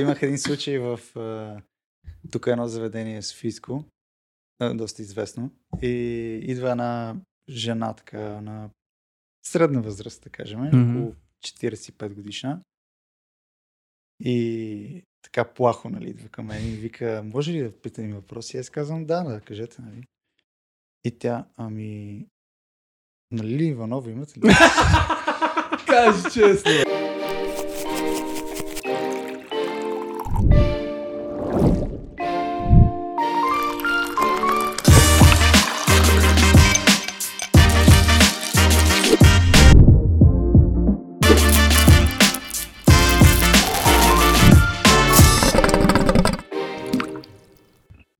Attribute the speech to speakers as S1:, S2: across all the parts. S1: Имах един случай в а, тук едно заведение с Фиско, а, доста известно, и идва една жена така на средна възраст, да кажем,
S2: Мгм.
S1: около 45 годишна. И така плахо, нали, идва към мен и вика, може ли да питам въпроси? Аз казвам, да, да, кажете, нали. И тя, ами, нали Иванова имате ли?
S2: Кажи честно.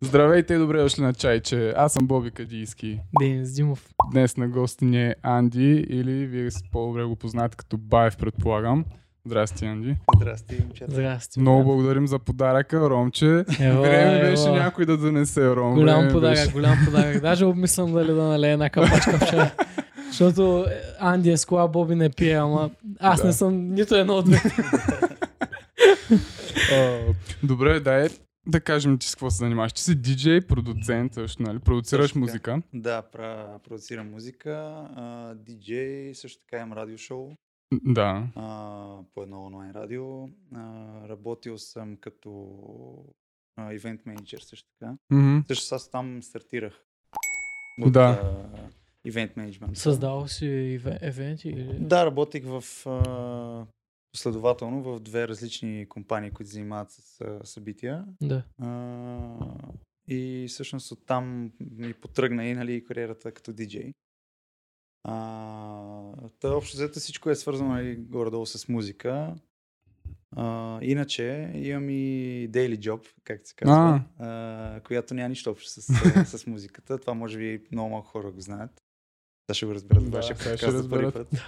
S2: Здравейте и добре дошли на чайче. Аз съм Боби Кадийски.
S3: Денис Димов.
S2: Днес на гости ни е Анди, или вие с по-добре го познавате като Баев, предполагам. Здрасти, Анди.
S1: Здрасти, момчета.
S3: Здрасти.
S2: Много
S3: брат.
S2: благодарим за подаръка, Ромче.
S3: Ева,
S2: Време
S3: ева.
S2: беше някой да донесе Ром.
S3: Голям
S2: Време
S3: подарък,
S2: беше.
S3: голям подарък. Даже обмислям дали да налея една капачка вчера. Защото е, Анди е с кола, Боби не пие, ама аз
S2: Да.
S3: не съм нито едно от двете.
S2: А, Добре, дай да кажем ти с какво се занимаваш. Ти си диджей, продуцент, също, нали? Продуцираш
S1: Точно така.
S2: музика.
S1: Да, пра, продуцирам музика, а, диджей, също така имам радиошоу
S2: М, Да.
S1: а, по едно онлайн радио. А, работил съм като а, ивент менеджер също така.
S2: Мгм.
S1: Също аз там стартирах.
S2: Да.
S1: а, Ивент менеджмент.
S3: Създал си иве- евенти или...
S1: Да, работих в а, последователно в две различни компании, които се занимават с а, събития.
S3: Да.
S1: А, и всъщност оттам ми потръгна и нали, кариерата като диджей. А, та общо взето всичко е свързано нали, горе-долу с музика. А, иначе имам и daily job, както се казва, а. А, която няма нищо общо с, а, с музиката. Това може би много малко хора го знаят. Сега ще го разберат
S2: Да,
S1: да, вашия
S2: сега ще
S1: подкаст за първи
S2: разберат.
S1: път.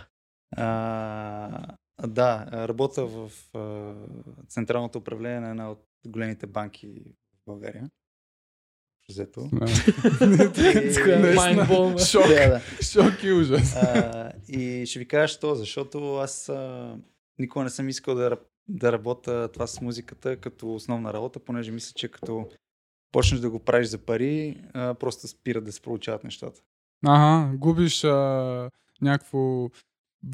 S1: А, да, работя в а, Централното управление на една от големите банки в България. Взето.
S2: Да. Е,
S3: е
S1: Наистина.
S3: Майнбол.
S2: Шок,
S1: Да, да.
S2: шок и ужас.
S1: А, и ще ви кажа що, защото аз а, никога не съм искал да, ра- да работя това с музиката като основна работа, понеже мисля, че като почнеш да го правиш за пари, а, просто спират да се получават нещата.
S2: Ага, губиш а, някакво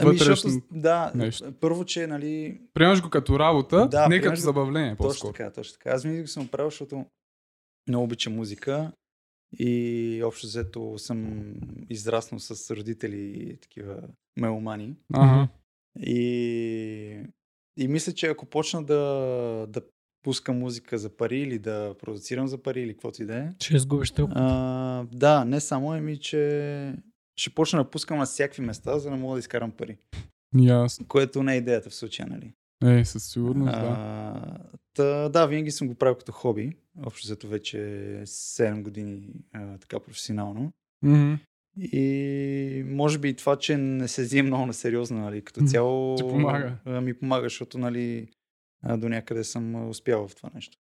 S1: Ами,
S2: вътрешно...
S1: защото, да,
S2: нещо.
S1: първо, че, нали,
S2: Приемаш го като работа,
S1: Да,
S2: не
S1: приемаш
S2: като
S1: го-
S2: забавление
S1: Точно
S2: по-скоро.
S1: така, точно така. Аз винаги го съм правил, защото много обичам музика и общо взето съм израснал с родители и такива меломани.
S2: Ага.
S1: И, и мисля, че ако почна да, да пускам музика за пари или да продуцирам за пари или каквото и да е,
S3: Ще изгубиш толкова.
S1: а, да, не само, еми, че ще почна да пускам на всякакви места, за да мога да изкарам пари.
S2: Ясно.
S1: Което не е идеята в случая, нали?
S2: Е, със сигурност, да.
S1: А, та, да, винаги съм го правил като хоби. Общо зато вече 7 години а, така професионално.
S2: Мгм.
S1: И може би и това, че не се взима много на сериозно, нали, като
S2: М,
S1: цяло.
S2: ти помага.
S1: а, Ми помага, защото, нали, а, до някъде съм а, успял в това нещо.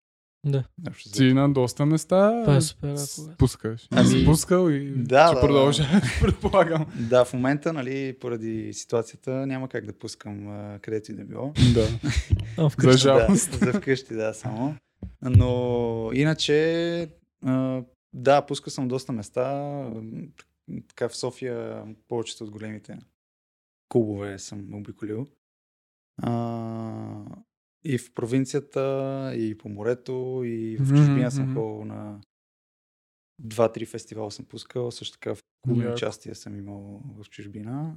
S3: Да.
S1: Общо взето.
S2: Ти на доста места
S3: Това е супер. ако-
S2: пускаш.
S1: Ами-
S2: Ами... Пускал и
S1: Да,
S2: ще
S1: да,
S2: продължаваш, предполагам.
S1: Да, в момента, нали, поради ситуацията няма как да пускам а, където и да било.
S2: Да.
S3: А,
S2: За
S3: вкъщи.
S2: жалост.
S1: Да, за вкъщи, да, само. Но иначе, а, да, пускал съм доста места. М, Така в София повечето от големите клубове съм обиколил. А, и в провинцията, и по морето, и в
S2: Мгм,
S1: чужбина съм
S2: мгм.
S1: ходил на два-три фестивала съм пускал, също така в клубни
S2: Яко.
S1: участия съм имал в чужбина.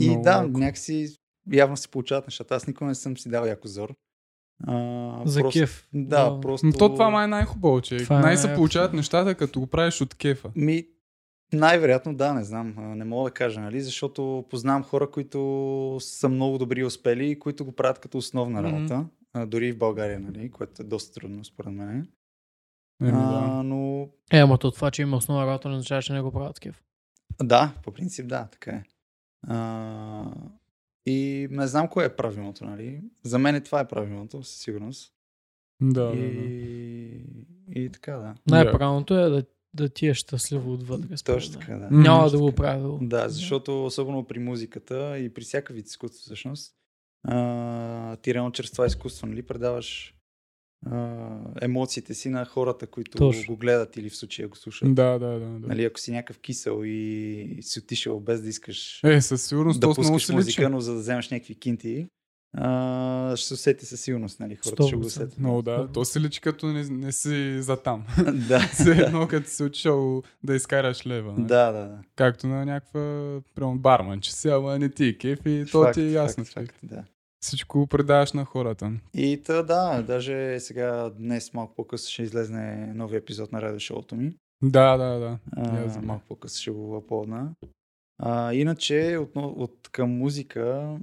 S1: И
S2: Много
S1: да,
S2: яко.
S1: някакси явно се получават нещата. Аз никога не съм си дал яко зор. А,
S3: За
S1: просто,
S3: кеф.
S1: Да, просто...
S2: Но то това май е най-хубаво, че
S3: Това е
S2: най се
S3: най-
S2: получават нещата, като го правиш от кефа.
S1: Ми, най-вероятно да, не знам. а, Не мога да кажа, нали? Защото познавам хора, които са много добри и успели и които го правят като основна
S2: Мгм.
S1: работа. а, Дори и в България, нали? Което е доста трудно, според мен.
S2: Еми, Ами да.
S1: А, но
S3: Е, ама то това, че има основа работа, не означава, че не го правят кеф.
S1: Да, по принцип да, така е. А, и не знам кое е правилното, нали? За мен това е правилното, със сигурност.
S2: Да, да, да.
S1: и, и така, да.
S3: Най-правилното е да, да ти е щастливо отвътре. според
S1: Точно
S3: мен.
S1: така, да.
S2: М.
S3: Няма
S1: Точно
S3: да го
S1: така.
S3: правило.
S1: Да, защото особено при музиката и при всяка вид изкуство всъщност, а, ти реално чрез това изкуство, нали, предаваш а, емоциите си на хората, които
S3: Точно.
S1: го гледат или в случая го слушат.
S2: Да, да, да. да.
S1: Нали, ако си някакъв кисел и си отишъл без да искаш
S2: Е, със
S1: да
S2: сигурност то много
S1: пускаш
S2: се личи.
S1: музика, но за да вземеш някакви кинти, а, ще се усети със сигурност, нали, хората ще го
S3: 100%.
S1: усетят.
S2: Но да, то се личи като не, не си за там.
S1: да,
S2: Все едно като си отишъл да изкараш лева. нали?
S1: да, да, да.
S2: Както на някаква прямо барман, че си, ама не ти е кеф и то
S1: Факт,
S2: ти е ясно.
S1: факт,
S2: човек.
S1: факт, да.
S2: Всичко предаваш на хората.
S1: И та, да, даже сега днес малко по-късно ще излезне нови епизод на радио шоуто ми.
S2: Да, да, да. Я
S1: А,
S2: знам.
S1: малко по-късно ще го въпълна. А, иначе, от, от към музика,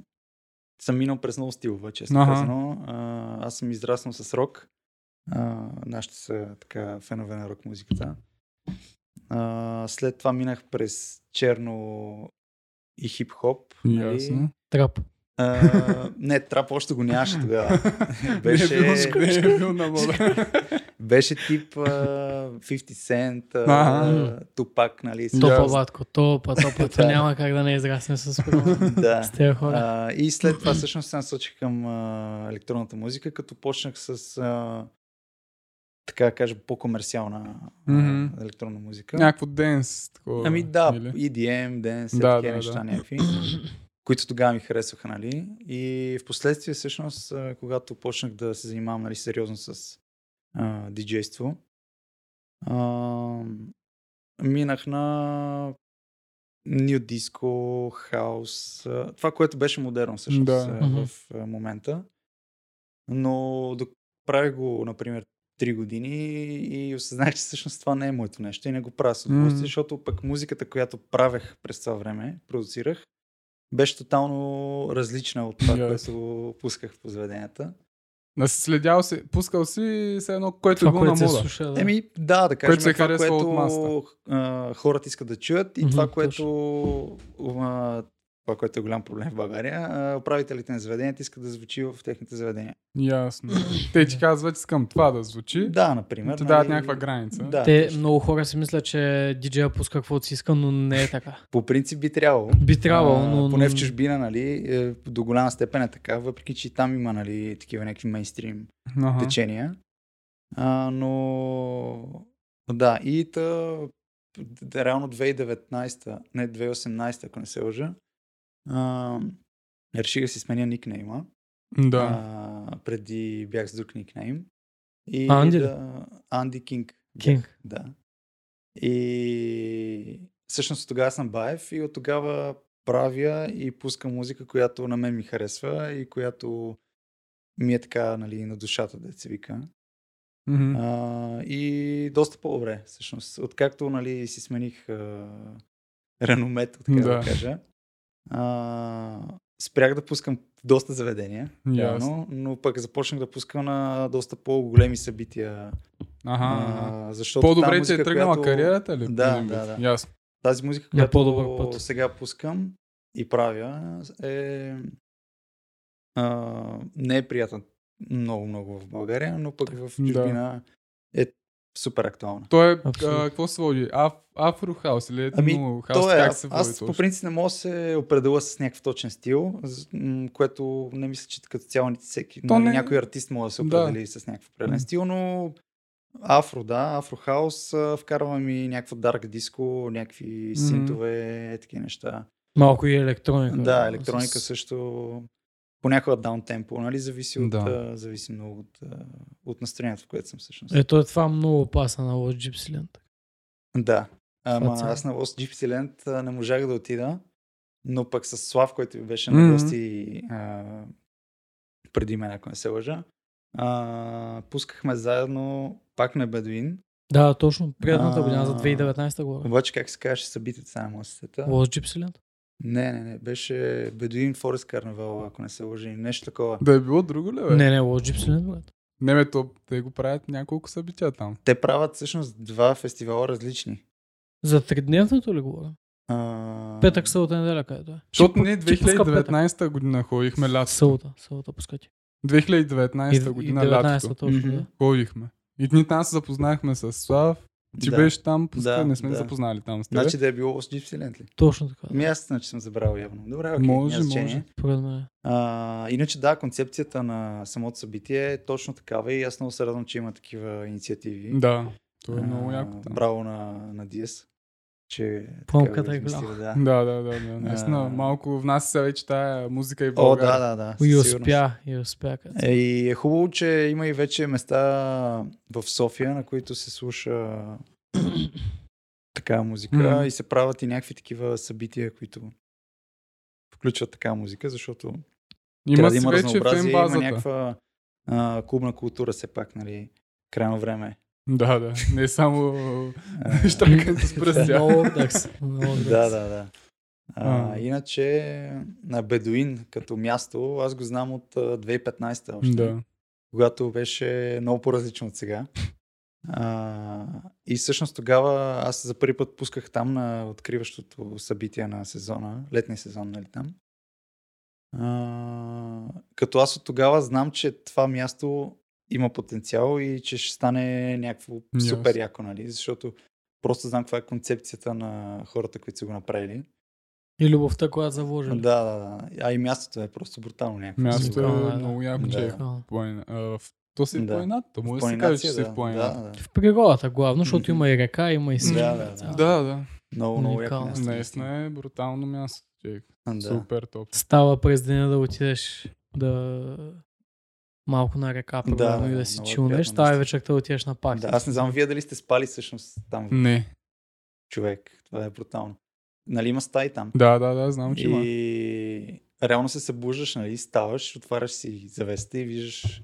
S1: съм минал през много стилове, честно
S2: Аха.
S1: ага. казано. А, аз съм израснал с рок. А, нашите са така фенове на рок музиката. А, след това минах през черно и хип-хоп. нали?
S2: Ясно.
S3: Трап.
S1: А, не, трап още го нямаше тогава. Беше-
S2: Не е било, не е било на мода.
S1: Беше тип а, 50 Cent, а,
S2: Аха.
S1: Тупак, нали?
S3: То
S2: Да.
S3: по-гладко, то по то по то
S1: Да.
S3: няма как да не израсне с първо.
S1: Да.
S3: С тези хора.
S1: А, и след това всъщност се насочих към а, електронната музика, като почнах с а, така да кажа по-комерциална а,
S2: Мгм.
S1: електронна музика.
S2: Някакво денс. Такова, нали?
S1: Ами да,
S2: или?
S1: EDM, Dance,
S2: Да,
S1: да, такива
S2: да,
S1: да, неща
S2: да.
S1: някакви, които тогава ми харесваха, нали? И в последствие всъщност, а, когато почнах да се занимавам, нали, сериозно с а, диджейство, а, минах на New Disco, House, а, това, което беше модерно всъщност
S2: Да.
S1: а,
S3: Мгм.
S1: в а, момента. Но док- правих го, например, 3 години и осъзнах, че всъщност това не е моето нещо и не го правя с удоволствие,
S2: Мгм.
S1: защото пък музиката, която правех през това време, продуцирах, беше тотално различна от това,
S2: Ясно.
S1: което пусках по заведенията.
S2: Да си следял си, пускал си все едно, което е
S3: Това,
S2: било на
S3: което се
S2: мода.
S3: слуша. да.
S1: Еми, да, да кажем,
S2: Което се
S1: това,
S2: харесва
S1: което
S2: от масата.
S1: а, хората искат да чуят и
S3: Мгм,
S1: това, което, а, това, което е голям проблем в България, а, управителите на заведенията искат да звучи в техните заведения.
S2: Ясно. Те ти казват, искам това да звучи.
S1: Да, например. нали,
S2: Ти дават някаква граница.
S1: Да,
S3: Те
S1: точно.
S3: много хора си мислят, че диджея пуска каквото си иска, но не е така.
S1: По принцип би трябвало.
S3: Би трябвало,
S1: А,
S3: но...
S1: Поне в чужбина, нали, е, до голяма степен е така, въпреки че и там има, нали, такива някакви мейнстрим
S2: Аха.
S1: течения. А, но... Да, и та... д- Реално 2019, не 2018, ако не се лъжа, а, реших да си сменя никнейма.
S2: Да.
S1: А, преди бях с друг никнейм. И
S3: Анди ли?
S1: Да, Анди Кинг.
S3: Кинг.
S1: бях, Да. И всъщност от тогава съм баев и от тогава правя и пускам музика, която на мен ми харесва и която ми е така, нали, на душата, да се вика.
S2: Мгм.
S1: А, и доста по-добре, всъщност. Откакто, нали, си смених а, реномето, така да,
S2: Да.
S1: да кажа, а, спрях да пускам в доста заведения,
S2: Ясно.
S1: реално, но пък започнах да пускам на доста по-големи събития.
S2: Аха.
S1: А, защото тази
S2: По-добре ти е
S1: музика,
S2: тръгнала
S1: която-
S2: кариерата ли?
S1: Да,
S2: Един
S1: да, да.
S2: вид. Ясно.
S1: Тази музика,
S3: На е по-добър
S1: която
S3: път.
S1: сега пускам и правя, е... А, не е приятна много-много в България, но пък в
S2: Да.
S1: чужбина е супер актуална.
S2: То е,
S3: Абсолютно.
S2: а, какво се води? Аф, афрохаус или
S1: Ами,
S2: етно хаус?
S1: То е,
S2: Как
S1: аз,
S2: се води
S1: аз по
S2: точно?
S1: принцип не мога да се определя с някакъв точен стил, з- м, което не мисля, че като цяло ни- всеки,
S2: То
S1: нали,
S2: не-
S1: някой артист може да се
S2: Да.
S1: определи с някакъв определен
S2: М.
S1: стил, но афро, да, афрохаус, а, вкарва ми някаква дарк диско, някакви
S2: Мгм.
S1: синтове, е, такива неща.
S3: Малко и електроника.
S1: Да, електроника
S3: С-
S1: също понякога даунтемпо, нали, зависи, от,
S2: Да.
S1: а, зависи много от, а, от настроението, в което съм всъщност.
S3: Ето е това много опасно на Лоджи Джипсиленд.
S1: Да. Ама
S3: цяло.
S1: аз на Lost Gypsy Land а, не можах да отида, но пък с Слав, който ми беше
S2: Мгм.
S1: на гости а, преди мен, ако не се лъжа, а, пускахме заедно пак на Бедуин.
S3: Да, точно. Предната
S1: А.
S3: година за 2019 година.
S1: Обаче как се казваше събитието само с сета?
S3: Лоджи Джипсиленд.
S1: Не, не, не. Беше Бедуин Форест Карнавал, ако не се лъжа. и Нещо такова.
S2: Да е било друго ли, бе?
S3: Не, не, Лоджи Джипсиленд, брат.
S2: Не, бе, то, те го правят няколко събития там.
S1: Те правят всъщност два фестивала различни.
S3: За тридневното ли говоря?
S1: А,
S3: Петък, събота, неделя, където е.
S2: Защото ние
S3: Ти пуска петък.
S2: 2019 година ходихме лято.
S3: Събота, събота, пускайте.
S2: 2019
S3: и
S2: година
S3: 19-та
S2: лятото
S3: точно,
S1: Мгм.
S3: да.
S2: ходихме. И ние там се запознахме с Слав, Ти
S1: Да.
S2: беше там, пуска,
S1: Да,
S2: не сме
S1: да.
S2: запознали там с теб.
S1: Значи да е било с Gypsyland ли?
S3: Точно така.
S1: Ами аз значи съм забрал явно. Добре, окей,
S2: Може,
S1: няма значение.
S2: може.
S3: Според мен.
S1: А, иначе да, концепцията на самото събитие е точно такава и аз много се радвам, че има такива инициативи.
S2: Да, то е много
S1: А,
S2: яко там.
S1: Браво на, на Диес, че
S3: Помпката
S1: така го
S3: е голяма.
S1: измисли, Да.
S2: Да, да, да, да. Наистина,
S1: А.
S2: малко внася се вече тая музика и
S1: О,
S2: България.
S1: да, да, да. със
S3: И
S1: сигурност.
S3: успя, и успя. като-
S1: Е, И е хубаво, че има и вече места в София, на които се слуша такава музика
S2: Мгм.
S1: и се правят и някакви такива събития, които включват такава музика, защото
S2: Има
S1: трябва да
S2: си
S1: има
S2: вече
S1: разнообразие,
S2: фен
S1: има
S2: базата.
S1: някаква а, клубна култура все пак, нали, крайно време.
S2: Да, да. Не само Е,
S1: А,
S2: щакан с пръстя.
S3: Много обдъкс. Много обдъкс.
S1: Е, Да, да, да. А,
S2: А.
S1: иначе на Бедуин като място, аз го знам от а, 2015 още,
S2: Да.
S1: когато беше много по-различно от сега. А, и всъщност тогава аз за първи път пусках там на откриващото събитие на сезона, летния сезон, нали там. А, като аз от тогава знам, че това място има потенциал и че ще стане някакво
S2: Ясно.
S1: супер яко, нали? Защото просто знам каква е концепцията на хората, които са го направили.
S3: И любовта, която заложили.
S1: Да, да, да. А и мястото е просто брутално някакво.
S2: Мястото
S3: Да, да,
S2: е
S3: да.
S2: много яко, че е в
S3: Уникално.
S2: планина. а, в- То си е в
S1: Да.
S2: планината. То може да се
S1: Планината
S2: каже, че
S1: е,
S2: си в планината.
S1: Да, да, да.
S3: В природата главно, защото
S1: Мгм.
S3: има и река, има и всичко.
S1: Да, да, да.
S2: Да, да.
S1: Много, много яко
S3: Уникално.
S1: място.
S2: Наистина е брутално място. Джейк.
S1: Да.
S2: Супер топ.
S3: Става през деня да отидеш да малко на река,
S1: Да,
S3: примерно,
S1: да,
S3: и
S1: да,
S3: да си
S1: много е
S3: чилнеш,
S1: приятно,
S3: става
S1: наистина.
S3: вечерта да отидеш на пак.
S1: Да, аз не знам вие дали сте спали всъщност там
S2: Не.
S1: човек. Това е брутално. Нали има стаи там?
S2: Да, да, да, знам, че има.
S1: И реално се събуждаш, нали, ставаш, отваряш си завесата и виждаш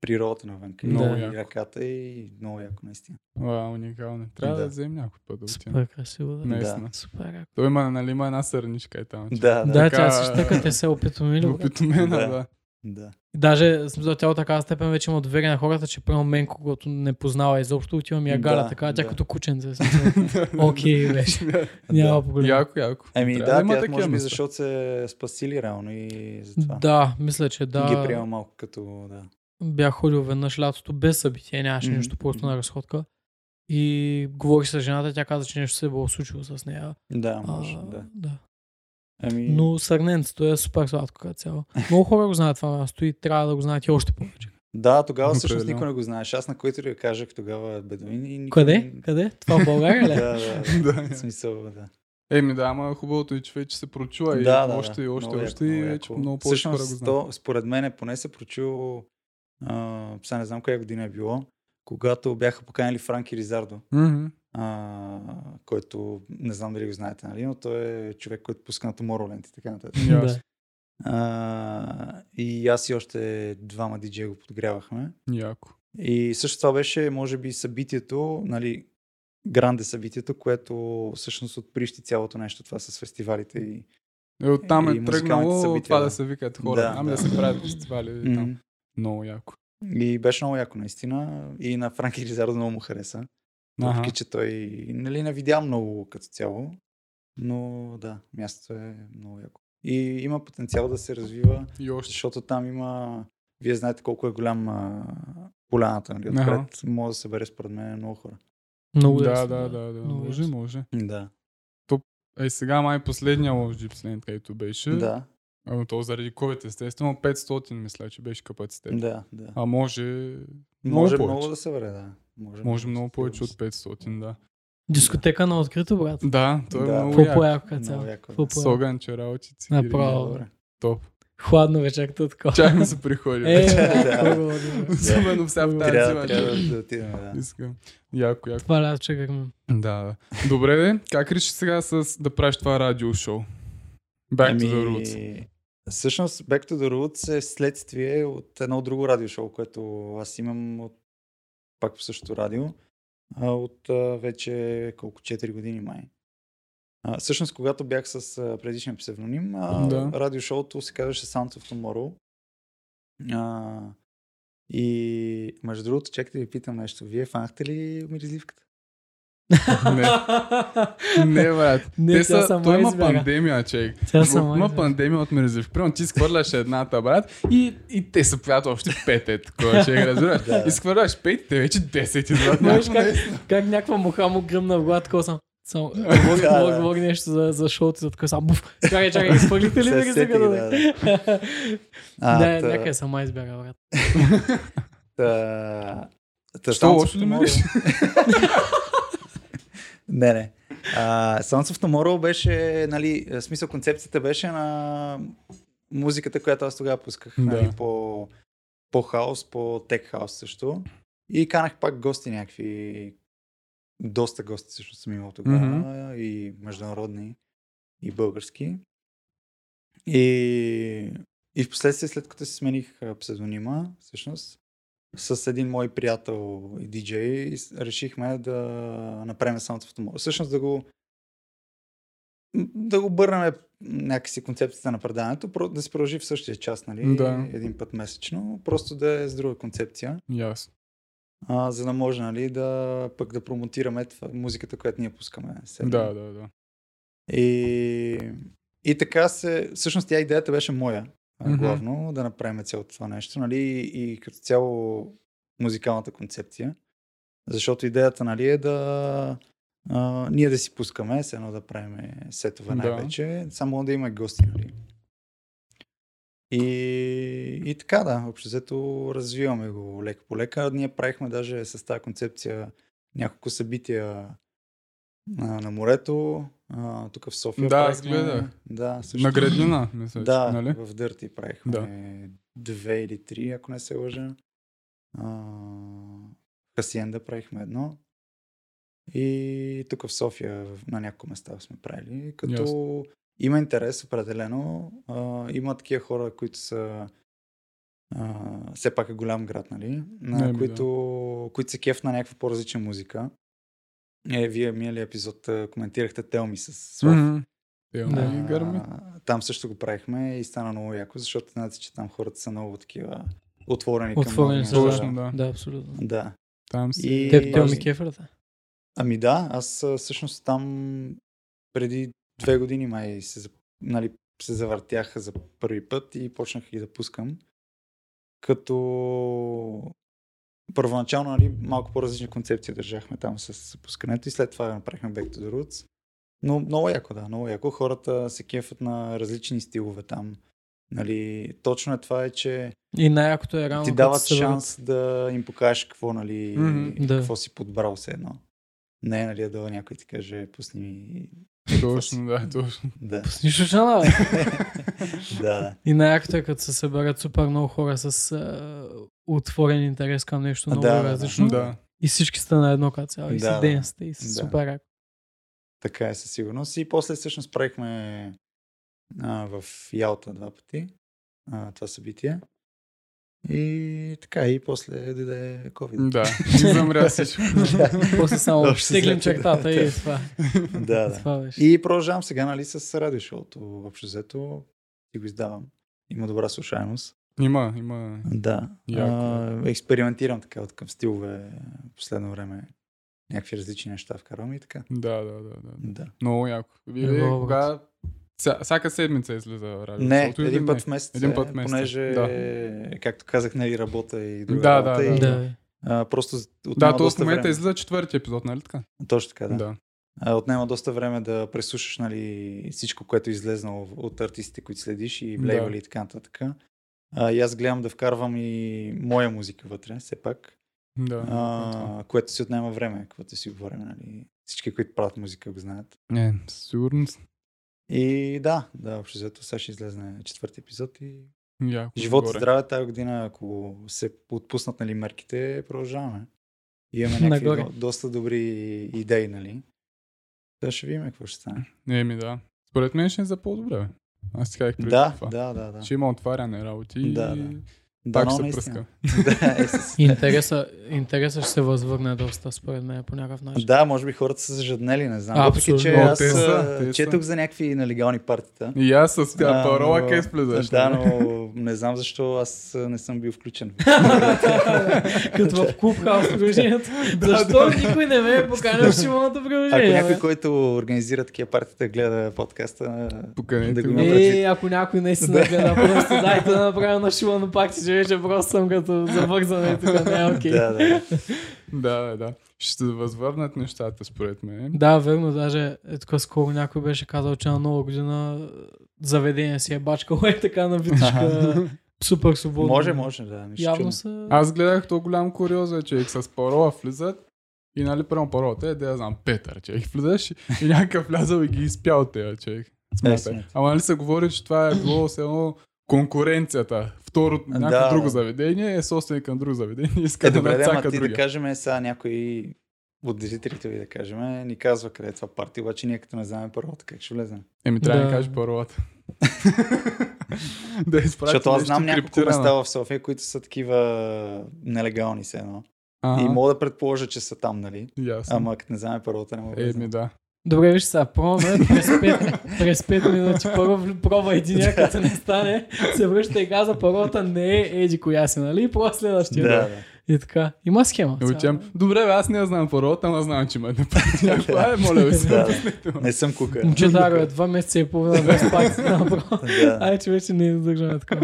S1: природата навън.
S2: Много
S1: Да.
S2: яко.
S1: И ръката и много яко, наистина.
S2: Ва, уникално. Трябва да
S1: Да.
S2: вземем някой път да отидем.
S3: Супер красиво, да.
S2: Наистина.
S3: Супер яко.
S2: Той има, нали, има една сърничка е там. че-
S1: Да, да, да.
S3: Да,
S2: така-
S3: тя същата като те се е опитомили. брат.
S2: Опитомена,
S1: Да.
S2: да.
S1: да.
S3: Даже в смисъл, тя от такава степен вече има доверие на хората, че прямо мен, когато не познава изобщо, отивам и я
S1: Да,
S3: гара така, тя
S1: да.
S3: като кученце. в смисъл. Окей, беше. Няма проблем.
S2: Яко, яко.
S1: Ами
S2: Трябва да
S1: да,
S2: има
S1: тя
S2: такива
S1: може би
S2: места.
S1: защото се е спасили реално и затова.
S3: Да, мисля, че
S1: Ги
S3: да.
S1: приема малко като, да.
S3: бях ходил веднъж лятото без събитие, нямаше
S1: Мгм.
S3: нещо просто на разходка. И говорих с жената, тя каза, че нещо се е било случило с нея.
S1: Да, може, да.
S3: да.
S1: Ами,
S3: Но сърненцето е супер сладко като цяло. Много хора го знаят това място и трябва да го знаят и още повече.
S1: да, тогава всъщност
S2: Определено.
S1: никой не го знаеш. Аз на който ли кажах тогава бедуин и никой...
S3: Къде? Къде? Това в България
S1: Да,
S3: ли? е?
S1: да,
S2: Да.
S1: да. В смисъл, да.
S2: Еми да, ама хубавото е, че вече се прочува и
S1: да, да,
S2: още
S1: да.
S2: и още,
S1: Много
S2: още
S1: яко,
S2: и
S1: много
S2: вече
S1: яко.
S2: много повече хора го
S1: Всъщност,
S2: знаят.
S1: то, според мен е поне се прочул, а, сега не знам коя година е било, когато бяха поканили Франки Ризардо,
S2: Мгм.
S1: а, който не знам дали го знаете, нали, но той е човек, който пуска на Tomorrowland и така нататък.
S2: Ясно,
S1: А, и аз и още двама диджея го подгрявахме.
S2: яко.
S1: И също това беше, може би, събитието, нали, гранде събитието, което всъщност отприщи цялото нещо това с фестивалите и
S2: Е, оттам
S1: И
S2: е
S1: музикалните
S2: тръгнало
S1: събития,
S2: това да
S1: да.
S2: се викат хора,
S1: Да,
S2: ами да
S1: да.
S2: се правят фестивали там.
S1: Мгм.
S2: Много яко.
S1: И беше много яко, наистина. И на Франки Ризардо много му хареса.
S2: Аха.
S1: Въпреки, че той нали, не видя много като цяло. Но да, мястото е много яко. И има потенциал да се развива,
S2: И още.
S1: защото там има... Вие знаете колко е голям а, поляната, нали?
S2: Аха.
S1: Отпред може да събере според мен много хора.
S3: Много
S2: Да,
S3: ясно,
S2: да, да, да.
S3: Много
S2: Може,
S3: ясно.
S2: може.
S1: Да,
S2: Е, сега май последния лош джипсленд, където беше.
S1: да,
S2: А, То заради COVID, естествено, 500 мисля, че беше капацитет.
S1: да, да.
S2: А може, много
S1: Може
S2: повече.
S1: много да събере, да. Може,
S2: може
S1: със
S2: много повече от
S1: сигурност.
S2: 500, да.
S3: Дискотека на открито, брат.
S2: Да, то е
S1: Да.
S2: много
S3: Какво
S2: яко.
S3: по-яко като цяло?
S1: Много яко.
S3: Какво
S1: да.
S2: С
S3: по-яко?
S2: огънче работи, цигари.
S3: Направо. по-яко?
S1: Добре.
S2: Топ.
S3: Хладно вечерта такова.
S2: Чай ми се приходи.
S3: Е,
S2: вече.
S3: брат,
S1: Да.
S3: какво говорим, бе?
S2: Особено в сега в тази
S1: Трябва,
S2: зима,
S1: трябва
S2: че
S1: да, да отидем, да.
S2: Искам. Яко, яко.
S3: Това лято чакахме.
S2: Да, да. Добре, де, как реши сега с да правиш това радио шоу? Back to the
S3: Ами-
S2: roots.
S1: Ами, Всъщност, Back to the Roots е следствие от едно друго радиошоу, което аз имам от, пак по същото радио, а, от а, вече колко 4 години май. А, всъщност, когато бях с а, предишния псевдоним, а,
S2: Да.
S1: да. радиошоуто се казваше Sounds of Tomorrow. А, и между другото, чакайте да ви питам нещо. Вие фанахте ли миризливката?
S2: Не. Не, брат.
S3: Не,
S2: Те
S3: тя
S2: са,
S3: сама
S2: той има
S3: избяга.
S2: пандемия, чек.
S3: Тя сама
S2: Има
S3: избяга.
S2: пандемия от мерзив. Примерно ти изхвърляш едната, брат, и, и те се правят още пет, е такова, че разбираш. Изхвърляш пет, и те вече десет идват.
S3: Знаеш
S2: брат.
S3: как, как някаква муха му гръмна в главата, такова съм. Само,
S1: Е, Да,
S3: говори,
S1: да.
S3: говори нещо за, за шоуто, за такова само, буф, чакай, чакай, изпъглите ли
S1: Се
S3: да ги
S1: сетих,
S3: сега
S1: да,
S3: да...
S1: А,
S3: Да,
S1: та-
S3: някъде сама избяга, брат.
S1: Та... Та
S2: Що,
S1: Sons of
S2: лошо ли
S1: Tomorrow-
S2: мислиш?
S1: Не, не. А, Sons of Tomorrow беше, нали, в смисъл концепцията беше на музиката, която аз тогава пусках,
S2: Да.
S1: нали, по, по хаос, по тек хаус също. И канах пак гости някакви, доста гости също съм имал тогава,
S2: Мгм.
S1: и международни, и български. И, и в последствие, след като си смених а, псевдонима, всъщност, с един мой приятел и диджей, и с- решихме да направим Sound of Tomorrow. Всъщност да го м, да го бърнем някакси концепцията на предаването, про- да се продължи в същия час, нали?
S2: Да.
S1: Един път месечно, просто да е с друга концепция,
S2: Ясно.
S1: а, за да може, нали, да пък да промотираме това, музиката, която ние пускаме.
S3: Е,
S1: сега.
S2: Да, да, да.
S1: И, и така се, всъщност тя идеята беше моя, а,
S2: Мгм.
S1: главно, mm-hmm. да направим цялото това нещо, нали, и, и като цяло музикалната концепция, защото идеята, нали, е да а, ние да си пускаме, с едно да правим сетове
S2: Да.
S1: най-вече, само да има гости, нали. И, и така да, общо взето развиваме го лека по лека. Ние правихме даже с тази концепция няколко събития на, на морето, а, тук в София.
S2: Да, аз
S1: правихме.
S2: гледах.
S1: Да, също.
S2: На градина, мисля,
S1: Да,
S2: че, нали?
S1: в Дърти правихме
S2: Да.
S1: две или три, ако не се лъжа. А, Хасиенда правихме едно. И тук в София в- на няколко места сме правили. Като има интерес, определено. А, има такива хора, които са а, все пак е голям град, нали? На
S2: Еми, да.
S1: които, които се кеф на някаква по-различна музика. Е, вие миналия епизод а, коментирахте Телми с Слав.
S2: Мгм. Те,
S1: А,
S2: ама и гърми.
S1: Там също го правихме и стана много яко, защото знаете, че там хората са много такива отворени,
S3: Отворени
S1: към
S3: са,
S1: нови
S2: Точно, да.
S3: Да, абсолютно.
S1: Да.
S2: Там си.
S1: И-
S3: Теб те ми
S1: Баш-
S3: кефрата.
S1: Ами да, аз а, всъщност там преди две години май се, за- нали, се завъртяха за първи път и почнах ги да пускам. Като първоначално нали, малко по-различни концепции държахме там с пускането и след това направихме Back to the Roots. Но много яко, да, много яко. Хората се кефат на различни стилове там. Нали, точно е това е, че
S3: И най-якото е рано.
S1: ти
S3: като
S1: дават
S3: се съберат.
S1: шанс да им покажеш какво, нали,
S2: Мгм,
S3: да.
S1: какво си подбрал все едно. Не, нали, да дойде някой и ти каже, пусни ми.
S2: Точно, да, точно.
S1: Да,
S3: Пусни шушана, бе.
S1: да.
S3: И най-якото е като се съберат супер много хора с а, отворен интерес към
S1: А,
S3: нещо много
S1: да, да, да.
S3: различно.
S2: Да.
S3: И всички сте на едно като цяло. И си
S1: Да, да.
S3: денсте, и си
S1: Да.
S3: супер яко.
S1: Така е със сигурност. И после всъщност правихме а, в Ялта два пъти а, това събитие. И така, и после дойде COVID.
S2: Да. И замря всичко.
S3: После само
S1: Общо
S3: стеглим
S1: взето, да,
S3: чертата
S1: да.
S3: и това.
S1: да, да.
S3: Това беше.
S1: И продължавам сега, нали, с радиошоуто. Общо взето ти го издавам. Има добра слушаемост.
S2: Има, има.
S1: Да.
S2: Яко
S1: А, експериментирам така от към стилове в последно време. Някакви различни неща вкарвам и така.
S2: Да, да, да, да.
S1: Да.
S2: Много яко. Вие
S3: Много
S2: кога... Ся- Всяка седмица излиза радио.
S1: Не,
S2: шоуто или
S1: един път в месеца.
S2: Един път в месеца,
S1: Понеже, както казах, нали, работа и друга
S2: Да, да,
S1: работа. и,
S3: Да, бе.
S1: А, просто з- отнема
S2: Да, то в
S1: доста
S2: момента
S1: време.
S2: излиза четвъртия епизод, нали така?
S1: Точно така, да.
S2: Да.
S1: А, отнема доста време да преслушаш нали, всичко, което е излезнало в- от артистите, които следиш и
S2: Да.
S1: лейбъли и така нататък. А, и аз гледам да вкарвам и моя музика вътре, все пак.
S2: Да.
S1: а, което си отнема време, каквото си говорим, нали? Всички, които правят музика, го знаят.
S2: Не, със сигурност.
S1: И да, да, общо взето, сега ще излезне четвърти епизод и
S2: Яко.
S1: живот и
S2: горе.
S1: здраве тази година, ако се отпуснат нали, мерките, продължаваме. И имаме някакви
S3: Нагоре.
S1: до, доста добри идеи, нали? Да ще видим какво ще стане.
S2: Не, ми да. Според мен ще е за по-добре. бе. Аз ти казах преди
S1: Да,
S2: това.
S1: да, да, да.
S2: Ще има отваряне работи
S1: Да,
S2: и
S1: да.
S2: пак
S1: но
S2: ще се
S1: наистина.
S2: пръска.
S1: Да, е, с...
S3: Интереса, интересът ще се възвърне доста, според мен, по някакъв начин.
S1: Да, може би хората са зажаднели, не знам.
S3: А,
S1: Въпреки, че
S3: абсолютно.
S1: аз
S2: Те са,
S1: а,
S2: те са.
S1: четох за някакви нелегални партита.
S2: И аз с
S1: А,
S2: тя парола нали?
S1: но-
S2: къде сплезаш.
S1: Да, но не знам защо аз а, не съм бил включен.
S3: Е, Като в клубхаус приложението. Защо никой не ме е поканил в шимоното
S1: Ако
S3: приложение?
S1: някой,
S3: бе?
S1: който организира такива партита, гледа подкаста,
S2: Поканете
S1: да го
S2: го.
S1: има
S3: Е,
S1: предвид.
S3: ако някой не си нагледа, просто дайте да направя на шимоно пак, че вече просто съм като завързан и тук не е окей.
S1: Да, да.
S2: Да, да, да. Ще се възвърнат нещата, според мен.
S3: Да, верно, даже е така скоро някой беше казал, че на нова година заведение си е бачкало е така на витушка. Супер свободно.
S1: Може, може, да. нищо
S3: Явно
S1: чудно.
S3: са...
S2: Аз гледах то голям куриоз, бе, че с парола влизат и нали първо паролата е, да я знам, Петър, човек. Влизаш и някакъв влязал и ги изпял те, човек. Смятай.
S1: смятай.
S2: Ама нали се говори, че това е било все едно конкуренцията. Второ,
S1: Да,
S2: някакво
S1: да.
S2: друго заведение е собственик на друго заведение и иска
S1: Е,
S2: да
S1: добре, да, ама
S2: нацака
S1: ти да
S2: другия.
S1: кажем е, сега някой от зрителите ви да кажем, ни казва къде е това парти, обаче ние като не знаем първото, как ще влезем.
S2: Еми, трябва да
S3: Да.
S2: ни кажеш паролата. да изпратиш
S1: Защото аз
S2: нещо
S1: знам няколко
S2: криптирано.
S1: места в София, които са такива нелегални се едно.
S2: Ага,
S1: И мога да предположа, че са там, нали?
S2: ясно.
S1: Ама като не знаем първото, не мога да
S2: Еми,
S1: знам.
S2: да.
S3: Добре, виж сега, пробваме през 5, през 5 минути. Първо вли- пробва един, като не стане, се връща и каза, първата не е еди коя си, нали? И после следващия.
S1: Да, да.
S3: И така. Има схема.
S2: И отивам, Добре, бе, аз не я знам паролата, ама знам, че ме направи някаква. Ай, моля ви се.
S1: Да,
S2: пуснете ме.
S1: Не съм кука.
S3: Момче, да, бе, два месеца и половина без пак. направо.
S1: Да.
S3: Ай, че вече не издържаме така.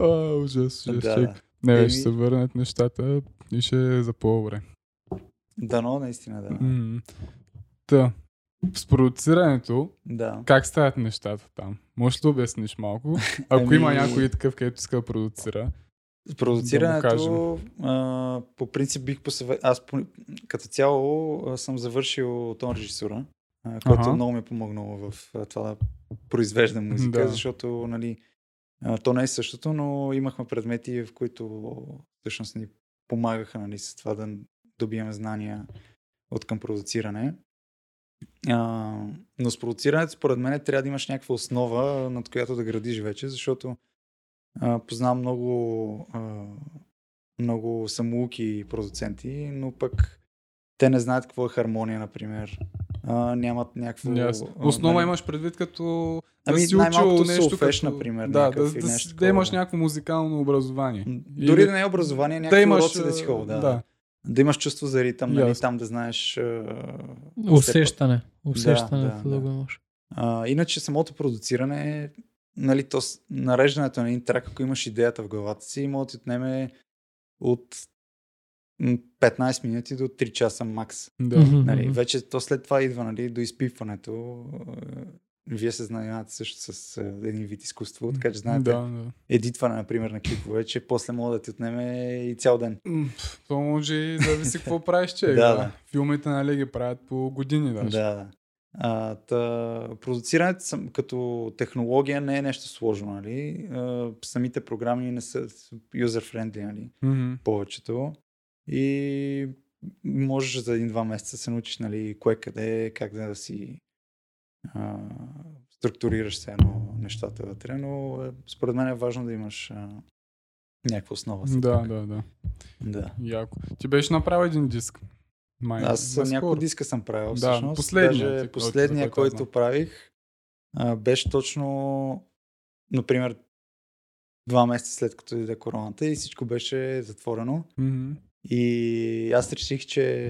S2: А, ужас, ужас.
S1: Да.
S2: човек. Не, бе,
S1: Еми.
S2: ще се върнат нещата и ще е за по-добре.
S1: Дано, наистина, да.
S2: М. Та, с продуцирането,
S1: Да.
S2: как стават нещата там? Можеш ли да обясниш малко? Ако
S1: Ами-
S2: има някой такъв, където иска да продуцира.
S1: С Продуцирането, а, по принцип бих посъветвал. Аз по, като цяло а, съм завършил тон режисура, а, което
S2: Аха.
S1: много ми е помогнало в а, това да произвеждам музика,
S2: Да.
S1: защото нали, а, то не е същото, но имахме предмети, в които всъщност ни помагаха нали, с това да добием знания от към продуциране. А, но с продуцирането, според мен, трябва да имаш някаква основа, над която да градиш вече, защото а, познавам много, а, много самоуки и продуценти, но пък те не знаят какво е хармония, например. А, нямат някакво...
S2: Ясно.
S1: а,
S2: Основа
S1: нали,
S2: имаш предвид като да
S1: Ами,
S2: си учил
S1: най-малкото
S2: нещо
S1: солфеж,
S2: като...
S1: например,
S2: Да, да,
S1: някакъв или
S2: да,
S1: нещо
S2: си- да
S1: такова,
S2: имаш
S1: да.
S2: някакво музикално образование.
S1: Дори
S2: Или-
S1: да не е образование, някакви
S2: да имаш...
S1: уроци да си ходил, да.
S2: да.
S1: да. Да имаш чувство за ритъм, нали,
S2: Ясно.
S1: там да знаеш... а,
S3: Усещане.
S1: Да,
S3: Усещането
S1: да,
S3: да го
S1: да.
S3: имаш.
S1: А, иначе самото продуциране, е, нали, то с- нареждането на един трак, ако имаш идеята в главата си, може да ти отнеме от м, 15 минути до 3 часа макс.
S2: да.
S3: Мгм.
S1: Нали, вече то след това идва нали, до изпиването. Вие се занимавате също с а, един вид изкуство, така че знаете,
S2: Да, да.
S1: едитване, например, на клипове, че после мога да ти отнеме и цял ден.
S2: М, пф, То може и зависи какво правиш, че.
S1: Да,
S2: да,
S1: да.
S2: да. Филмите нали ги правят по години даже.
S1: Да, да. А, та, продуцирането съм, като технология не е нещо сложно, нали? А, самите програми не са user-friendly, нали?
S2: Мгм.
S1: Повечето. И можеш за един-два месеца се научиш, нали, кое къде, как да си а, структурираш се едно нещата вътре, но е, според мен е важно да имаш а, някаква основа. все
S2: Да,
S1: пак.
S2: да, да.
S1: да.
S2: Яко. Ти беше направил един диск. Май,
S1: Аз
S2: наскоро.
S1: няколко диска съм правил.
S2: Да,
S1: всъщност.
S2: последния, за
S1: Даже
S2: който-
S1: последния
S2: за който е аз
S1: който правих, а, беше точно, например, два месеца след като иде короната и всичко беше затворено.
S2: Мгм.
S1: И аз реших, че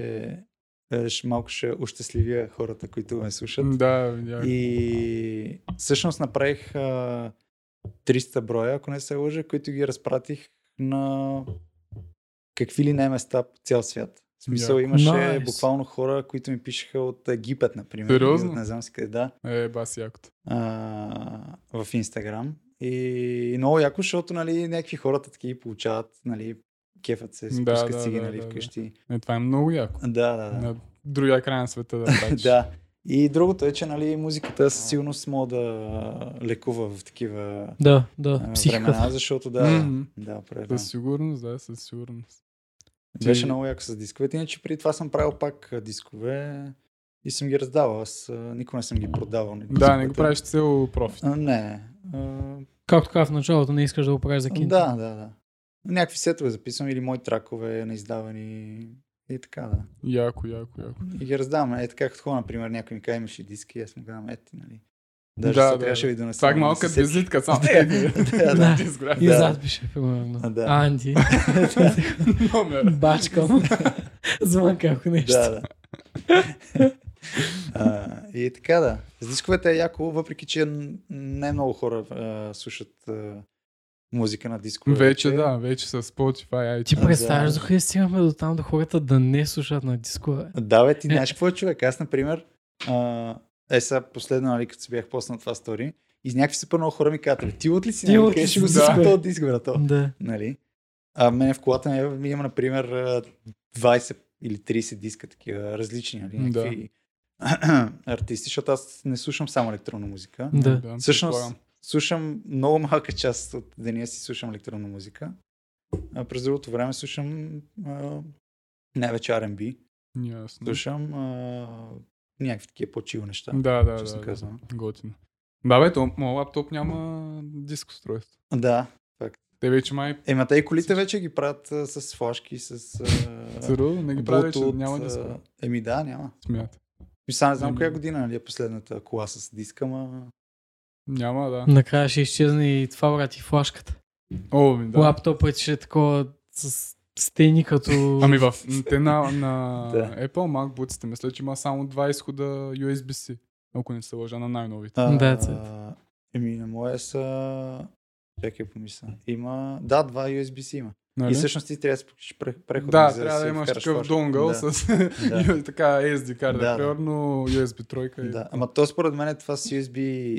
S1: е, ще- малко ще ощастливя хората, които ме слушат.
S2: Да, видях.
S1: И всъщност направих а, 300 броя, ако не се лъжа, които ги разпратих на какви ли не места по цял свят. В смисъл
S2: Яко.
S1: имаше
S3: Nice.
S1: буквално хора, които ми пишеха от Египет, например.
S2: Сериозно?
S1: и от Не знам си къде, да.
S2: Е, бас якото.
S1: А, в Инстаграм. И много яко, защото нали, някакви хората таки ги получават, нали, кефът се,
S2: Да,
S1: спускат
S2: да,
S1: си ги
S2: да,
S1: нали,
S2: да, да.
S1: вкъщи.
S2: Е, това е много яко.
S1: Да, да, да.
S2: На другия край на света да правиш.
S1: Да. И другото е, че нали, музиката със сигурност мога да лекува в такива
S3: Да, да.
S1: а,
S3: Психиката.
S1: времена, защото да,
S2: Мгм.
S1: да, определено.
S2: Със сигурност, да, със сигурност. Ти-
S1: Беше много яко с дисковете, иначе преди това съм правил пак а, дискове и съм ги раздавал. Аз а, никога не съм ги продавал. нали,
S2: Да, не го
S1: дисковете.
S2: правиш цел профит.
S1: А, не. А,
S3: Както казах в началото, не искаш да го правиш за кинти.
S1: да, да, да. Някакви сетове записвам или мои тракове на издавани и така, да.
S2: Яко, яко, яко.
S1: И ги раздавам. Е, така като хора, например, някой ми каже, имаш ли диски, аз му казвам, ето, нали. Даже
S2: Да,
S1: да,
S2: да,
S1: да, ще
S2: да.
S1: ви донеса.
S2: Пак малка визитка само.
S1: е, Да, да.
S3: Да. И
S1: Да.
S3: зад пише, примерно.
S1: Да.
S3: Анди,
S2: Номер.
S3: бачкам. Звънка, ако нещо.
S1: Да, да. а, и така да. С дисковете е яко, въпреки че н- не много хора а, слушат а, музика на дискове.
S2: Вече да, вече с Spotify.
S3: Ти
S2: iTunes.
S1: А,
S3: представяш
S1: да.
S3: до къде стигаме до там, до хората да не слушат на дискове.
S1: Да, бе, ти знаеш какво е човек. Аз, например, а, е сега последно, нали, като се бях поснал това стори, и някакви супер много хора ми казват, «Абе, ти от ли си?
S3: Ти
S1: нали,
S3: от ли
S1: къде ще
S3: си,
S1: го
S3: да.
S1: да. този диск, брато?
S3: Да.
S1: Нали? А мен в колата ми е, имам, например, а, 20 или 30 диска такива различни, нали?
S2: Да.
S1: Някакви артисти, защото аз не слушам само електронна музика.
S3: Да.
S1: Всъщност,
S2: предполагам.
S1: слушам много малка част от деня си слушам електронна музика. А през другото време слушам а, най-вече R&B.
S2: Ясно.
S1: Слушам а, някакви такива по-чил неща.
S2: Да, да,
S1: честно
S2: да, да.
S1: казано.
S2: Готино. Да, бе, то, моят лаптоп няма диск устройство.
S1: Да.
S2: Те вече май
S1: Ема те и колите вече ги правят а, с флашки, с... А,
S2: ЦРУ не ги прави, че
S1: Bluetooth,
S2: няма
S1: а,
S2: диск.
S1: Еми да, няма.
S2: Смят.
S1: И сега не знам
S2: Ами.
S1: коя година нали, е последната кола с диска, ма...
S2: Няма, да.
S3: Накрая ще изчезне и това, брат, и флашката.
S2: О, ми, да.
S3: Лаптопът ще е такова с стени като...
S2: Ами в те на, на
S1: Да.
S2: Apple MacBooks мисля, че има само 20 хода USB-C, ако не се лъжа на най-новите.
S1: А,
S3: That's it.
S1: Еми на моя са... Чакай помисля. Има... Да, два USB-C има.
S2: Нали?
S1: И всъщност ти трябва да се включиш пре- преходно.
S2: да,
S1: за
S2: трябва да
S1: си
S2: имаш
S1: вкараш
S2: такъв
S1: флашка.
S2: донгъл
S1: Да.
S2: с
S1: Да.
S2: така SD карта,
S1: Да, да.
S2: да, примерно USB тройка. и-
S1: Да, ама то според мен е това с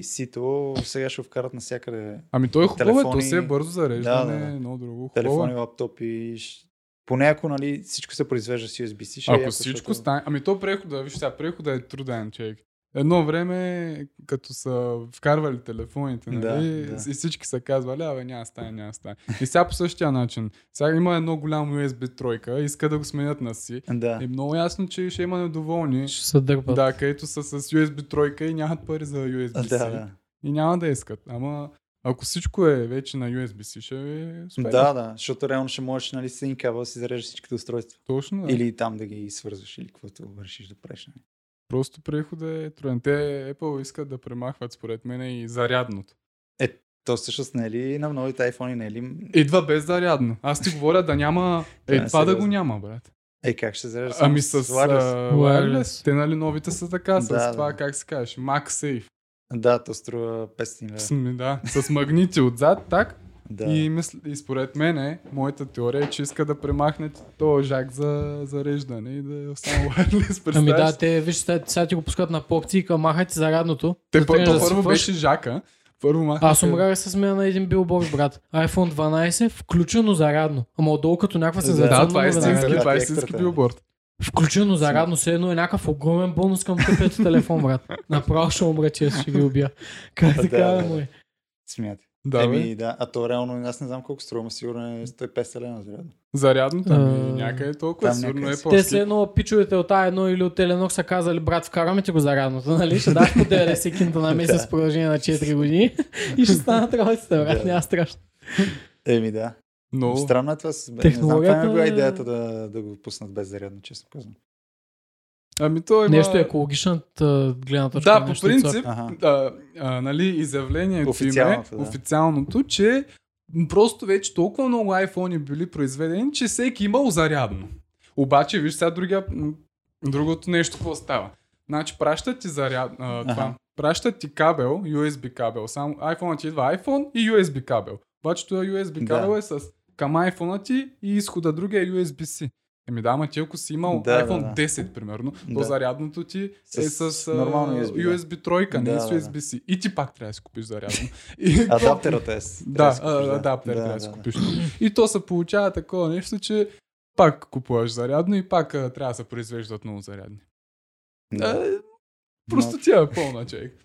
S1: USB-C-то сега ще го вкарат навсякъде
S2: Ами той е хубаво, е, то
S1: Телефони-
S2: си е бързо зареждане,
S1: Да, да, да.
S2: много друго. Хубаво.
S1: телефони,
S2: е.
S1: лаптопи. щ- Поне ако нали, всичко се произвежда с USB-C, ще е
S2: Ако
S1: яко,
S2: всичко
S1: защото-
S2: стане... Ами то прехода, виж сега, прехода е труден, човек. Едно време, като са вкарвали телефоните,
S1: Да,
S2: нали,
S1: да.
S2: и всички са казвали, абе, няма да стане, няма да стане. И сега по същия начин. Сега има едно голямо USB тройка, иска да го сменят на си.
S1: Да.
S2: Е много ясно, че ще има недоволни.
S3: Ще се дърпат.
S2: Да, където са с USB тройка и нямат пари за USB-C.
S1: Да, да.
S2: И няма да искат. Ама ако всичко е вече на USB-C, ще е супер.
S1: Да, да, защото реално ще можеш нали, с един кабел да си зареждаш всичките устройства.
S2: Точно. Да.
S1: Или там да ги свързваш или каквото решиш да правиш. нали.
S2: Просто преходът е труден. Те Apple искат да премахват, според мен, и зарядното.
S1: То всъщност не е ли на новите iPhone, не е ли?
S2: Идва без зарядно. Аз ти говоря да няма...
S1: Да,
S2: Е, това да го
S1: сериозно.
S2: няма, брат.
S1: Е, как ще се зареждаш?
S2: Ами с...
S1: wireless?
S2: wireless.
S3: Wireless.
S2: Те, нали, новите са така, с
S1: Да,
S2: това,
S1: да.
S2: как се казваш, MagSafe.
S1: Да, то струва 500
S2: Да.
S1: лева.
S2: Сме, да. С магнити отзад, так.
S1: Да.
S2: И, мисля, и според мен, е, моята теория е, че иска да премахнат този жак за зареждане и да е само wireless.
S3: Ами
S2: Представяш
S3: да, те, виж, сега- сега ти го пускат на покци и към махат ти зарадното.
S2: Те
S3: да
S2: пър,
S3: тръгнеш да
S2: да
S3: си
S2: първо
S3: пъш.
S2: беше жака. Първо махнаха.
S3: Аз умрях с мен на един билборд, брат. iPhone 12, включено зарадно. Ама отдолу като някаква
S1: Да,
S3: сензация.
S2: Да, това е
S1: Зарядно,
S2: истински,
S1: да,
S2: това е
S1: екстрата,
S2: истински
S1: да.
S2: билборд.
S3: Включено зарадно, все едно е някакъв огромен бонус към тъпия ти телефон, брат. Направо ще умра, че ще ги убия. Как
S1: Да,
S3: така,
S1: да,
S3: да,
S1: да.
S3: му е?
S1: Смятай.
S2: Да,
S1: Еми,
S2: бе.
S1: да, а то реално, аз не знам колко струва, но сигурно е 150 лена зарядно.
S2: Зарядното ми
S3: А,
S2: някъде толкова,
S1: там
S2: сигурно
S1: някъде
S2: е
S1: си.
S3: Те
S2: по-ски.
S3: след едно пичовете от А1 или от Теленок са казали, брат, вкараме ти го зарадното, нали? Ще даш по 90 кинта на месец в продължение на 4 години и ще станат работите, брат.
S1: Да.
S3: Няма страшно.
S1: Еми, да.
S2: Но
S1: Странно е това. С... Технологията... Не
S3: Технологията
S1: знам, това ми била
S3: е-
S1: идеята да, да го пуснат без зарядно, честно казвам.
S2: Ами то има...
S3: Нещо е екологичната гледна точка.
S2: Да, по
S3: нещо е цар.
S2: принцип,
S1: Ага.
S2: а, а, нали, изявлението им е
S1: Официалното, да.
S2: официалното, че просто вече толкова много iPhone били произведени, че всеки имал зарядно. Обаче, виж сега другия, м, другото нещо, какво става. Значи, пращат ти заряд, а, това.
S1: Аха.
S2: Пращат ти кабел, USB кабел. Само iPhone ти идва iPhone и USB кабел. Обаче този USB
S1: Да.
S2: кабел е с към iPhone ти и изхода другия е USB-C. Еми да, ама ти ако си имал
S1: Да, да,
S2: iPhone
S1: да.
S2: 10, примерно, то
S1: Да.
S2: зарядното ти е
S1: С
S2: с а,
S1: нормално USB, да.
S2: USB тройка, не
S1: Да,
S2: е
S1: да,
S2: с
S1: да.
S2: USB-C. И ти пак трябва да си купиш зарядно. И,
S1: Адаптерът е. с- трябва
S2: Да,
S1: си купиш,
S2: а, адаптер трябва да си
S1: да.
S2: купиш. И то се получава такова нещо, че пак купуваш зарядно и пак а, трябва да се произвеждат много зарядни.
S1: Да.
S2: А, Е, Просто тя е пълна, човек.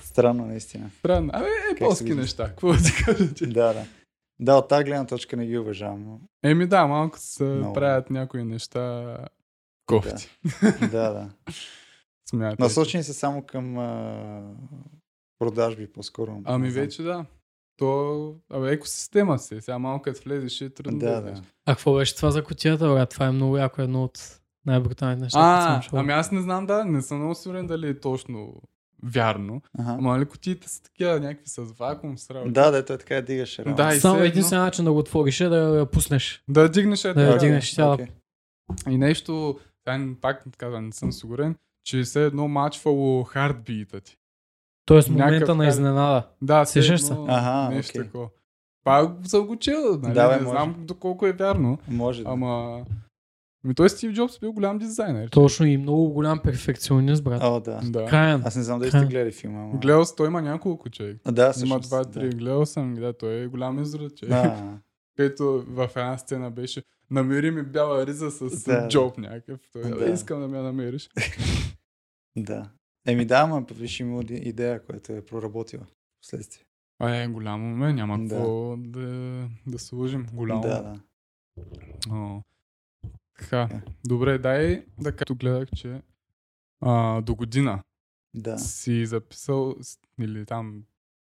S1: Странно, наистина.
S2: Странно. Абе, е
S1: се
S2: полски
S1: вижда?
S2: неща. Какво да ти кажа? че?
S1: Да, да. Да, от тази гледна точка не ги уважавам. но-
S2: Еми да, малко се
S1: Много.
S2: правят някои неща кофти.
S1: Да, да.
S2: Смятай.
S1: Е, Насочени са само към а, продажби по-скоро.
S2: Ами
S1: Не знам.
S2: вече да. То абе, екосистема си. е. Сега малко като влезеш и трудно е.
S1: Да,
S2: влезеш.
S1: да.
S3: А какво беше това за котията, брат? Това е много яко едно от най-бруталните неща, които
S2: А,
S3: съм чувал.
S2: ами аз не знам, да, не съм много сигурен дали е точно вярно.
S1: Ага.
S2: Ама нали котиите са такива, някакви с вакуум, с работа.
S1: Да, да, той така я дигаше. реално.
S2: Да, и
S3: Само
S2: все едно-
S3: единствен начин да го отвориш е да я пуснеш.
S2: Да дигнеш е
S3: Да я
S2: така.
S3: дигнеш тя.
S1: Окей.
S2: И нещо, сега не- пак казвам, не съм сигурен, че все едно мачвало хардбита ти.
S3: Тоест
S2: Някакъв
S3: момента на
S2: хар-
S3: изненада.
S2: Да, все
S3: Сещаш
S2: едно
S1: се? Аха,
S2: нещо
S1: окей.
S2: такова. Пак съм го чел, нали?
S1: Да, бе,
S2: не
S1: може.
S2: знам доколко е вярно,
S1: Може да.
S2: ама... Ми той Стив Джобс бил голям дизайнер.
S3: Точно и много голям перфекционист, брат.
S1: О, да.
S2: Да.
S3: Краен.
S1: Аз не знам дали сте гледали филма. Ама...
S2: Гледал с- той има няколко човек.
S1: А, Да,
S2: Има
S1: всъщност.
S2: два-три. Гледал съм, да, той е голям изрод, че.
S1: Да. А,
S2: Където в една сцена беше намери ми бяла риза с
S1: Да.
S2: джоб някакъв. Той,
S1: Да.
S2: да. искам да ми я намериш.
S1: да. Еми да, ама виж има идея, която е проработила вследствие.
S2: А е, голямо ме, няма
S1: Да.
S2: какво да, да сложим. Голямо.
S1: Да, Е. да.
S2: О. Така,
S1: Така.
S2: добре, дай да като гледах, че а, до година
S1: Да.
S2: си записал с- или там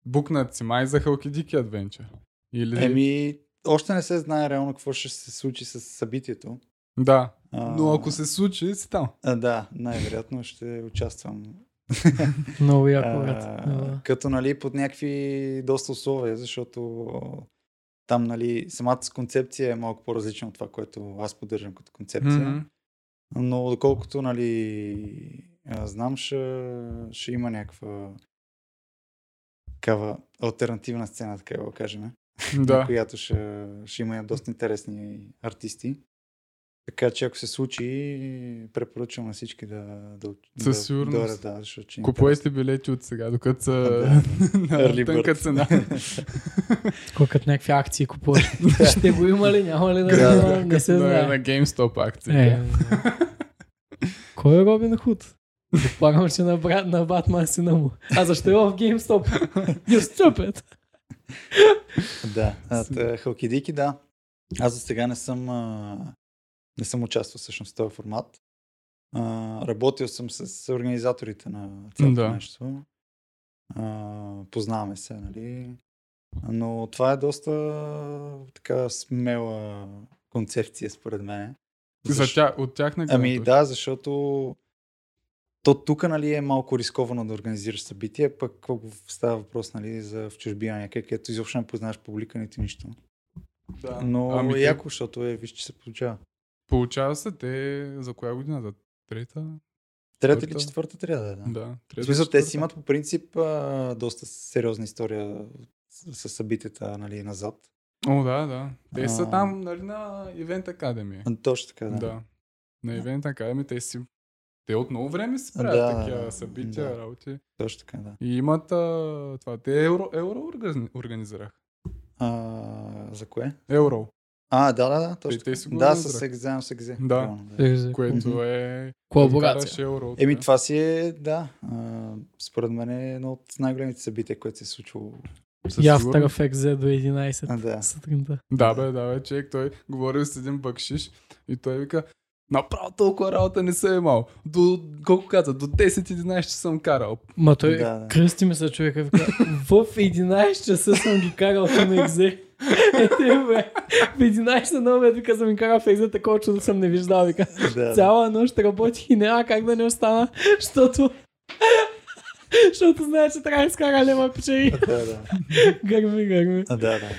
S2: букнат си май за Халки Дики Адвенчър. Или...
S1: Еми, още не се знае реално какво ще се случи с събитието.
S2: Да,
S1: А,
S2: но ако се случи, си там.
S1: а, да, най-вероятно ще участвам.
S3: Много яко, брат.
S1: а,
S3: Да.
S1: като, нали, под някакви доста условия, защото там, нали, самата концепция е малко по-различна от това, което аз поддържам като концепция.
S2: Мгм.
S1: Но доколкото, нали, а, знам, ще, ще има някаква такава альтернативна сцена, така да го кажем, на
S2: Да.
S1: която ще, ще има доста интересни артисти. Така че ако се случи, препоръчвам на всички да да, да,
S2: Със сигурност.
S1: да, дойдат, да, защото ще им
S2: Купувайте билети от сега, докато са
S1: Да. Early
S2: на тънка
S1: bird.
S2: цена.
S3: Колкат някакви акции купуваш. Ще го има ли, няма ли да,
S1: Да,
S3: да, не се
S2: на,
S3: знае.
S2: е на GaMstop акция.
S3: Е, Кой е Робин Худ? Предполагам, че на, брат, на Батман сина му. А защо е в GameStop? You stupid!
S1: Да, а, та, Халкидики, да. Аз за сега не съм, а, не съм участвал всъщност в този формат. А, работил съм с организаторите на цялото
S2: Да.
S1: нещо. А, познаваме се, нали? Но това е доста така смела концепция, според мен.
S3: Е.
S2: За тя, от тях на
S1: Ами да, защото то тук нали, е малко рисковано да организираш събитие, пък когато става въпрос нали, за в чужбина някъде, където изобщо не познаваш публика, нито нищо.
S2: да.
S1: Но
S2: ами
S1: ами
S2: те-
S1: яко, защото е, виж, че се получава.
S2: Получава се те за коя година? За трета?
S1: Трета или
S2: Четвърта?
S1: четвърта трябва да е. Да.
S2: Да. трета,
S1: В смисъл, те си
S2: четвърта.
S1: имат по принцип а, доста сериозна история с, с събитията нали, назад.
S2: О, да, да. Те
S1: А.
S2: са там, нали, на Event Academy.
S1: Точно така, да.
S2: Да. На Event Academy те си... Те от много време си правят
S1: Да,
S2: такива
S1: да,
S2: събития,
S1: да.
S2: работи.
S1: Точно така, да.
S2: И имат а, това. Те евро, евро органи- организирах.
S1: А, за кое?
S2: Евро.
S1: А, да, да, да, точно
S2: Те- те
S1: така.
S2: си го
S1: Да,
S2: разбрах.
S1: с екзамен, с екзе.
S2: Да.
S1: реално,
S2: Което
S1: Мгм.
S2: е...
S3: Колаборация.
S2: Караш евро.
S1: Еми, това си е, да, а, според мен е едно от най-големите събития, което се е случило.
S2: Със
S3: И
S2: сигурност.
S3: After Effects Z до 11
S1: А, да.
S3: сутринта.
S2: Да, бе, да, бе, човек, той говорил с един бакшиш и той вика, направо толкова работа не съм имал. До, колко каза, до 10-11 часа съм карал.
S3: Ма той
S1: Да, да.
S3: кръсти ми се човека. Вика, в 11 часа съм ги карал в екзе. Ете, бе. В 11 на обед, вика, съм ги карал в екзе, такова чудо съм не виждал, вика.
S1: Да, да.
S3: Цяла нощ работих и няма как да не остана, защото... Защото знае, че трябва да изкара лема печери.
S1: да, да.
S3: Гърми, гърми.
S1: А, да, да.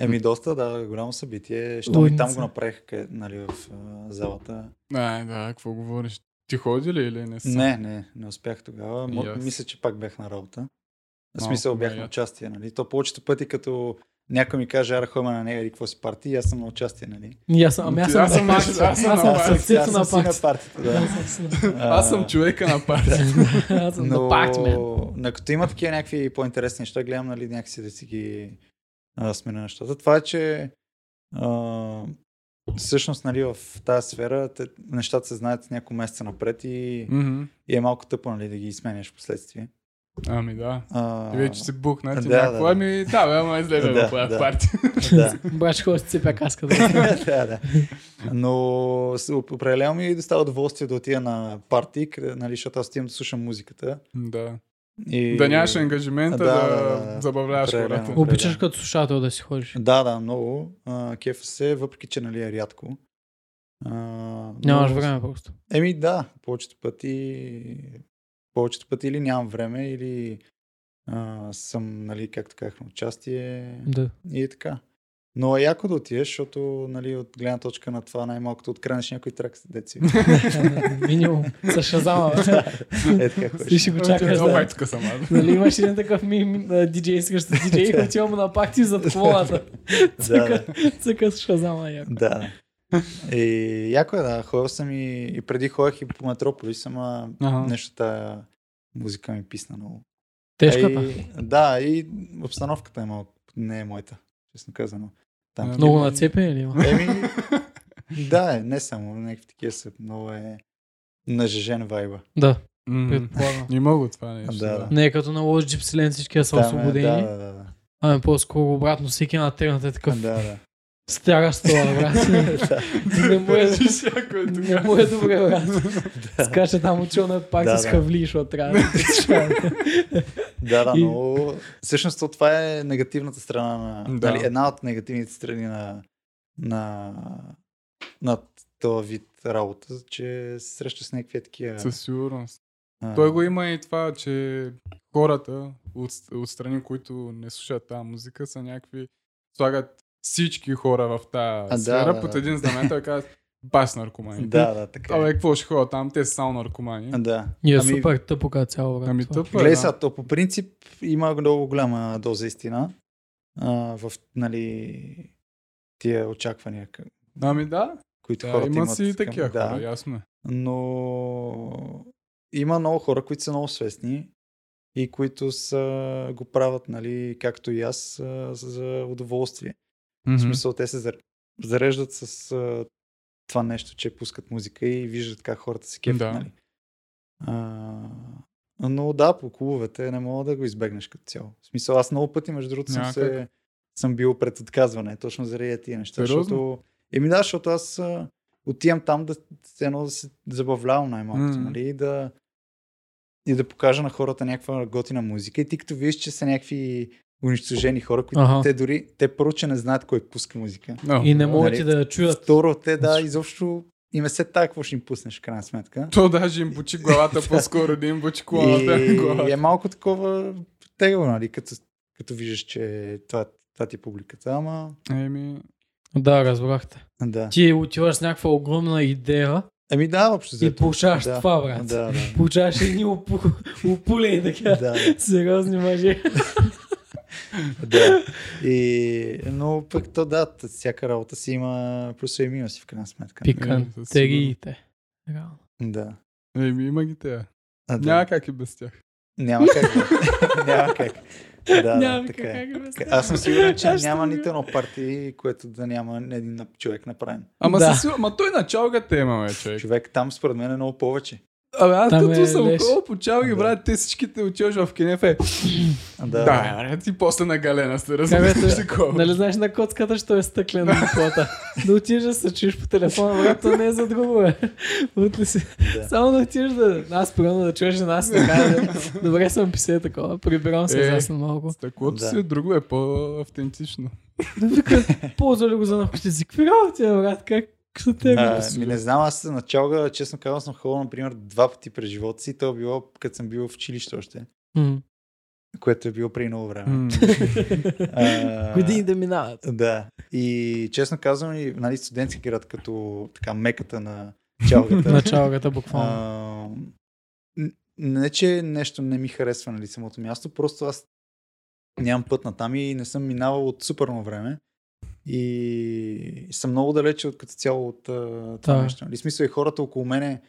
S1: Еми, доста, да, голямо събитие. Щом и там
S3: Лудница.
S1: го направих, къде, нали, в а, залата.
S2: Ай, да, какво говориш? Ти ходи ли или не си?
S1: Не, не, не успях тогава. Мо,
S2: И аз.
S1: Мисля, че пак бях на работа. В
S2: Малко
S1: смисъл бях
S2: ме
S1: на
S2: яд.
S1: участие, нали? То повечето пъти, като някой ми каже, ара ходим на нея или какво си парти, и аз съм на участие, нали?
S3: И аз съм, ами аз съм
S2: Аз съм
S3: на
S2: на-
S3: партията.
S2: аз съм на
S3: Аз съм в
S2: партията.
S3: сърцето на
S1: аз съм си на
S3: партията.
S1: партията, да.
S3: Аз съм си на-
S2: Аз съм човека на партия.
S3: Аз съм на
S1: Но,
S3: пакт, мен.
S1: но като има такива някакви по-интересни неща, гледам нали, някакси да си ги а, сменя нещата. Това е, че а, всъщност нали, в тази сфера те, нещата се знаят няколко месеца напред и,
S2: Мгм.
S1: и е малко тъпо нали, да ги сменяш в последствие.
S2: Ами да.
S1: А,
S2: И вече си бухнат
S1: Да,
S2: и
S1: да,
S2: някакво,
S1: да.
S2: ами да, бе, ама излезе
S1: Да,
S2: да поя
S1: да.
S2: партия.
S1: да.
S3: Брат, хора си цепя каска. Да.
S1: да, да. Но с- е определено ми достава удоволствие да отида на парти, къде, нали, защото аз отивам да слушам музиката.
S2: Да.
S1: И...
S2: Да нямаш ангажимента да,
S1: Да, да,
S2: да,
S1: да,
S2: да
S1: да.
S2: забавляваш
S1: Определено.
S2: хората.
S1: Определено.
S3: Обичаш като слушател да си ходиш.
S1: Да, да, много. А, кефа се, въпреки че нали е рядко. А,
S3: Нямаш
S1: но-
S3: време просто.
S1: Еми да, повечето пъти, повечето пъти или нямам време, или а, съм, нали, както казах, на участие
S3: Да.
S1: и така. Но е яко да отидеш, защото нали, от гледна точка на това най-малкото откранеш някой трак с деци.
S3: Минимум. С шазама. бе.
S1: Е така
S3: И
S1: ходиш.
S3: ще го чакаш.
S2: О, май
S3: да.
S2: Ами, тук съм аз.
S3: Нали имаш един такъв ми, ми а, диджей, искаш с диджей и отива му на пакти зад колата.
S1: да, да.
S3: Цъка, цъка с шазама яко.
S1: да. И яко е, да. Ходил съм и, и преди ходех и по Метрополис, ама
S2: Ага.
S1: нещо тая музика ми писна много.
S3: Тежката.
S1: И, да, и обстановката е малко, не е моята, честно казано. Там.
S2: Да.
S3: Много нацепен или има?
S1: Еми, да, е, не само, някакви такива са, много е нажежен вайба.
S3: Да,
S2: М,
S3: предполагам.
S2: Има го това нещо.
S1: Да, да.
S3: Не е като на лош джипсилен всички са
S1: Там е,
S3: освободени.
S1: Да, да, да.
S3: Ами по-скоро обратно всеки е натегнат е такъв.
S1: да, да.
S3: Стяга стола, брат.
S1: Да.
S3: не му е,
S2: Всяко е тук.
S3: не му е добре, брат. Скача там учена пак
S1: Да,
S3: с
S1: да.
S3: хавли, защото трябва да
S1: Да, да,
S3: И-
S1: но всъщност то това е негативната страна на...
S2: Да.
S1: Да. Нали, една от негативните страни на, на, на този вид работа, че се среща с някакви такива...
S2: Със сигурност.
S1: а,
S2: Той го има и това, че хората от, от страни, които не слушат тази музика, са някакви, слагат всички хора в
S1: да,
S2: тази сфера
S1: да,
S2: под
S1: да.
S2: един знаменател и казват бас наркомани.
S1: Да, да, така е.
S2: Абе, какво ще ходят там? Те са само наркомани.
S1: Да.
S3: И е
S1: Ами-
S3: супер тъпо като цяло, брат.
S2: Ами
S3: това.
S2: тъпо е,
S1: Гледай
S2: да.
S1: сега, то по принцип има много голяма доза истина а, в нали, тия очаквания, къ-
S2: Ами да,
S1: които
S2: да
S1: хората
S2: има
S1: имат.
S2: си и
S1: към-
S2: такива хора,
S1: да,
S2: ясно е.
S1: Но има много хора, които са много свестни и които са, го правят, нали, както и аз, а, за удоволствие. В смисъл, те се зар- зареждат с а, това нещо, че пускат музика и виждат как хората се кефят. Да.
S2: Да.
S1: Нали? А, но да, по клубовете не мога да го избегнеш като цяло. В смисъл, аз много пъти, между другото, съм,
S2: Няма
S1: се, съм бил пред отказване, точно заради тия неща.
S2: Сериозно?
S1: Защото, еми да, защото аз а, отивам там да, все едно да се забавлявам най-малкото,
S2: М.
S1: mm. нали? И да, и да покажа на хората някаква готина музика. И ти като виж, че са някакви унищожени хора, които
S3: Аха.
S1: те дори, те първо, че не знаят кой пуска музика.
S2: Да.
S3: И не могат
S1: Нали?
S3: и да я чуят.
S1: Второ, те да, изобщо им е се така, какво ще им пуснеш, в крайна сметка.
S2: То даже им бучи главата по-скоро, да им бучи колата.
S1: и
S2: главата.
S1: е малко такова тегаво, нали, като, като виждаш, че това, това ти е публиката, ама
S2: Еми,
S3: Да, разбрахте.
S1: да.
S3: Ти отиваш с някаква огромна идея
S1: Еми да, общо
S3: и
S1: взето.
S3: получаваш
S1: Да.
S3: това,
S1: Да,
S3: брат.
S1: да,
S3: Получаваш едни опу- опулени
S1: да,
S3: така.
S1: да,
S3: Сериозни
S1: Ами,
S3: мъже.
S1: да. И, но пък то да, т- всяка работа си има плюсове и минуси в крайна сметка.
S3: Пикантериите. Реално.
S1: Да.
S2: еми, има ги те.
S1: А, да.
S2: Няма как и без тях.
S1: Няма как. да. Няма как. Да,
S3: Няма
S1: да,
S3: как,
S1: така е.
S3: как да
S1: Аз съм сигурен, че
S3: Аз ще
S1: няма
S3: умра.
S1: нито едно парти, което да няма не един човек направен.
S2: Ама,
S3: Да.
S2: да. със, сигур- ма той началката има, бе, човек.
S1: Човек там според мен е много повече.
S2: Абе, аз
S3: Там
S2: като
S3: е
S2: съм
S3: леш.
S2: ходил по чалги,
S1: Да.
S2: брат, те всичките отиваш в кенефе.
S1: Да,
S2: Да,
S1: да.
S2: брат, и после на галена сте
S3: Как е
S2: разбираш
S3: това?
S2: такова.
S3: Нали знаеш на коцката, що е стъклена на кота? Да отидеш да се чуеш по телефона, брат, то не е за друго, бе. Отли си.
S1: Да.
S3: Само да отидеш да... Аз примерно да чуеш една си така. да- Добре съм писе такова, прибирам се
S2: Е.
S3: засна малко.
S2: Стъклото
S1: Да.
S2: си от друго е по-автентично.
S3: Да вика, ползва ли го за наркотици? Какви работи, бе, брат? Как са те? е? бе?
S1: А, ми не знам, аз на чалга, честно казвам, съм ходил, например, два пъти през живота си. То е било, като съм бил в училище още,
S3: М.
S1: което е било при много време.
S2: М.
S1: А,
S3: Години да минават.
S1: Да. И честно казвам, и, нали, студентски град, като така меката на чалгата.
S3: Началката буквално.
S1: А, н- не, че нещо не ми харесва нали, самото място, просто аз нямам път на там и не съм минавал от суперно време. И съм много далече от като цяло от а, това
S3: Да.
S1: да. нещо. Нали, смисъл и хората около мене,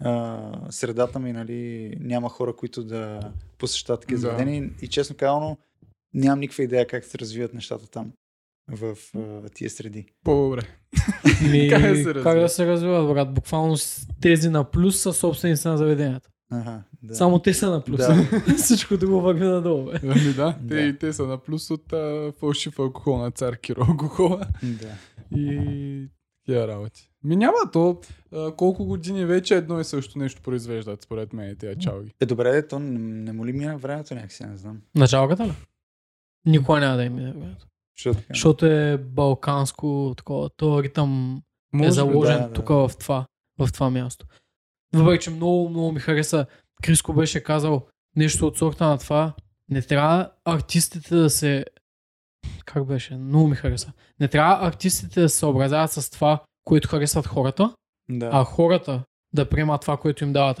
S1: а, средата ми, нали, няма хора, които да посещат такива
S2: Да.
S1: заведения. И честно казано, нямам никаква идея как се развиват нещата там в а, тия среди.
S2: По-добре.
S3: Ми,
S2: Как да се
S3: как да
S2: развива?
S3: се развиват, брат? Буквално с- тези на плюс са собственици на заведенията.
S1: Ага, да.
S3: Само те са на плюс.
S1: Да.
S3: Всичко друго върви надолу, бе.
S2: Ами да, те
S1: Да.
S2: и те са на плюс от а, фалшив алкохол на цар Киро алкохола
S1: да.
S2: и Тия работи. Ми няма то. а, Колко години вече едно и също нещо произвеждат, според мен, тия чалги.
S1: Е, добре, де, то не, не му ли мина времето някакси, не знам.
S3: Началката ли? Никога няма да им мине времето.
S1: Що така?
S3: Защото е балканско, такова, то ритъм е
S2: би,
S3: заложен
S1: да, да,
S3: тук в това, в това място. Въпреки, че много, много ми хареса, Криско беше казал нещо от сорта на това, не трябва артистите да се... Как беше? Много ми хареса. Не трябва артистите да се съобразяват с това, което харесват хората,
S1: Да,
S3: а хората да приемат това, което им дават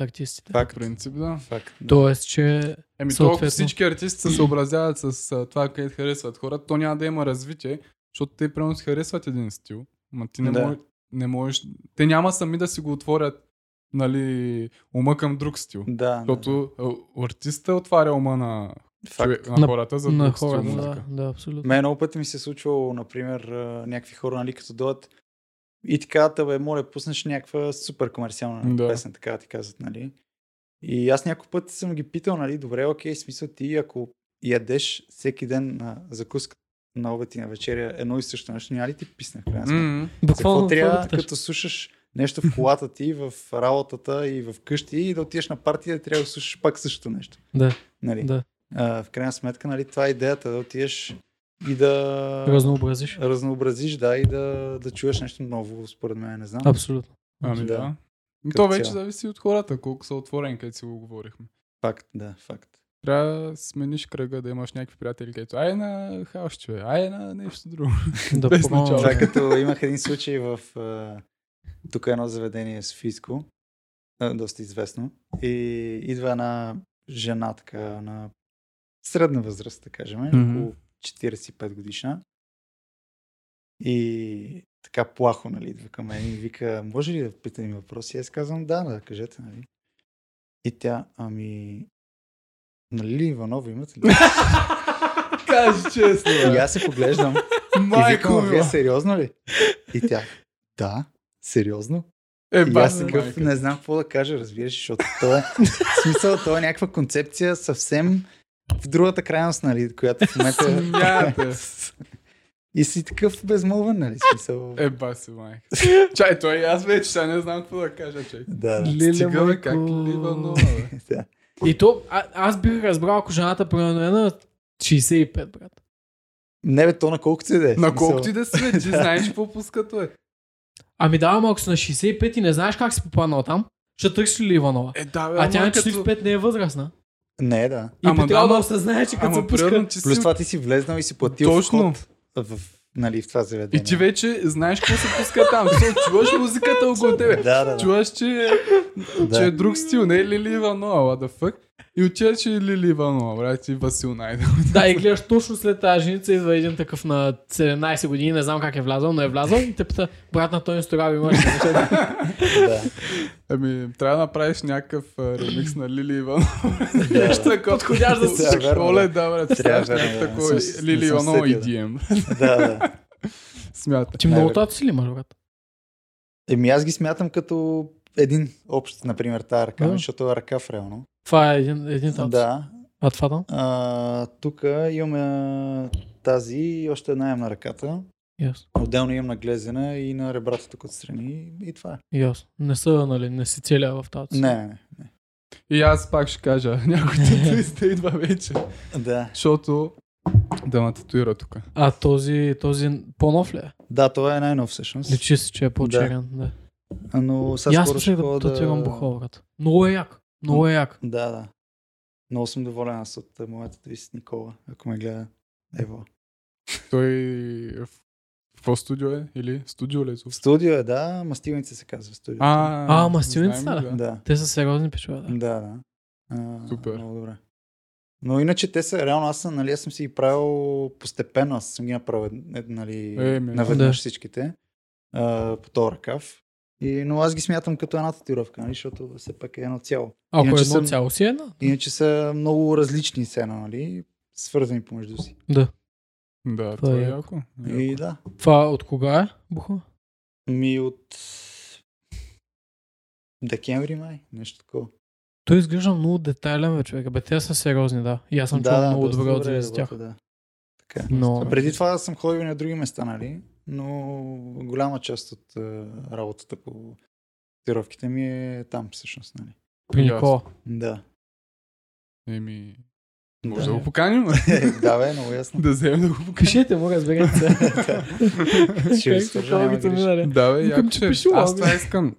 S2: В
S3: артистите.
S1: факт.
S2: принцип, да.
S1: Факт. да.
S3: Тоест, че
S2: Еми, то, ако
S3: Съответно.
S2: всички артисти се съобразяват с а, това, където харесват хората, то няма да има развитие, защото те примерно си харесват един стил, ма ти не,
S1: Да.
S2: да. можеш, не можеш. Те няма сами да си го отворят, нали, ума към друг стил.
S1: Да, да, да.
S2: Защото а, артиста отваря ума на,
S1: Факт.
S2: човек, на
S3: На-
S2: хората за друг
S3: на
S2: стил
S3: хората,
S2: музика.
S3: да, да, абсолютно.
S1: Мен много пъти ми се е случвало, например, а, някакви хора, нали, като дойдат и ти казват, бе, моля, пуснеш някаква супер комерциална
S2: Да.
S1: да. песен, така да ти казват, нали. И аз няколко пъти съм ги питал, нали, добре, окей, смисъл ти, ако ядеш всеки ден на закуска, на обед и на вечеря едно и също нещо, няма ли ти писна в крайна сметка?
S2: М,
S1: За какво
S3: Буквално това
S1: трябва,
S3: да питаш.
S1: като слушаш нещо в колата ти, в работата и в къщи и да отидеш на партия, трябва да слушаш пак същото нещо.
S3: Да.
S1: Нали?
S3: Да.
S1: А, в крайна сметка, нали, това е идеята, да отидеш и да
S3: Разнообразиш.
S1: разнообразиш, да, и да, да чуеш нещо ново, според мен, не знам.
S3: Абсолютно.
S2: Ами да.
S1: Да.
S2: да. То
S1: Като
S2: вече
S1: цяло.
S2: зависи от хората, колко са отворени, където си го говорихме.
S1: Факт, да, факт.
S2: Трябва да смениш кръга, да имаш някакви приятели, където ай на хаос, човек, ай на нещо друго.
S3: Да
S2: Без
S3: пробвам.
S2: начало.
S1: Това е като имах един случай в а, тук е едно заведение Софийско, а, доста известно, и идва една жена така на средна възраст, да кажем,
S2: Мгм.
S1: около 45 годишна. И така плахо, нали, идва към мен и вика, може ли да питам въпроси? И Аз казвам, да, да, кажете, нали. И тя, ами, нали ли Иванова имате ли?
S2: Кажи честно.
S1: И аз се поглеждам. И викам,
S2: Майко е.
S1: «А вие сериозно ли? И тя, да, сериозно.
S2: Е,
S1: И
S2: бас,
S1: аз такъв не знам какво да кажа, разбираш, защото то е, в смисъл, то е някаква концепция съвсем в другата крайност, нали, която в момента е...
S2: Смяте.
S1: И си такъв безмълвен, нали, смисъл.
S2: Е, баси, майка. Чай, той аз вече сега не знам какво да кажа, чай.
S1: Да, да.
S3: Леле,
S2: Стига, бе,
S3: майко.
S2: как лива нова, бе.
S1: да.
S3: И то, а, аз бих разбрал, ако жената примерно е на 65, брат.
S1: Не бе, то на колко ти да е.
S2: На
S1: смисъл.
S2: колко ти да си, бе, ти знаеш какво пуска той.
S3: Ами да, ама ако си на 65 и не знаеш как си попаднал там, ще търсиш ли Иванова?
S2: Е, да, бе,
S3: А тя на
S2: ама
S3: 45 не е възрастна.
S1: Не, да.
S3: И
S2: Ама
S3: ама,
S2: да,
S3: трябва да,
S2: ама-
S3: осъзнае, че като
S2: Ама
S3: се пуска...
S2: примерно, че
S1: Плюс
S2: си...
S1: това ти си влезнал и си платил
S2: Точно.
S1: вход в, нали, в това заведение.
S2: И ти вече знаеш какво се пуска там. Ти чуваш музиката около тебе.
S1: Да, да, да.
S2: Чуваш, че, че е друг стил, не е Лили Иванова, what the fuck. И отиваш, че е Лили Иванова, брат, и Васил Найденов.
S3: Да, и гледаш точно след тази женица, идва един такъв на 17 години, не знам как е влязъл, но е влязъл и те пита, брат на Тони Стораби, имаш ли нещо?»
S1: да.
S2: Ами, трябва да направиш някакъв а, ремикс на Лили Иванова.
S1: Да, да.
S2: Нещо такова.
S3: Подходящ за
S1: Да, всичко. верно, да.
S2: Оле, да, брат,
S1: Трябва,
S2: трябваш някакво
S1: верно, да.
S2: такова.
S1: Не съм-
S2: Лили
S1: не съм
S2: Иванова
S1: сетил, да.
S2: EDM.
S1: да, да.
S2: Смята.
S3: Ти много тато си ли имаш, брат?
S1: Еми аз ги смятам като един общ, например, тази ръка,
S3: Да.
S1: ми, защото е ръка в реално.
S3: Това е един, един тато.
S1: Да.
S3: А това там?
S1: А, тук имаме тази и още една имам на ръката.
S3: Ясно.
S1: Отделно имам на глезена и на ребрата тук отстрани и това е.
S3: Ясно. Не са, нали, не си целя в тато си.
S1: Не, не, не.
S2: И аз пак ще кажа, някой татуист да идва вече.
S1: Да,
S2: Защото да ме татуира тук.
S3: А този, този по-нов ли е?
S1: да, това е най-нов всъщност.
S3: Личи се, че е по-черен. Да.
S1: А, Но
S3: И
S1: сега
S3: аз
S1: скоро
S3: мислех
S1: ще
S3: да
S1: ходя
S3: татуирам буховрат. Много е як. Много е як.
S1: Да, да. Много съм доволен аз от а, моята твист Никола, ако ме гледа. Ево.
S2: Той е в какво студио е? Или студио ли е?
S1: В студио е, да, мастилница се казва студиото.
S3: А, ама Стивенс,
S2: знаем ли,
S3: да.
S1: да.
S3: Те са сериозни пичове, да.
S1: Да, да. А,
S2: Супер.
S1: Много добре. Но иначе те са, реално аз, съм, нали, аз съм си ги правил постепенно, аз съм ги направил ед- ед- нали,
S2: Е, ми, да.
S1: наведнъж
S3: Да.
S1: всичките а, по този ръкав. И, но аз ги смятам като една татуировка, нали, защото все пак е едно цяло.
S3: Ако е
S1: Иначе
S3: едно
S1: съм-
S3: цяло си е една.
S1: Иначе са много различни сцена, нали, свързани помежду си.
S2: Да,
S3: Това
S2: това
S3: е
S2: е
S3: яко.
S2: яко.
S1: И да,
S3: Това от кога е, Бухо?
S1: ми от декември май, нещо такова.
S3: Той изглежда много детайлен бе, човек. Бе, те са сериозни, да. И аз съм чул много
S1: доста
S3: добре отзиви за
S1: е
S3: тях.
S1: работа, Да. Така.
S3: Но...
S1: Преди това съм ходил и на други места, нали? но голяма част от а, работата по тировките ми е там всъщност. Нали?
S3: При Никола.
S1: Да.
S2: Еми, може да,
S1: да.
S2: го поканим, а?
S1: да, бе, много ясно.
S2: да вземем да го поканим.
S3: Кажете му, разберете се.
S1: Ще ви
S3: Как
S1: стържа,
S3: са
S1: няма
S3: колегите
S1: грижа.
S3: минали.
S2: Да, бе,
S3: Викам,
S2: яко,
S3: че
S2: че е?
S3: пише
S2: аз
S3: лави.
S2: това искам.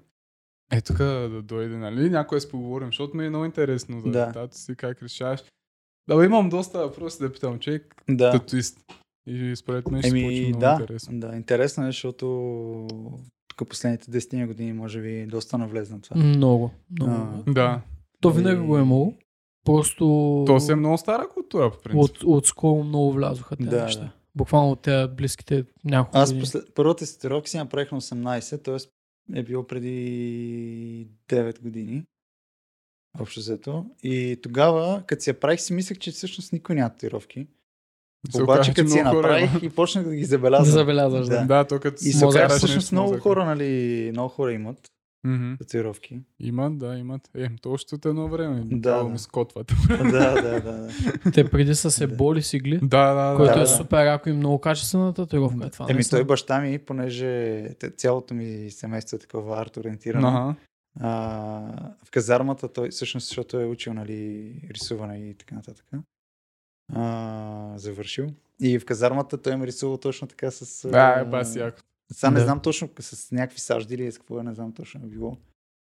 S2: Е, тук да дойде, нали? Някой си поговорим, защото ми е много интересно за
S1: Да.
S2: децата си, как решаваш. Да, бе, имам доста въпроси да питам човек,
S1: Да.
S2: татуист. И според мен ще се получи
S1: Еми,
S2: много
S1: да,
S2: интересно.
S1: да, интересно е, защото тук последните 10 години може би доста навлезна това.
S3: Много,
S1: А. ами-
S3: много.
S2: Да,
S3: То винаги го е имало. Просто
S2: то си е много стара култура, по принцип.
S3: от, от скоро много влязоха тези
S1: Да,
S3: неща.
S1: да.
S3: Буквално от тези близките няколко
S1: Аз
S3: години.
S1: после, първата си татуировка си направих на 18, т.е. е било преди 9 години. Общо взето. И тогава, като си я правих, си мислех, че всъщност никой няма татуировки.
S2: Се
S1: Обаче,
S2: оказа,
S1: като си я
S2: много хора има.
S1: направих и почнах да ги
S3: Да
S1: забелязвам.
S3: забелязваш, да.
S1: Да.
S2: Да, то като
S1: И
S2: си
S1: се
S3: Мозъка
S1: оказа,
S2: караш
S1: всъщност
S2: нещо,
S1: много
S2: мозъка.
S1: хора, нали, много хора имат
S2: Мгм.
S1: татуировки.
S2: Имат, да, имат. Е, то още от едно време.
S1: Да,
S2: Да,
S1: да.
S2: ми скотват.
S1: да, да, да, да.
S3: Те преди са се
S1: Да.
S3: боли с игли,
S2: Да, да, да.
S3: което е
S1: да.
S3: супер яко и много качествена татуировка. е Това,
S1: Еми,
S3: наистина.
S1: той баща ми, понеже те- цялото ми семейство е такова арт-ориентирано,
S2: Аха.
S1: а, в казармата той, всъщност, защото е учил, нали, рисуване и така нататък, а, завършил. И в казармата той ме рисувал точно така с... а,
S2: Да, е бас яко.
S1: Сега не
S3: Да.
S1: знам точно с някакви сажди или с какво, е, не знам точно е било.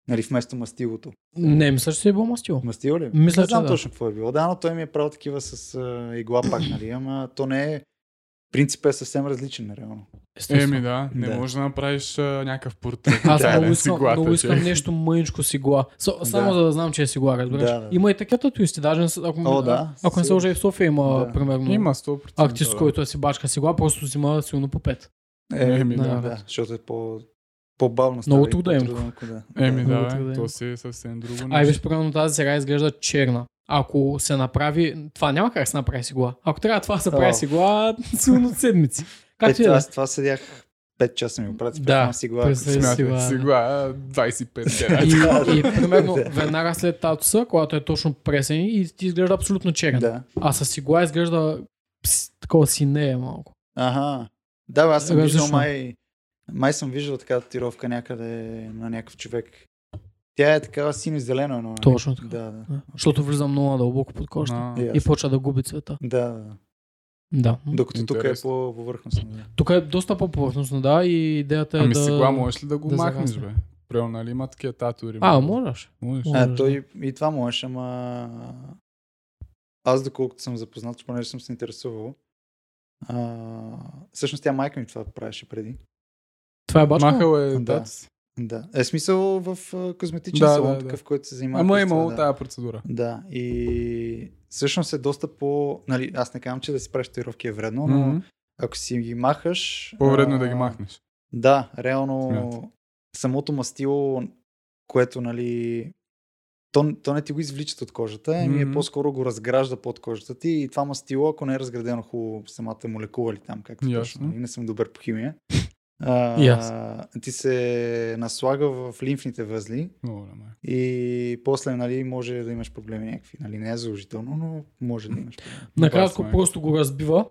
S1: Нали, вместо мастилото.
S3: Не, мисля, че си е бил мастил.
S1: Мастило ли?
S3: Мисля,
S1: не знам
S3: че да.
S1: точно какво е било. Да, но той ми е правил такива с а, игла пак, нали, ама то не е... Принципът е съвсем различен, реално.
S3: Естествено.
S2: Еми, да, не
S1: Да.
S2: можеш да направиш а, някакъв портрет.
S3: Аз
S2: идеален
S3: много
S2: с
S3: искам,
S2: иглата,
S3: много искам
S2: човек.
S3: нещо мъничко с игла. Са- Само
S1: Да.
S3: за да знам, че е с игла, разбираш.
S1: Да, да.
S3: Има и такива татуисти, даже не са- ако,
S1: О, да,
S3: ако не се
S1: сигурно.
S3: лъжа и в София има,
S1: Да.
S3: примерно,
S2: Има 100%.
S3: артист,
S2: да.
S3: който е си бачка с игла, просто взима силно по 5.
S1: Е,
S2: Еми,
S1: да,
S3: да.
S1: да, да, защото е по, по-бавно.
S3: Много е.
S1: става и
S3: трудоемко.
S1: по-трудоемко, Да.
S2: Еми,
S3: Много
S2: да,
S3: труден.
S2: бе, то си е съвсем друго нещо.
S3: Ай, виж, примерно тази сега изглежда черна. Ако се направи... Това няма как да се направи с игла. Ако трябва това да се прави
S1: Ау.
S3: с игла, силно седмици.
S1: Е,
S3: Както и
S1: това,
S3: да е.
S1: аз това седях 5 часа ми го прати,
S3: Да.
S1: да. си глава.
S3: Представи
S1: ако-
S3: си.
S2: Смятай,
S3: сега, да.
S2: сега е 25 лева.
S3: И,
S1: Да,
S3: и
S1: да.
S3: примерно
S1: Да.
S3: веднага след татуса, когато е точно пресен и ти изглежда абсолютно черен.
S1: Да.
S3: А с игла изглежда пс, такова синея малко.
S1: Аха. Да, бе, аз съм
S3: Различно.
S1: виждал май... Май съм виждал така татуировка някъде на някакъв човек. Тя е такава сино-зелено. Но...
S3: Точно така.
S1: Да, да.
S3: Да. Защото влиза много дълбоко под кожата.
S2: А,
S1: Е,
S3: И
S1: ясно.
S3: почва да губи цвета.
S1: Да, да.
S3: Да.
S1: Докато тук е
S2: Интересно.
S1: по повърхностно. Да.
S3: Тук е доста по-повърхностно, да, и идеята е
S2: Ами
S3: да...
S2: с игла можеш ли да го
S3: да
S2: махнеш,
S3: зарасне.
S2: бе? Прямо, нали, има такива татури.
S3: А,
S2: може.
S3: можеш.
S2: Можеш.
S3: Може,
S1: А,
S3: да.
S1: той и това можеш, ама аз доколкото съм запознат, понеже съм се интересувал, а... всъщност тя майка ми това правеше преди.
S3: Това е бачка.
S2: Махал е
S1: Да.
S2: тата си.
S1: Да. Е смисъл в а, козметичен
S2: Да,
S1: да, салон,
S2: да,
S1: да,
S2: да.
S1: такъв, който се занимава.
S2: Ама е
S1: с това,
S2: имало
S1: да.
S2: тази процедура.
S1: Да, и всъщност е доста по... Нали, аз не казвам, че да си правиш татуировки е вредно, но
S2: Мгм.
S1: ако си ги махаш...
S2: По-вредно е да
S1: а,
S2: ги махнеш.
S1: Да, реално
S2: Смятам.
S1: самото мастило, което нали... То, то не ти го извличат от кожата, еми
S2: Мгм.
S1: е по-скоро го разгражда под кожата ти и това мастило, ако не е разградено хубаво самата молекула ли там, както
S2: Ясно.
S1: точно, нали, не съм добър по химия, а,
S3: И аз.
S1: ти се наслага в лимфните възли,
S2: Много голям е.
S1: и после, нали, може да имаш проблеми някакви. Нали, не е задължително, но може да имаш проблеми.
S3: Накратко
S2: Басна е.
S3: просто го разбива.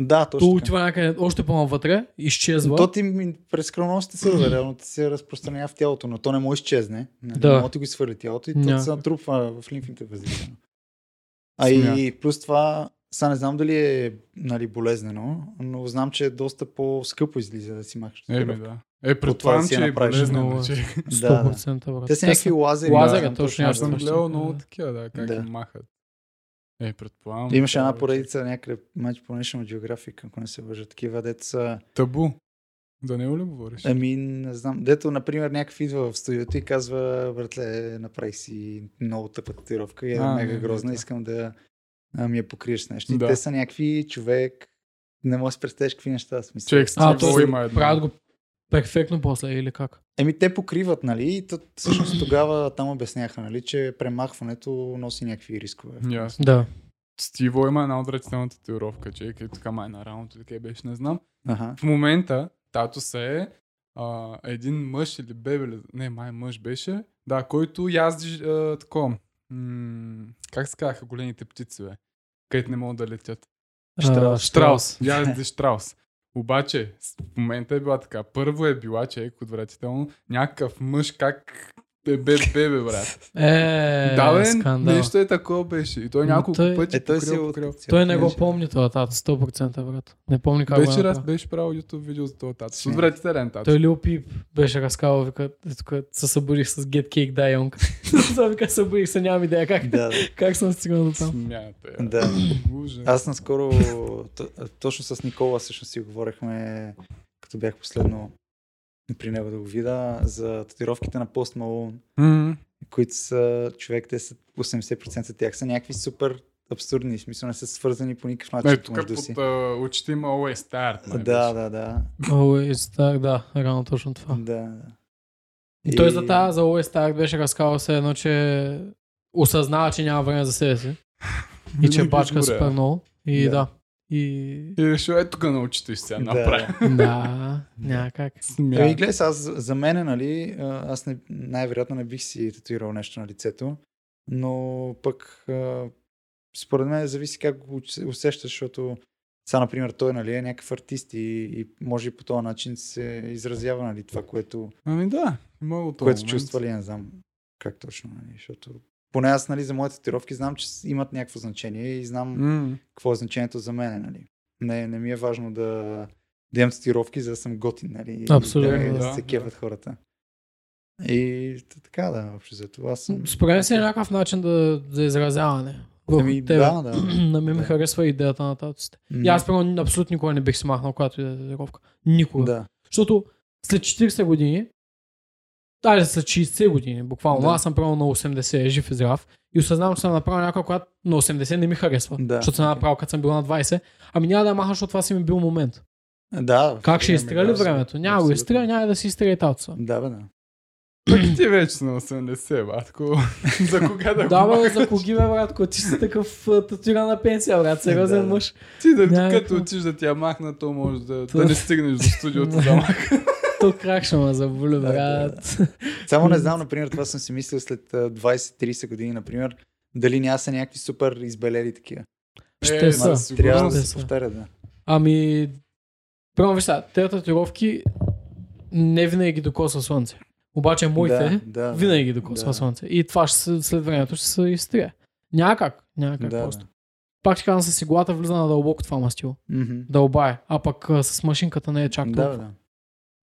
S1: Да,
S3: То
S1: точно така.
S3: отива някъде още по-навътре, изчезва.
S1: То ти ми- през кръвоносните сърва, реално ти се разпространява в тялото, но то не може да изчезне. Нали?
S3: Да.
S1: Да. Може да ти го изхвърли тялото и
S3: Ня.
S1: то се натрупва в лимфните възли. А и
S2: Смях.
S1: плюс това, сега не знам дали е нали, болезнено, но знам, че е доста по-скъпо излиза да си махаш.
S2: Еми,
S1: татуировка.
S2: да.
S1: това
S2: Е,
S1: да
S2: предполагам,
S1: си я
S2: че е
S1: направиш.
S2: болезнено.
S3: Много е.
S2: че-
S3: 100%
S1: Да, да.
S3: брат.
S1: Те са някакви лазери.
S3: лазери,
S1: да,
S3: точно
S2: Аз
S3: аз
S2: съм
S3: също.
S2: гледал много
S3: Да.
S2: такива, да, как
S1: Да.
S2: ги махат. Е, предполагам.
S1: Имаше една
S2: да,
S1: поредица някъде, май по National Geographic, ако не се лъжа, такива деца.
S2: Табу. За него ли говориш?
S1: Ами, не знам. Дето, например, някакъв идва в студиото и казва, братле, направи си много тъпа татуировка и е
S2: А,
S1: мега
S2: не,
S1: грозна,
S2: не, да.
S1: искам да а, ми я покриеш с нещо. И
S2: Да.
S1: Те са някакви човек, не може да си представиш какви неща аз мисля.
S2: Човек с
S3: А,
S2: а,
S3: той
S2: има едно.
S3: Правят го перфектно после или как?
S1: Еми, те покриват, нали? И то, всъщност тогава там обясняха, нали, че премахването носи някакви рискове.
S2: Ясно.
S3: Да.
S2: Стиво има една отвратителна татуировка, човек е така май на рамото, така беше, не знам.
S1: Ага.
S2: В момента тато се е а, един мъж или бебе, ли- не, май мъж беше, да, който язди а, такова, м- как се казаха големите птици, бе, където не могат да летят.
S1: Штраус.
S3: Штраус.
S2: Язди Штраус. Обаче, с- в момента е била така. Първо е била, че е отвратително, някакъв мъж как е бе бебе, брат.
S3: Е,
S2: да, бе,
S3: скандал.
S2: нещо е такова беше. И той
S3: М,
S2: няколко
S3: той-
S2: пъти
S1: Е, той си е
S2: покрил,
S1: от...
S2: покрил.
S1: цял-
S3: Той не го
S1: Беше-
S3: помни това тата, 100% брат. Не помни как го е
S2: Вече раз
S3: направил.
S2: беше правил YouTube видео за този тат. С
S1: Смях.
S2: отвратителен тат.
S3: Той Лил Пип беше разказал, вика, е, тук се събудих с Get Cake Die Young. Сега вика, събудих се, нямам идея как,
S1: Да,
S3: как съм стигнал до там.
S2: Смята, я.
S1: да.
S2: Ужас.
S1: Аз наскоро, т- точно с Никола всъщност си говорихме, като бях последно при него да го видя, за татуировките на Post Malone,
S2: М,
S1: които са, човек, те са 80% от тях са някакви супер абсурдни, в смисъл не са свързани по никакъв начин
S2: Е,
S1: тук,
S2: тук
S1: помежду
S2: под
S1: Значи си.
S2: а, очите има Always Start. май
S1: Да,
S2: беше.
S1: да, да,
S3: Always Star, да, рано точно това.
S1: да.
S3: И... Той за тази, за Always Star беше разказал се едно, че осъзнава, че няма време за себе си. И че е
S2: Винаги
S3: бачка
S2: горе.
S3: супер много. И
S1: Нали,
S3: да.
S1: Да.
S3: И...
S2: И решил е тук на очите си сега
S1: Да.
S3: Е,
S2: направи.
S3: да, някак.
S1: Еми,
S2: Смята.
S1: гледай, сега, аз, за мен, нали, а, аз не, най-вероятно не бих си татуирал нещо на лицето, но пък а, според мен зависи как го ус- усещаш, защото сега, например, той нали, е някакъв артист и, и може и по този начин се изразява нали, това, което,
S2: Ами да, има го този
S1: което
S2: момент.
S1: чувства ли, не знам как точно. Нали, защото поне аз нали, за моите татуировки знам, че с- имат някакво значение и знам
S2: М,
S1: какво е значението за мен. Нали. Не, не ми е важно да, да имам татуировки, за да съм готин. Нали, и
S3: Абсолютно,
S1: Да,
S2: да,
S1: да, се
S2: да.
S1: кефат хората. И т- така да, общо за това съм.
S3: Според мен си е някакъв начин да, за изразяване. Върху
S1: Ами,
S3: тебе.
S1: да, да.
S3: На мен ми
S1: Да.
S3: харесва идеята на татуците. И аз прямо абсолютно никога не бих смахнал, когато иде татуировка. Никога.
S1: да.
S3: Защото след 40 години, даже след 60 години, буквално,
S1: Да.
S3: аз съм правил на 80, жив и здрав, и осъзнавам, че съм направил някаква, която на 80 не ми харесва.
S1: Да.
S3: Защото съм направил, като съм бил на 20. Ами няма да я маха, защото това си ми бил момент.
S1: Да.
S3: Как ще
S1: да,
S3: изтреля
S1: Е, да,
S3: времето? Няма го
S1: абсолютно.
S3: изтреля, няма да си изтреля и татуца.
S1: Да, бе, да.
S2: Ти вече си на 80, батко. За кога да го
S3: Да, бе,
S2: махаш?
S3: за коги, бе, брат, когато ти си такъв а, татуиран на пенсия, брат, сериозен
S1: Да.
S3: мъж.
S2: Ти да,
S3: Няма
S2: като
S3: какво.
S2: отиш да ти я махна, то може да,
S3: Това-
S2: да не стигнеш до студиото да махна.
S3: То крак ще ме заболи,
S1: да,
S3: брат.
S1: Само не знам, например, това съм си мислил след а, 20-30 години, например, дали няма са някакви супер избелели такива.
S3: Ще
S2: Е,
S3: са.
S2: със сигурност.
S1: Трябва
S3: да
S1: да се
S3: са.
S1: повтаря, да.
S3: Ами, прямо виж сега, те татуировки не винаги ги докосва слънце. Обаче моите
S1: Да, да,
S3: винаги ги докосва
S1: Да.
S3: слънце. И това ще, се- след времето ще се изтрие. Някак, някак
S1: Да.
S3: е просто. Пак ще казвам, с иглата влиза на дълбоко това мастило.
S1: Мгм.
S3: Дълбае. А пък а, с машинката не е чак
S1: Да, бе,
S3: толкова.
S1: да.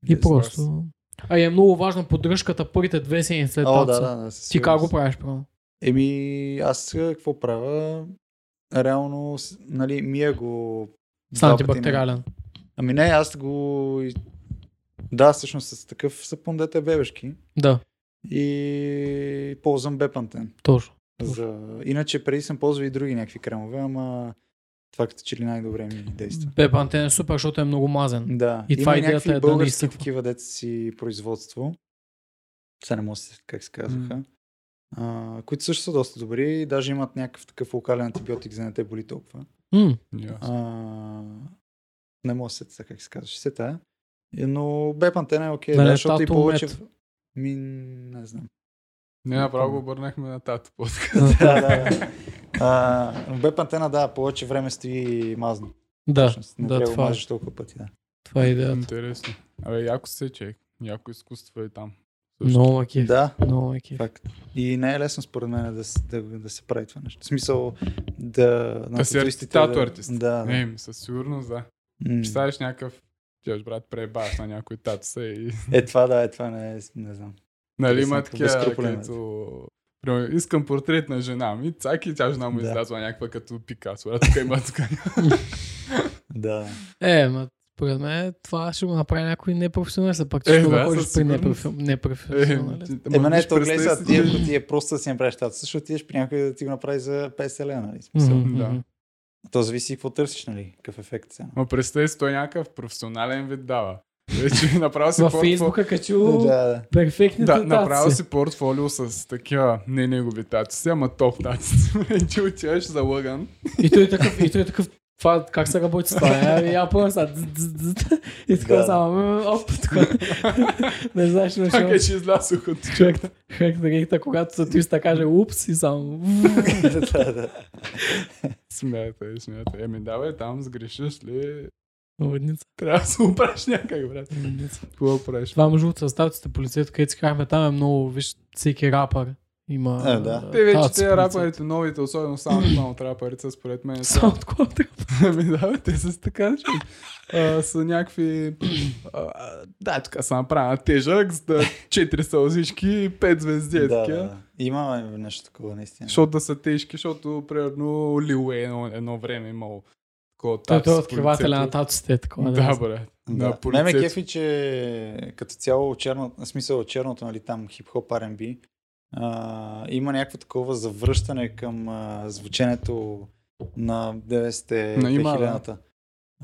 S3: И
S1: Yes, yes.
S3: просто... А и е много важна поддръжката първите две седмици след
S1: О, да,
S3: татуца.
S1: да, да. със
S3: е Ти как
S1: сигурност.
S3: го правиш, прямо?
S1: Еми, аз а, какво правя? Реално, с- нали, мия го...
S3: С
S1: два пъти на-
S3: антибактериален.
S1: Ами не, аз го... и- Да, всъщност с такъв сапун дете бебешки
S3: Да,
S1: и ползвам бепантен.
S3: точно.
S1: За... Иначе преди съм ползвал и други някакви кремове, ама това като че ли най-добре ми действа.
S3: Бепантен е супер, защото е много мазен.
S1: Да,
S3: И това
S1: има
S3: идеята
S1: някакви
S3: е да не
S1: български
S3: изсъхва.
S1: такива деца си производство. Сега не мога да се сетя как се казваха. А, които също са доста добри и даже имат някакъв такъв локален антибиотик, за да не те боли толкова.
S3: М,
S1: А, не мога да се сетя сега как се казваше. Се тая. Е, Но бе пантена е окей,
S3: Да
S1: да,
S3: не е
S1: защото и
S3: Tattoo
S1: повече...
S3: Met.
S1: Ми, не знам.
S2: Не, направо го обърнахме на тато подкаст.
S1: да, да, да. А, но бе пантена, да, повече време стои мазно.
S3: Да,
S1: всъщност. Не
S3: да,
S1: трябва да го
S3: това е,
S1: мажеш толкова пъти, да.
S3: това е идеята.
S2: Интересно. Абе, яко се човек. Яко изкуство е там. Също.
S3: Много макив.
S1: Да,
S3: Много е макив.
S1: факт. И не е лесно според мен да, с- да, да се прави това нещо. В смисъл да... на
S2: Да си
S1: татуистите
S2: тату
S1: да-
S2: артист.
S1: Да, да.
S2: Не, ми със сигурност да.
S1: М.
S2: Представиш някакъв Тяш брат, пребаш на някой татуса и...
S1: Е това, да, е това не е, не знам.
S2: Нали
S1: Интересно,
S2: има такива,
S1: безкрупулен е.
S2: където... Примерно, искам портрет на жена ми, цак и тя жена му
S1: Да.
S2: излязла някаква като Пикасо. А тук има тук. Е,
S1: Да.
S3: Е, ма, според мен това ще го направи някой непрофесионалист, а пак ти ще
S2: Е,
S3: го
S2: да,
S3: ходиш
S2: със
S3: при
S2: сигурност.
S3: непрофи- непрофесионалист.
S1: Ема нали? Е, не,
S2: виж,
S1: то гледай
S2: представи
S1: сега,
S2: си,
S1: ти
S2: че-
S1: ако ти е просто да си направиш тази, също отидеш при някой да ти го направи за 50 лена, нали? Смисъл.
S3: Мгм,
S2: да.
S3: мгм.
S1: То зависи какво търсиш, нали? Какъв ефект сега.
S2: Ма представи си, той някакъв професионален вид дава. Вече направо си
S3: Във
S2: портфолио.
S3: Фейсбука качил
S1: да.
S3: перфектните
S2: Да, направо
S3: татуци.
S2: си портфолио с такива не негови татуси, ама топ татуси. Че отиваш залъган.
S3: И той е такъв, и той е такъв, това как се работи с това? Я, я помня сега. дз, дз, дз, И така
S1: Да.
S3: само, м, оп, така. Не знаеш нещо.
S2: Така че излязох от
S3: Човек, човек на гейта, когато татуиста каже упс и само.
S1: да, да.
S2: Смятай, смятай. Еми давай там, сгрешиш ли,
S3: Лудница.
S2: Трябва да се опраш някак, брат.
S3: Лудница.
S2: Какво правиш?
S3: Това между от съставците по лицето, където си карахме, там е много, виж, всеки рапър има...
S1: Е, да.
S3: а,
S2: Те вече
S3: тази
S2: те
S3: по
S2: рапарите, новите, особено само само трапарица, според мен.
S3: лицето.
S2: са-
S3: Само такова трябва.
S2: Ами да, бе, те са така, че а, са някакви... А, да, така са направена тежък, за да 4 сълзички и 5 звезди. е
S1: да, да,
S2: такива.
S1: да. Има нещо такова, наистина.
S2: Защото да са тежки, защото, примерно, Лил е едно, едно време имал такова
S3: Той
S2: татус
S3: той е
S2: с
S3: откривателя на
S2: полицето.
S3: татусите, е такова.
S2: Да, брат.
S1: Да.
S2: На
S1: Ме ме
S2: полицето.
S1: кефи, че като цяло черно, в смисъл черното, нали, там хип-хоп, R&B, а, има някакво такова завръщане към а, звученето на 90-те,
S2: Но има, да.
S1: 2000-та.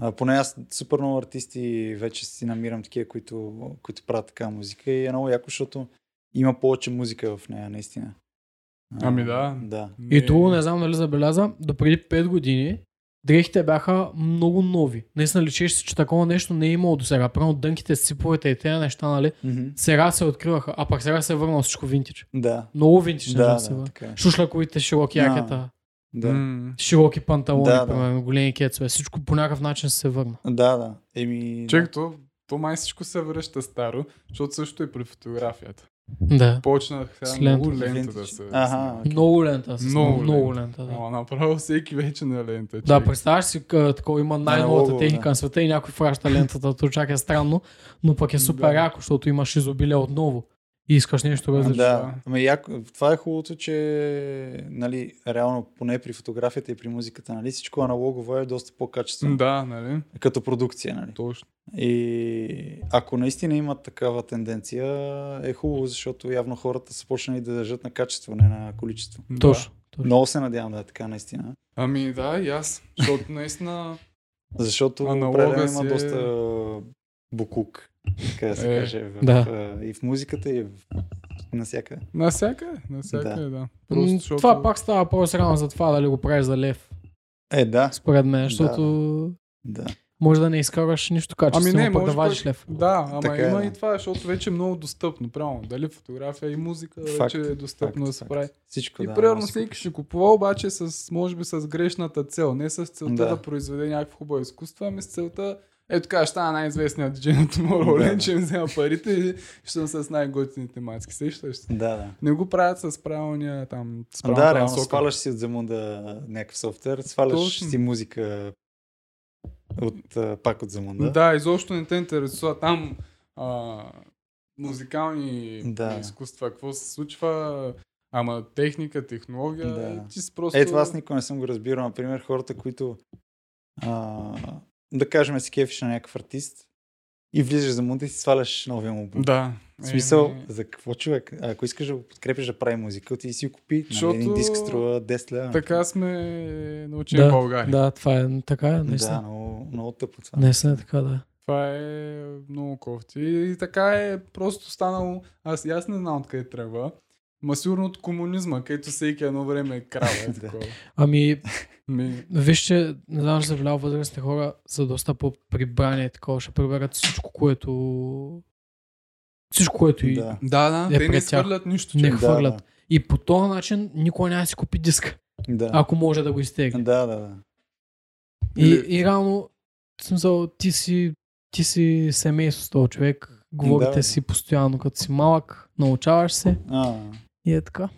S1: А, поне аз супер много артисти вече си намирам такива, които, които правят така музика и е много яко, защото има повече музика в нея, наистина. А,
S2: Ами да.
S1: Да.
S3: И друго, не знам дали забеляза, до преди 5 години дрехите бяха много нови. Наистина личеше се, че такова нещо не е имало до сега. Прямо дънките, сиповете и тези неща, нали?
S1: Мгм.
S3: Сега се откриваха, а пък сега се е върнал всичко винтич.
S1: Да.
S3: Много винтич
S1: Да,
S3: да,
S1: да,
S3: се върна.
S1: така е.
S3: Шушлаковите, широки
S1: Да.
S3: якета,
S1: Да.
S2: М.
S3: широки панталони,
S1: Да, да.
S3: примерно, големи кецове. Всичко по някакъв начин се върна.
S1: Да, да. Еми, да.
S2: Чак то, то май всичко се връща старо, защото също и при фотографията.
S3: Да.
S2: Почнах сега
S3: С
S2: много
S3: лентата.
S2: лента
S1: Лентички.
S2: да се...
S1: Аха, окей.
S3: Много лента. с-
S2: Много
S3: много лента да.
S2: Ама направо всеки вече на лента. човек.
S3: Да, представяш си, къ- такова има най-новата
S1: лого,
S3: техника
S1: да.
S3: на света и някой фраща лентата, то чак е странно, но пък е супер
S2: Да.
S3: яко, защото имаш изобилие отново и искаш нещо различно.
S1: Да, ама яко, това е хубавото, че нали, реално поне при фотографията и при музиката, нали, всичко аналогово е доста по-качествено
S2: Да, нали?
S1: като продукция. Нали.
S2: Точно.
S1: И ако наистина има такава тенденция, е хубаво, защото явно хората са почнали да държат на качество, не на количество.
S2: Да.
S3: Точно. точно.
S1: Много се надявам да е така наистина.
S2: Ами да, и аз. Защото наистина...
S1: Защото
S2: Аналога
S1: определено
S2: си
S1: има
S2: е-
S1: доста букук, така да се
S2: Е,
S1: каже, в,
S3: да.
S1: и в музиката, и в... навсякъде.
S2: Насякъде, насякъде, да. да.
S3: М,
S2: Просто, защото...
S3: Това пак става по-срано за това дали го правиш за лев,
S1: Е, да,
S3: според мен,
S1: Да,
S3: защото
S1: да.
S3: може да не изкараш нищо качествено,
S2: Ами не,
S3: пък да
S2: може
S3: вадиш
S2: пък-
S3: лев.
S2: Да, ама
S1: Така е,
S2: има
S1: да.
S2: и това, защото вече е много достъпно. Правилно, дали фотография и музика
S1: Факт,
S2: вече е достъпно
S1: Факт,
S2: да се
S1: факт.
S2: прави.
S1: Всичко,
S2: И
S1: да, е
S2: примерно
S1: много си
S2: всеки ще купува, обаче с, може би с грешната цел. Не с целта да,
S1: Да.
S2: произведе някакво хубаво изкуство, ами с целта ето така, ще стана най-известният диджей на Tomorrowland,
S1: Да, да.
S2: ще ми взема парите и ще съм с най-готините маски. Сещаш се?
S1: Да, да.
S2: Не го правят с правилния там, с
S1: А,
S2: правилната
S1: да, реално
S2: насока.
S1: сваляш си от замунда някакъв софтуер, сваляш
S2: Точно.
S1: си музика от, а, пак от замунда.
S2: Да, да изобщо не те интересува там а, музикални
S1: Да.
S2: изкуства, какво се случва, ама техника, технология,
S1: Да.
S2: ти си просто...
S1: Е, това аз никога не съм го разбирал. Например, хората, които а, да кажем се кефиш на някакъв артист и влизаш в замунда и си сваляш новия му бут.
S2: Да.
S1: В смисъл,
S2: Еми,
S1: за какво човек? А, Ако искаш да го подкрепиш да прави музика, ти си го купи. Защото...
S2: Защото-
S1: Един диск струва 10 лева.
S2: така сме научени в
S3: Да,
S2: България.
S3: да, това е така, е,
S1: Да,
S3: наистина.
S1: много, много тъпо това.
S3: Да. Наистина е така, да.
S2: Това е много кофти. И така е просто станало. Аз, и аз не знам откъде тръгва. Ма сигурно от комунизма, където всеки едно време е крал. Е,
S1: Да.
S2: такова.
S3: Ами,
S2: Ми,
S3: Виж, че не знам, че се влиял възрастните хора са доста по-прибрани и такова. Ще приберат всичко, което... Всичко, което и...
S1: Да.
S2: да, да,
S3: Е,
S2: те не
S3: пред тях.
S2: свърлят нищо.
S3: Не
S2: че-
S1: Да,
S3: хвърлят.
S1: да.
S3: И по този начин никой няма да си купи диск,
S1: Да.
S3: ако може да го изтегне.
S1: да, да, да. Нали-
S3: И, и реално, в смисъл, ти си, ти си семейство с този човек. Говорите
S1: Да, бе.
S3: си постоянно, като си малък, научаваш се
S1: А,
S3: и е така.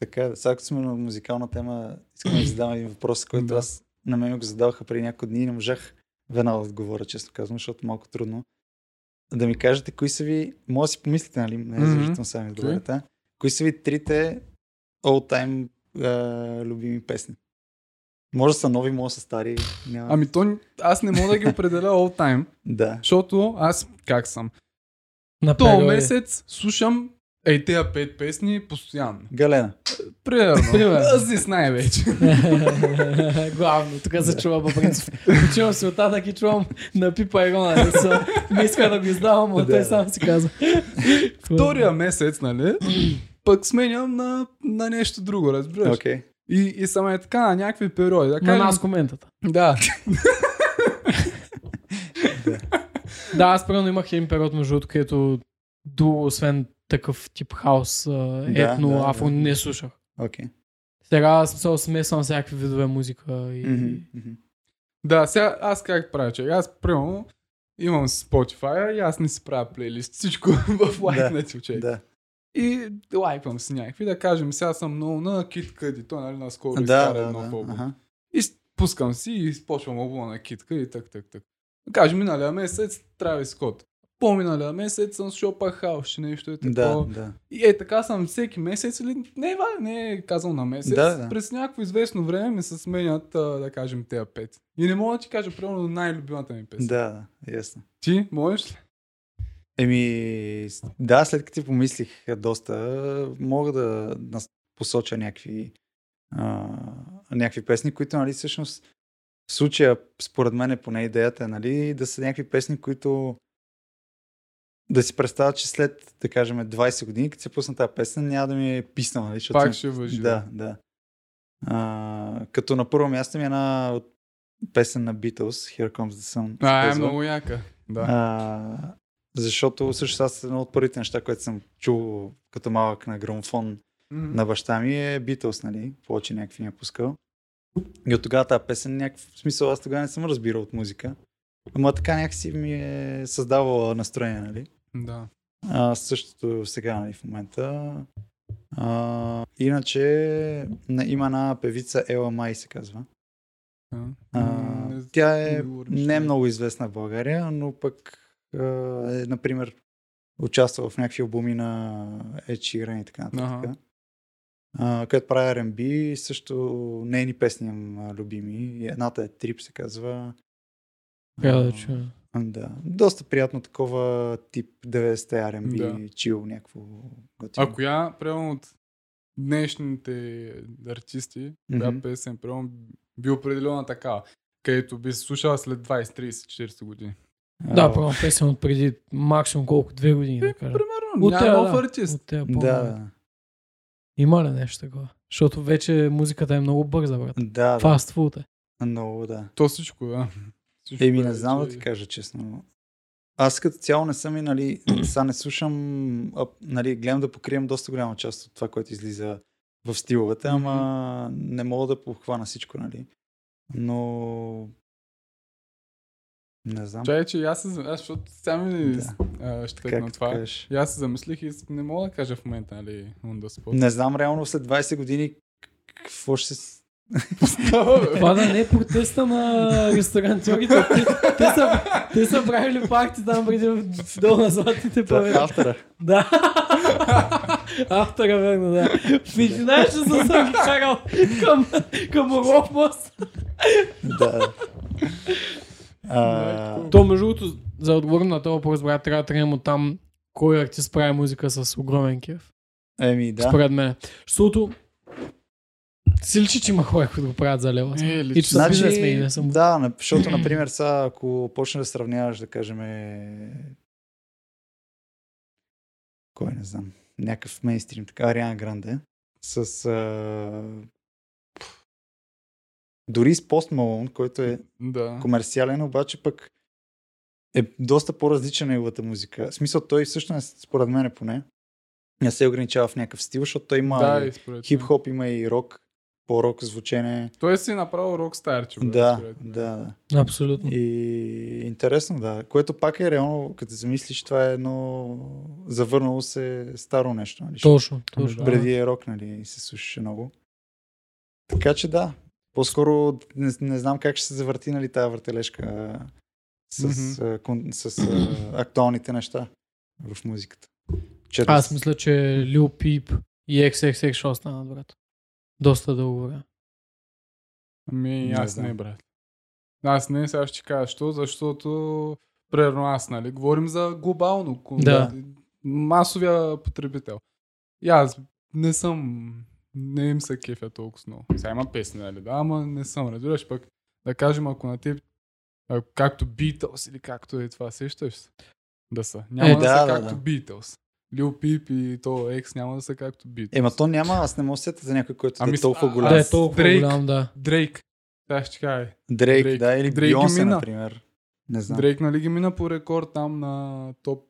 S1: Така, е. сега като сме на музикална тема, искам да задам един въпрос, който
S2: Да.
S1: аз на мен ми го задаваха преди няколко дни и не можах веднага да отговоря, честно казвам, защото е малко трудно. Да ми кажете, кои са ви, може да си помислите, нали, не е
S2: Мгм.
S1: задължително сами отговаряте, а? кои са ви трите all-time а, любими песни? Може да са нови, може да са стари, няма...
S2: Ами то, ни- аз не мога да ги определя all time,
S1: Да.
S2: защото аз как съм?
S3: На
S2: То
S3: периоди.
S2: месец слушам ей тея пет песни постоянно.
S1: Галена.
S2: Примерно.
S3: Примерно.
S2: Аз не знае вече.
S3: Главно, тук се чува по принцип. Почивам си оттатък и чувам на пипа Игона. Не, са, не иска да го издавам, но
S1: Да,
S3: той
S1: да.
S3: сам си каза.
S2: Втория месец, нали? Пък сменям на, на нещо друго, разбираш.
S1: Окей.
S2: И, и съм е така на някакви периоди. Да,
S3: На
S2: кажем-
S3: нас коментата.
S2: да.
S3: Да, аз примерно имах един период между другото, където до, освен такъв тип хаос, а, етно,
S1: да, да.
S3: афро, не слушах.
S1: Окей.
S3: Сега смисъл смесвам всякакви видове музика и
S1: Мгм, мгм.
S2: Да, сега аз как правя, че аз примерно имам Spotify и аз не си правя плейлист. Всичко в лайкнати да, човек.
S1: Да.
S2: И лайпвам си някакви, да кажем, сега съм много на Кит Къди, той нали наскоро да,
S1: Да,
S2: изкара
S1: да,
S2: едно да,
S1: да. Аха.
S2: И с- пускам си и почвам обула на китка и так, так, нали, так. Каже, миналия месец ами, Трави Скот. нали, По-миналия месец съм слушал пак хаос, нещо е
S1: Да,
S2: такова.
S1: да.
S2: И е така съм всеки месец или не, ва, не е казал на месец.
S1: Да, да.
S2: През някакво известно време ми се сменят, а, да кажем, тези пет. И не мога да ти кажа, примерно, най-любимата ми песен.
S1: Да, да, ясно.
S2: Ти можеш ли?
S1: Еми, с- да, след като ти помислих доста, мога да нас- посоча някакви, а, някакви песни, които, нали, всъщност, в случая, според мен, е поне идеята, е, нали, да са някакви песни, които да си представя, че след, да кажем, 20 години, като се пусна тази песен, няма да ми е писнала, нали, защото
S2: Пак
S1: съм-
S2: ще въжи.
S1: Да, да. А, като на първо място ми е една от песен на Beatles, Here Comes the Sun. се
S2: А, е
S1: казва.
S2: много яка. Да.
S1: А, защото също аз едно от първите неща, което съм чул като малък на грамофон
S2: М.
S1: на баща ми е Beatles, нали? Повече някакви ми е пускал. И от тогава тази песен, някакъв в смисъл, аз тогава не съм разбирал от музика. Ама така някакси ми е създавала настроение, нали?
S2: Да.
S1: А, същото сега, нали, в момента. А, иначе на- има една певица Ела Май се казва.
S2: А,
S1: А,
S2: м, не-
S1: тя е
S2: не говориш,
S1: не е
S2: да.
S1: много известна в България, но пък а, е, например, участва в някакви албуми на Ed Sheeran и така нататък.
S2: Аха.
S1: А, където прави R&B, и също нейни песни имам а, любими. Едната е Трип, се казва.
S3: Трябва да
S1: А,
S3: чуя.
S1: Да. Доста приятно такова тип 90-те R&B,
S2: Да.
S1: чил, някакво готино.
S2: А коя, прямо от днешните артисти,
S1: Мгм.
S2: коя песен, прямо би определена такава, където би се слушала след 20, 30, 40 години?
S1: А,
S3: Да, първо песен от преди максимум колко две години, да кажа.
S2: Примерно,
S3: От тя,
S2: няма нов
S3: да.
S2: артист.
S3: От тея
S1: Да,
S3: да.
S1: да.
S3: Има ли нещо такова? Защото вече музиката е много бърза, брат.
S1: Да, да.
S3: Fast food е.
S1: Много, да.
S2: То всичко, да. Всичко
S1: Еми,
S2: е,
S1: не знам да
S2: че-
S1: ти кажа честно. Аз като цяло не съм и, нали, сега не слушам, а, нали, гледам да покрием доста голяма част от това, което излиза в стиловете, ама не мога да похвана всичко, нали. Но... Не знам.
S2: Чай, че и аз се зам- аз, защото сега ми
S1: Да.
S2: а, ще
S1: Как
S2: на това.
S1: кажеш?
S2: И аз се замислих и не мога да кажа в момента, нали, on the spot.
S1: Не знам реално след 20 години какво ще се...
S2: Става, бе.
S3: Това да не е протеста на ресторантьорите. Те, те, са, те са правили парти там преди в- долу на златните
S2: е
S3: павета.
S1: Автора.
S3: Да. Автора, верно, да. В 11 часа съм ги карал към, към Орлов мост.
S1: Да. А,
S2: Майко.
S3: То, между другото, за да отговорим на този въпрос, брат, трябва да тръгнем от там кой артист прави музика с огромен кеф.
S1: Еми, да.
S3: Според мен. Защото си личи, че има хора, които го правят за лева.
S2: Е,
S3: И че
S2: лично.
S3: са бизнесмени, не съм.
S1: Значи, Да, на- защото, например, сега, ако почнеш да сравняваш, да кажем, е- кой не знам, някакъв мейнстрим, така, Ариана Гранде, с а... дори с Post Malone, който е
S2: Да.
S1: комерциален, обаче пък е доста по-различна неговата музика. В смисъл, той също, не- според мен поне, не се ограничава в някакъв стил, защото той има
S2: Да,
S1: и
S2: и според мен.
S1: хип-хоп, има и рок, по-рок звучене.
S2: Той си направил рокстар, че брат,
S1: Да,
S2: според мен.
S1: да, да.
S2: Е,
S3: Абсолютно.
S1: И интересно, да. Което пак е реално, като замислиш, това е едно завърнало се старо нещо. Нали?
S3: Точно, точно.
S2: Да.
S1: Преди е рок, нали, и се слушаше много. Така че да, по-скоро не, не знам как ще се завърти, нали, тази въртележка а, с,
S2: Мгм.
S1: mm-hmm. кон, с а, актуалните неща в музиката. Че
S3: Аз мисля, че Lil Peep и XXX ще останат, брат. Доста дълго време.
S2: Ами
S1: Не
S2: аз
S1: знам.
S2: не, брат. Аз не, сега ще ти кажа, що, защото, примерно аз, нали, говорим за глобално, кон-
S3: Да.
S2: масовия потребител. И аз не съм, не им се кефя толкова много. Сега има песни, нали, да, ама не съм, разбираш пък, да кажем, ако на теб, а, както Beatles или както е това, сещаш се? Да са. Няма
S3: Е,
S2: да, да,
S1: да,
S2: са
S1: да,
S2: както
S1: да.
S2: Beatles. Lil Peep и то X няма да са както Beatles.
S1: Ема то няма, аз не мога да сета за някой, който да
S2: Ами
S1: е
S2: с-
S1: толкова
S2: а-
S1: голям.
S3: Да
S2: аз-
S3: е толкова
S2: Drake.
S3: голям, да.
S2: Дрейк. Сега ще ти кажа, е,
S1: Дрейк,
S2: Дрейк.
S1: да, или
S2: Дрейк ги
S1: Бейонсе,
S2: мина.
S1: например. Не знам.
S2: Дрейк нали ги мина по рекорд там на топ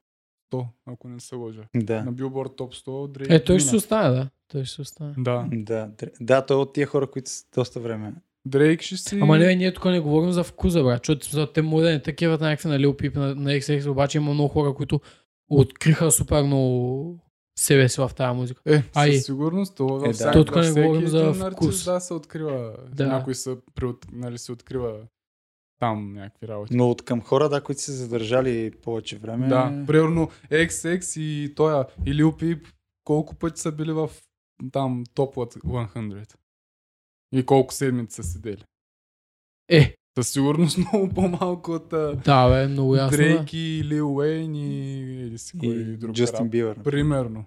S2: 100, ако не се лъжа.
S1: Да.
S2: На Билборд топ 100 Дрейк
S3: Е, той
S2: мина.
S3: ще си остане, да. Той ще си остане.
S2: Да.
S1: Да, др- да, той е от тия хора, които с доста време
S2: Дрейк ще си...
S3: Ама не, ние тук не говорим за вкуса, брат. Чуят, за те му да не такиват някакви на Lil Peep, на, на XX, обаче има много хора, които откриха супер много себе си в тази музика.
S2: Е,
S3: Ай.
S2: със сигурност, това
S1: Е, да.
S2: във всяк-
S1: То
S2: във
S3: тук не
S2: всеки
S3: говорим за
S2: един артист,
S3: вкус.
S2: Да, се открива.
S3: Да.
S2: Някой се, приот, нали, се открива там някакви работи.
S1: Но от към хора, да, които са се задържали повече време.
S2: Да, примерно XX и тоя, и Lil Peep, колко пъти са били в там топ 100 и колко седмици са седели.
S3: Е,
S2: Със сигурност много по-малко от а,
S3: да, бе, много ясно. Да.
S2: Дрейк и Лил Уейн и или си кой
S1: и
S2: друг
S1: Джастин
S2: рап.
S1: Бибър.
S2: Примерно.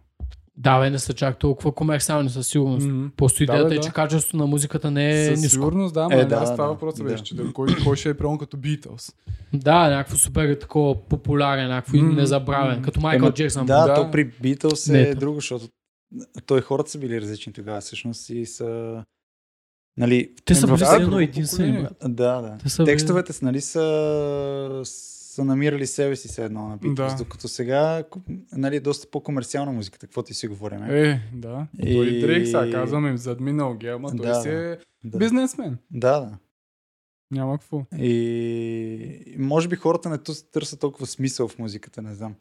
S3: да, бе, не са чак толкова комерциални със сигурност.
S2: М.
S3: Просто
S2: Да,
S3: идеята
S2: бе,
S3: е,
S2: да.
S3: че качеството на музиката не е
S2: Със
S3: ниско.
S2: сигурност, да, ма
S1: Е,
S2: е,
S1: да,
S2: да, това
S1: да,
S2: въпрос
S1: да.
S2: беше, че да, кой, кой ще е прямо като Beatles.
S3: Да, някакво супер такова популярен, някакво
S2: М,
S3: незабравен,
S2: м.
S3: като Майкъл
S1: Ема,
S3: Джексън.
S1: Да,
S2: Да.
S1: то при Битълс
S3: Не,
S1: е
S3: то-
S1: друго, защото той хората са били различни тогава всъщност и са... Нали,
S3: Те са
S1: в-
S3: били
S1: да,
S3: все
S1: друго
S3: едно
S2: поколение.
S3: единствени, брат.
S1: Да, да.
S3: Те са били-
S1: Текстовете са, нали, са, са намирали себе си все едно на Beatles,
S2: Да.
S1: докато сега ку- нали, е доста по-комерциална музиката, какво ти си говорим. Е?
S2: Е, да.
S1: И-
S2: Той Дрейк, сега казваме, задминал ги, ама той
S1: Да,
S2: си е
S1: Да.
S2: бизнесмен.
S1: да, да.
S2: Няма какво.
S1: И може би хората не тус- търсят толкова смисъл в музиката, не знам.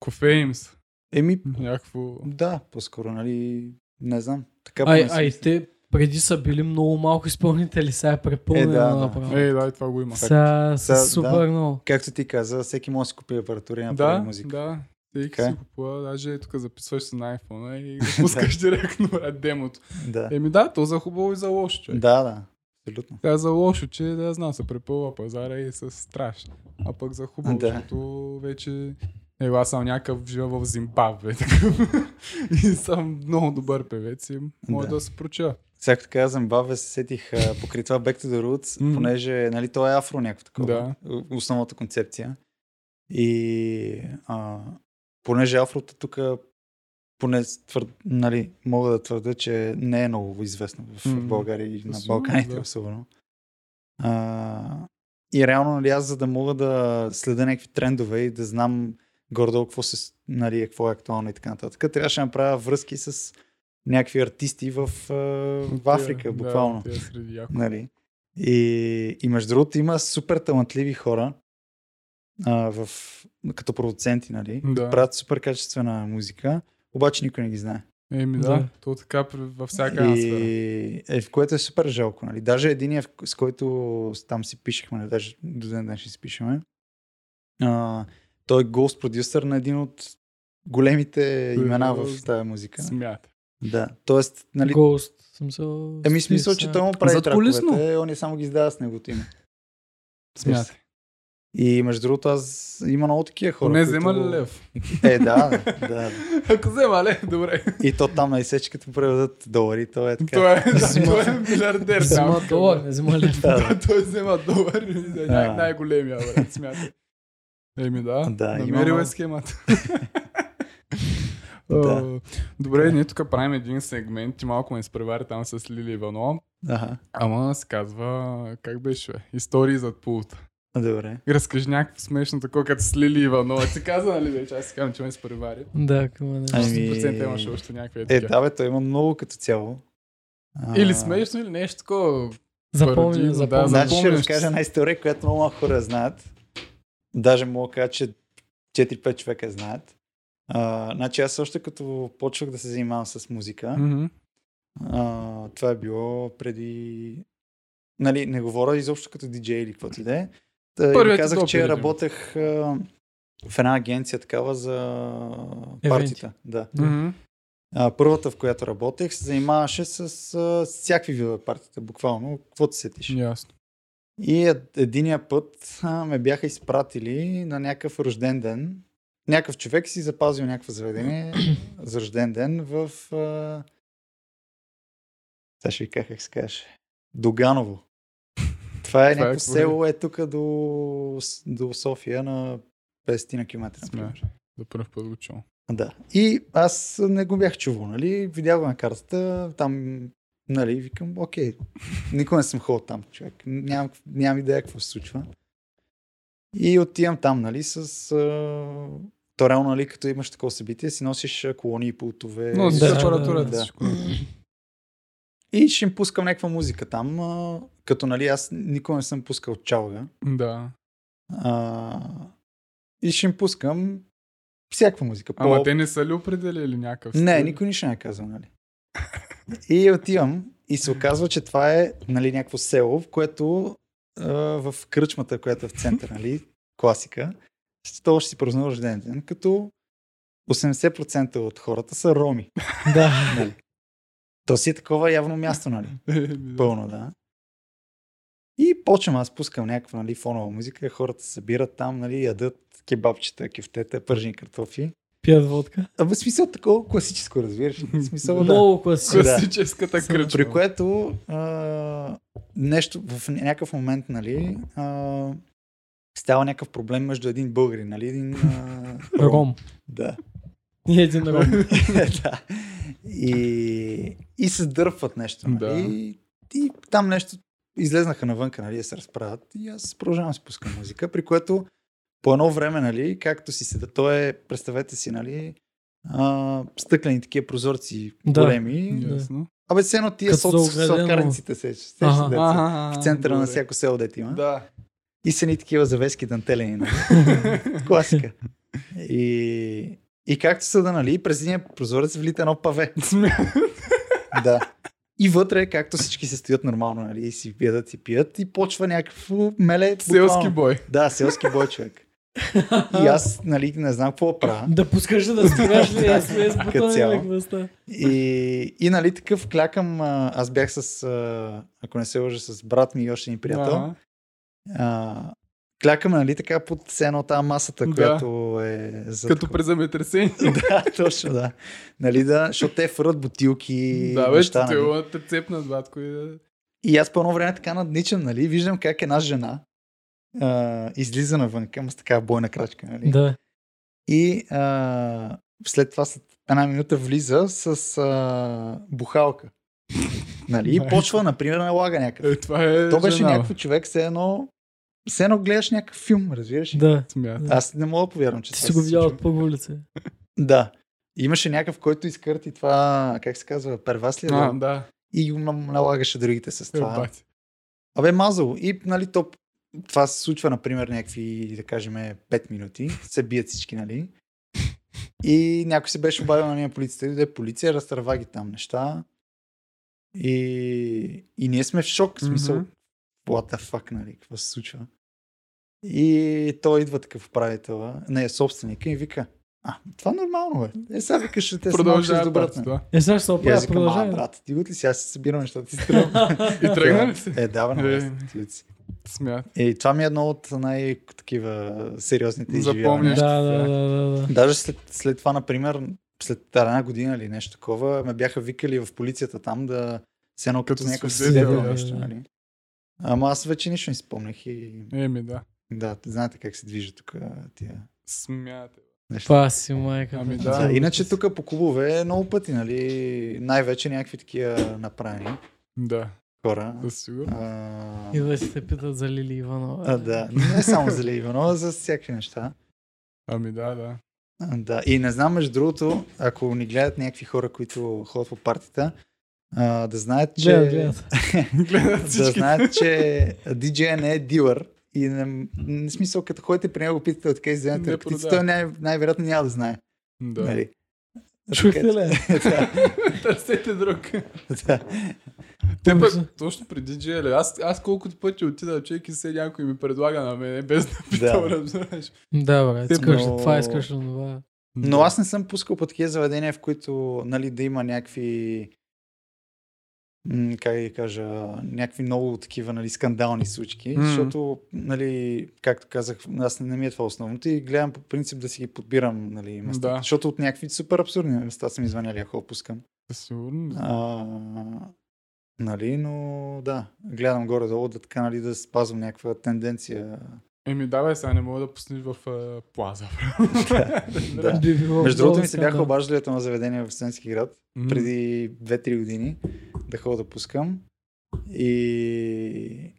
S2: Кофеймс.
S1: Еми,
S2: Някакво...
S1: да, по-скоро, нали, не знам. Така
S3: Ай,
S1: поне си
S3: ай,
S1: мисля.
S3: те преди са били много малко изпълнители, сега е
S1: Е,
S3: препълнено
S1: да, да.
S3: направо.
S2: Е, да, и това го има.
S3: Сега
S1: Сега,
S3: са
S1: да.
S3: супер много.
S1: Както ти каза, всеки може да си купи апаратура и направи
S2: Да,
S1: музика.
S2: да. Тейк
S1: Така е.
S2: си купува, даже тук записваш се на iPhone и го пускаш директно брат, демото.
S1: Да.
S2: Еми да, то за хубаво и за лошо, човек.
S1: Да, да. Абсолютно.
S2: Тя е за лошо, че да знам, се препълва пазара и са страшно. А пък за хубаво,
S1: Да.
S2: защото вече... Ева, аз съм някакъв жива в Зимбабве. такъв. и съм много добър певец и мога да,
S1: Да.
S2: се проча.
S1: Сега като каза Зимбабве, се сетих а, покрай това Back to the Roots,
S2: Мгм.
S1: понеже нали, той е афро някакво такова.
S2: Да.
S1: о- Основната концепция. И а, понеже афрото тук поне твърд, нали, мога да твърда, че не е много известно в
S2: Мгм.
S1: България и на
S2: Със сигурност,
S1: Балканите
S2: да.
S1: особено. А, и реално, нали, аз за да мога да следя някакви трендове и да знам гордо какво, се, с- нали, какво е актуално и така нататък, трябваше да направя връзки с някакви артисти в, а, в Африка, буквално.
S2: Да, тия среди, яко.
S1: Нали? И, и между другото има супер талантливи хора а, в, като продуценти, нали?
S2: Да.
S1: Правят супер качествена музика, обаче никой не ги знае.
S2: Еми да,
S3: Да.
S2: то така при- във всяка една сфера.
S1: И, е, в което е супер жалко. Нали? Даже единия, в- с който с- там си пишехме, нали, даже до ден днешен си пишеме, а, той е гост продюсър на един от големите
S2: е
S1: имена в тази музика.
S2: Смята.
S1: Да. Тоест, нали,
S3: Ghost съм се...
S1: Еми, смисъл, че той му прави
S2: Задкулисно.
S1: траковете, он е само ги издава с неговото име.
S2: Смятай.
S1: И между другото, аз има много такива хора.
S2: Поне
S1: които-
S2: взема ли лев?
S1: Е, да, да, да.
S2: Ако взема лев, добре.
S1: И то там на изсечката преведат долари, то е така.
S2: Той е, да,
S3: Взима-
S2: той е милиардер.
S3: Взема
S2: там.
S3: долар, не е взема лев.
S1: Да, да.
S2: Да, той взема долар и е най-
S1: А.
S2: най-големия, брат, смятай. Еми да,
S1: Да, има
S2: намерил е
S1: много.
S2: схемата.
S1: Да.
S2: А, Добре, ние тук правим един сегмент, ти малко ме изпревари там с Лили Иванова,
S1: Аха,
S2: ама се казва, как беше, бе? Истории зад пулта.
S1: добре.
S2: Разкажи някакво смешно такова, като с Лили Иванова. Ти каза, нали вече, аз си казвам, че ме изпревари.
S3: Да, е. кама не.
S1: Ами,
S2: 100% имаше още някакви е,
S1: Е,
S2: такива.
S1: да, бе, той има много като цяло. А,
S2: Или смешно, или нещо такова.
S3: Запомни,
S2: пародийно, да,
S3: запомни.
S1: Значи ще
S2: запомняш.
S1: разкажа една история, която много малко хора знаят. Даже мога да кажа, че 4-5 човека знаят. А, значи аз още като почвах да се занимавам с музика,
S2: Мгм.
S1: А, това е било преди... Нали, не говоря изобщо като диджей или каквото и да е. Та, им
S2: Първият е
S1: казах,
S2: доп
S1: че
S2: или друг.
S1: работех а, в една агенция такава за партита. Да.
S2: Мгм.
S1: А, първата, в която работех, се занимаваше с а, всякакви видове партита, буквално, каквото сетиш.
S2: Ясно.
S1: И ед- единия път а, ме бяха изпратили на някакъв рожден ден. Някакъв човек си запазил някакво заведение за рожден ден в... А... Сега ще ви кажа как се каже. Доганово. Това е
S2: Това е
S1: някакво
S2: какво ли?
S1: село е тук до, С- до София на 50 на километра. например.
S2: Смяш. За първ път го чувам.
S1: Да. И аз не го бях чувал, нали? Видях го на картата, там, нали, викам, окей, никога не съм ходил там, човек. Нямам, нямам идея какво се случва. И отивам там, нали, с... А... То реално, нали, като имаш такова събитие, си носиш а, колони и пултове.
S2: Но
S1: и
S2: с
S3: да,
S1: всичко.
S2: апаратурата
S1: да.
S2: всичко.
S1: И ще им пускам някаква музика там. а, Като нали аз никога не съм пускал чалга.
S2: Да.
S1: А, и ще им пускам всякаква музика.
S2: Ама
S1: По-
S2: те не са ли определили някакъв
S1: Не,
S2: стил?
S1: никой нищо не е казал, нали? И отивам и се оказва, че това е нали, някакво село, в което а, в кръчмата, която е в центъра, нали, класика, то ще си празнува рожден ден, като 80% от хората са роми.
S3: Да.
S1: Нали. То си е такова явно място, нали?
S2: Еми, да.
S1: Пълно, да. И почвам, аз пускам някаква нали, фонова музика, хората се събират там, нали, ядат кебабчета, кефтета, пържени картофи.
S3: Пият водка.
S1: А в смисъл такова класическо, разбираш? ли? В смисъл, да.
S3: Много класическо.
S1: Да.
S2: Класическата
S3: При
S2: кръчма.
S1: При което а, нещо в някакъв момент, нали, а, става някакъв проблем между един българин, нали, един... А,
S3: Ром.
S1: Да.
S3: Ние един ром.
S1: да. И, и се дърпват нещо, нали,
S2: Да.
S1: и, и там нещо излезнаха навънка, нали, да се разправят и аз продължавам да си пускам музика, при което по едно време, нали, както си седа, то е, представете си, нали, а, стъклени такива прозорци
S3: Да.
S1: големи,
S2: Ясно.
S1: Абе, все едно тия
S3: Като за
S1: сот,
S3: оградено.
S1: соткарниците се, се, се
S3: Аха.
S1: деца.
S2: Аха,
S1: В центъра на
S2: добре.
S1: всяко село дете има.
S2: Да.
S1: И са ни такива завески дантелени. нали? Класика. И, и както са да, нали, през един прозорец влита едно паве. да. И вътре, както всички се стоят нормално, нали, и си ядат и пият, и почва някакво меле.
S2: Селски
S1: буквално.
S2: бой.
S1: Да, селски бой човек. И аз, нали, не знам какво правя.
S3: Да пускаш ли да спираш ли
S1: Да.
S3: да сме с
S1: Като
S3: бутони
S1: цяло.
S3: или хвоста.
S1: И, и нали такъв клякам, а, аз бях с, а, ако не се лъжа, с брат ми и още ни приятел.
S2: Аха.
S1: а, клякаме, нали, така под сено тази масата,
S2: Да.
S1: която е за...
S2: Като
S1: такова.
S2: при земетресение.
S1: да, точно, да. Нали, да, защото те фърват бутилки
S2: Да, бе,
S1: неща, нали.
S2: те те цепнат, батко. и да-
S1: И аз по едно време така надничам, нали, виждам как една жена а, излиза навънка, ама с такава бойна крачка, нали.
S3: Да.
S1: И а, след това след една минута влиза с а, бухалка. Нали, и почва, например, налага някакъв.
S2: Е, това е
S1: То беше
S2: жена, бе.
S1: някакъв човек, все едно, все едно гледаш някакъв филм, разбираш? ли?
S3: Да.
S2: Смят.
S1: Аз не мога да повярвам, че
S3: Ти
S1: това
S3: си го
S1: се
S3: видял
S1: случва.
S3: от първо лице.
S1: Да. Имаше някакъв, който изкърти това, как се казва, первас ли? е
S2: А,
S1: бил?
S2: да.
S1: И го нам- налагаше другите с
S2: Е,
S1: това.
S2: бати.
S1: Абе, мазало. И, нали, то, това се случва, например, някакви, да кажем, 5 минути. Се бият всички, нали? И някой се беше обадил на ние полицията. И дойде полиция, разтърва ги там неща. И, и ние сме в шок, в смисъл,
S2: Мгм.
S1: what the fuck, нали, какво се случва. И той идва такъв управител, не, собственика и вика, а, това нормално е. Е, сега викаш, ще те се малко ще
S2: Продължава
S1: добрат.
S2: бати,
S1: нали.
S2: да.
S3: Е, сега ще се
S1: И аз
S3: оправя,
S1: викам, а,
S3: продължавай.
S1: брат, ти го ли си, аз си събирам нещата ти стръм.
S2: И тръгна ли се?
S1: Е, да, бе,
S2: Е.
S1: на
S2: Смят.
S1: И това ми е едно от най-такива сериозните изживявания.
S2: Запомняш.
S3: Да, да, да, да, да.
S1: Даже след, след това, например, след една година или нещо такова, ме бяха викали в полицията там да се едно като,
S2: Като
S1: някакъв
S2: свидетел,
S1: свидетел
S3: да,
S1: нещо,
S3: да.
S1: нали? Ама аз вече нищо не спомнях и
S2: Еми, Е, да.
S1: да, знаете как се движи тук тия
S2: Смят.
S1: неща.
S3: Това си майка.
S2: Ами да.
S1: Да, иначе тук по клубове е много пъти, нали? Най-вече някакви такива направени
S2: Да,
S1: хора.
S2: да сигурно.
S1: А,
S3: И да си те питат за Лили Иванова.
S1: а, да, не само за Леви Иванова, за всякакви неща.
S2: Ами да, да.
S1: Да, и не знам, между другото, ако ни гледат някакви хора, които ходят по партита, а, да знаят, че,
S3: Гледат, гледат.
S2: Гледат
S1: да
S2: всички.
S1: знаят, че диджея не е дилър. И не, не смисъл, като ходите при него, питате откъде изземете
S2: Не
S1: наркотици,
S2: продава.
S1: той най- най-вероятно няма да знае. Да.
S2: Да.
S1: Нали?
S3: Чухте
S1: Така че-
S3: ли?
S1: да,
S2: Търсете друг.
S1: да.
S2: Те
S3: Ами са-
S2: пък, точно при DJ, ле, аз, аз колкото пъти отида човек и се някой ми предлага на мене, без да питам,
S1: Да.
S2: разбираш.
S3: Да, бе,
S2: Те
S3: искаш
S1: много-
S3: това, искаш ли това.
S1: Но аз не съм пускал по такива заведения, в които нали, да има някакви м, как да ги кажа, някакви много такива нали, скандални случки,
S2: Мм.
S1: защото, нали, както казах, аз не ми е това основното и гледам по принцип да си ги подбирам нали, места,
S2: Да.
S1: защото от някакви супер абсурдни места съм извъняли, ако го пускам.
S2: Да, Сигурно.
S1: А, нали, но да, гледам горе-долу да така, нали, да спазвам някаква тенденция.
S2: Еми, давай сега, не мога да пуснеш в а, плаза.
S1: Да.
S3: Би било
S1: Между другото
S3: много
S1: ми се бяха
S3: скандал.
S1: обаждали от едно заведение в Стенски град,
S2: М,
S1: преди 2-3 години да ходя да пускам. И...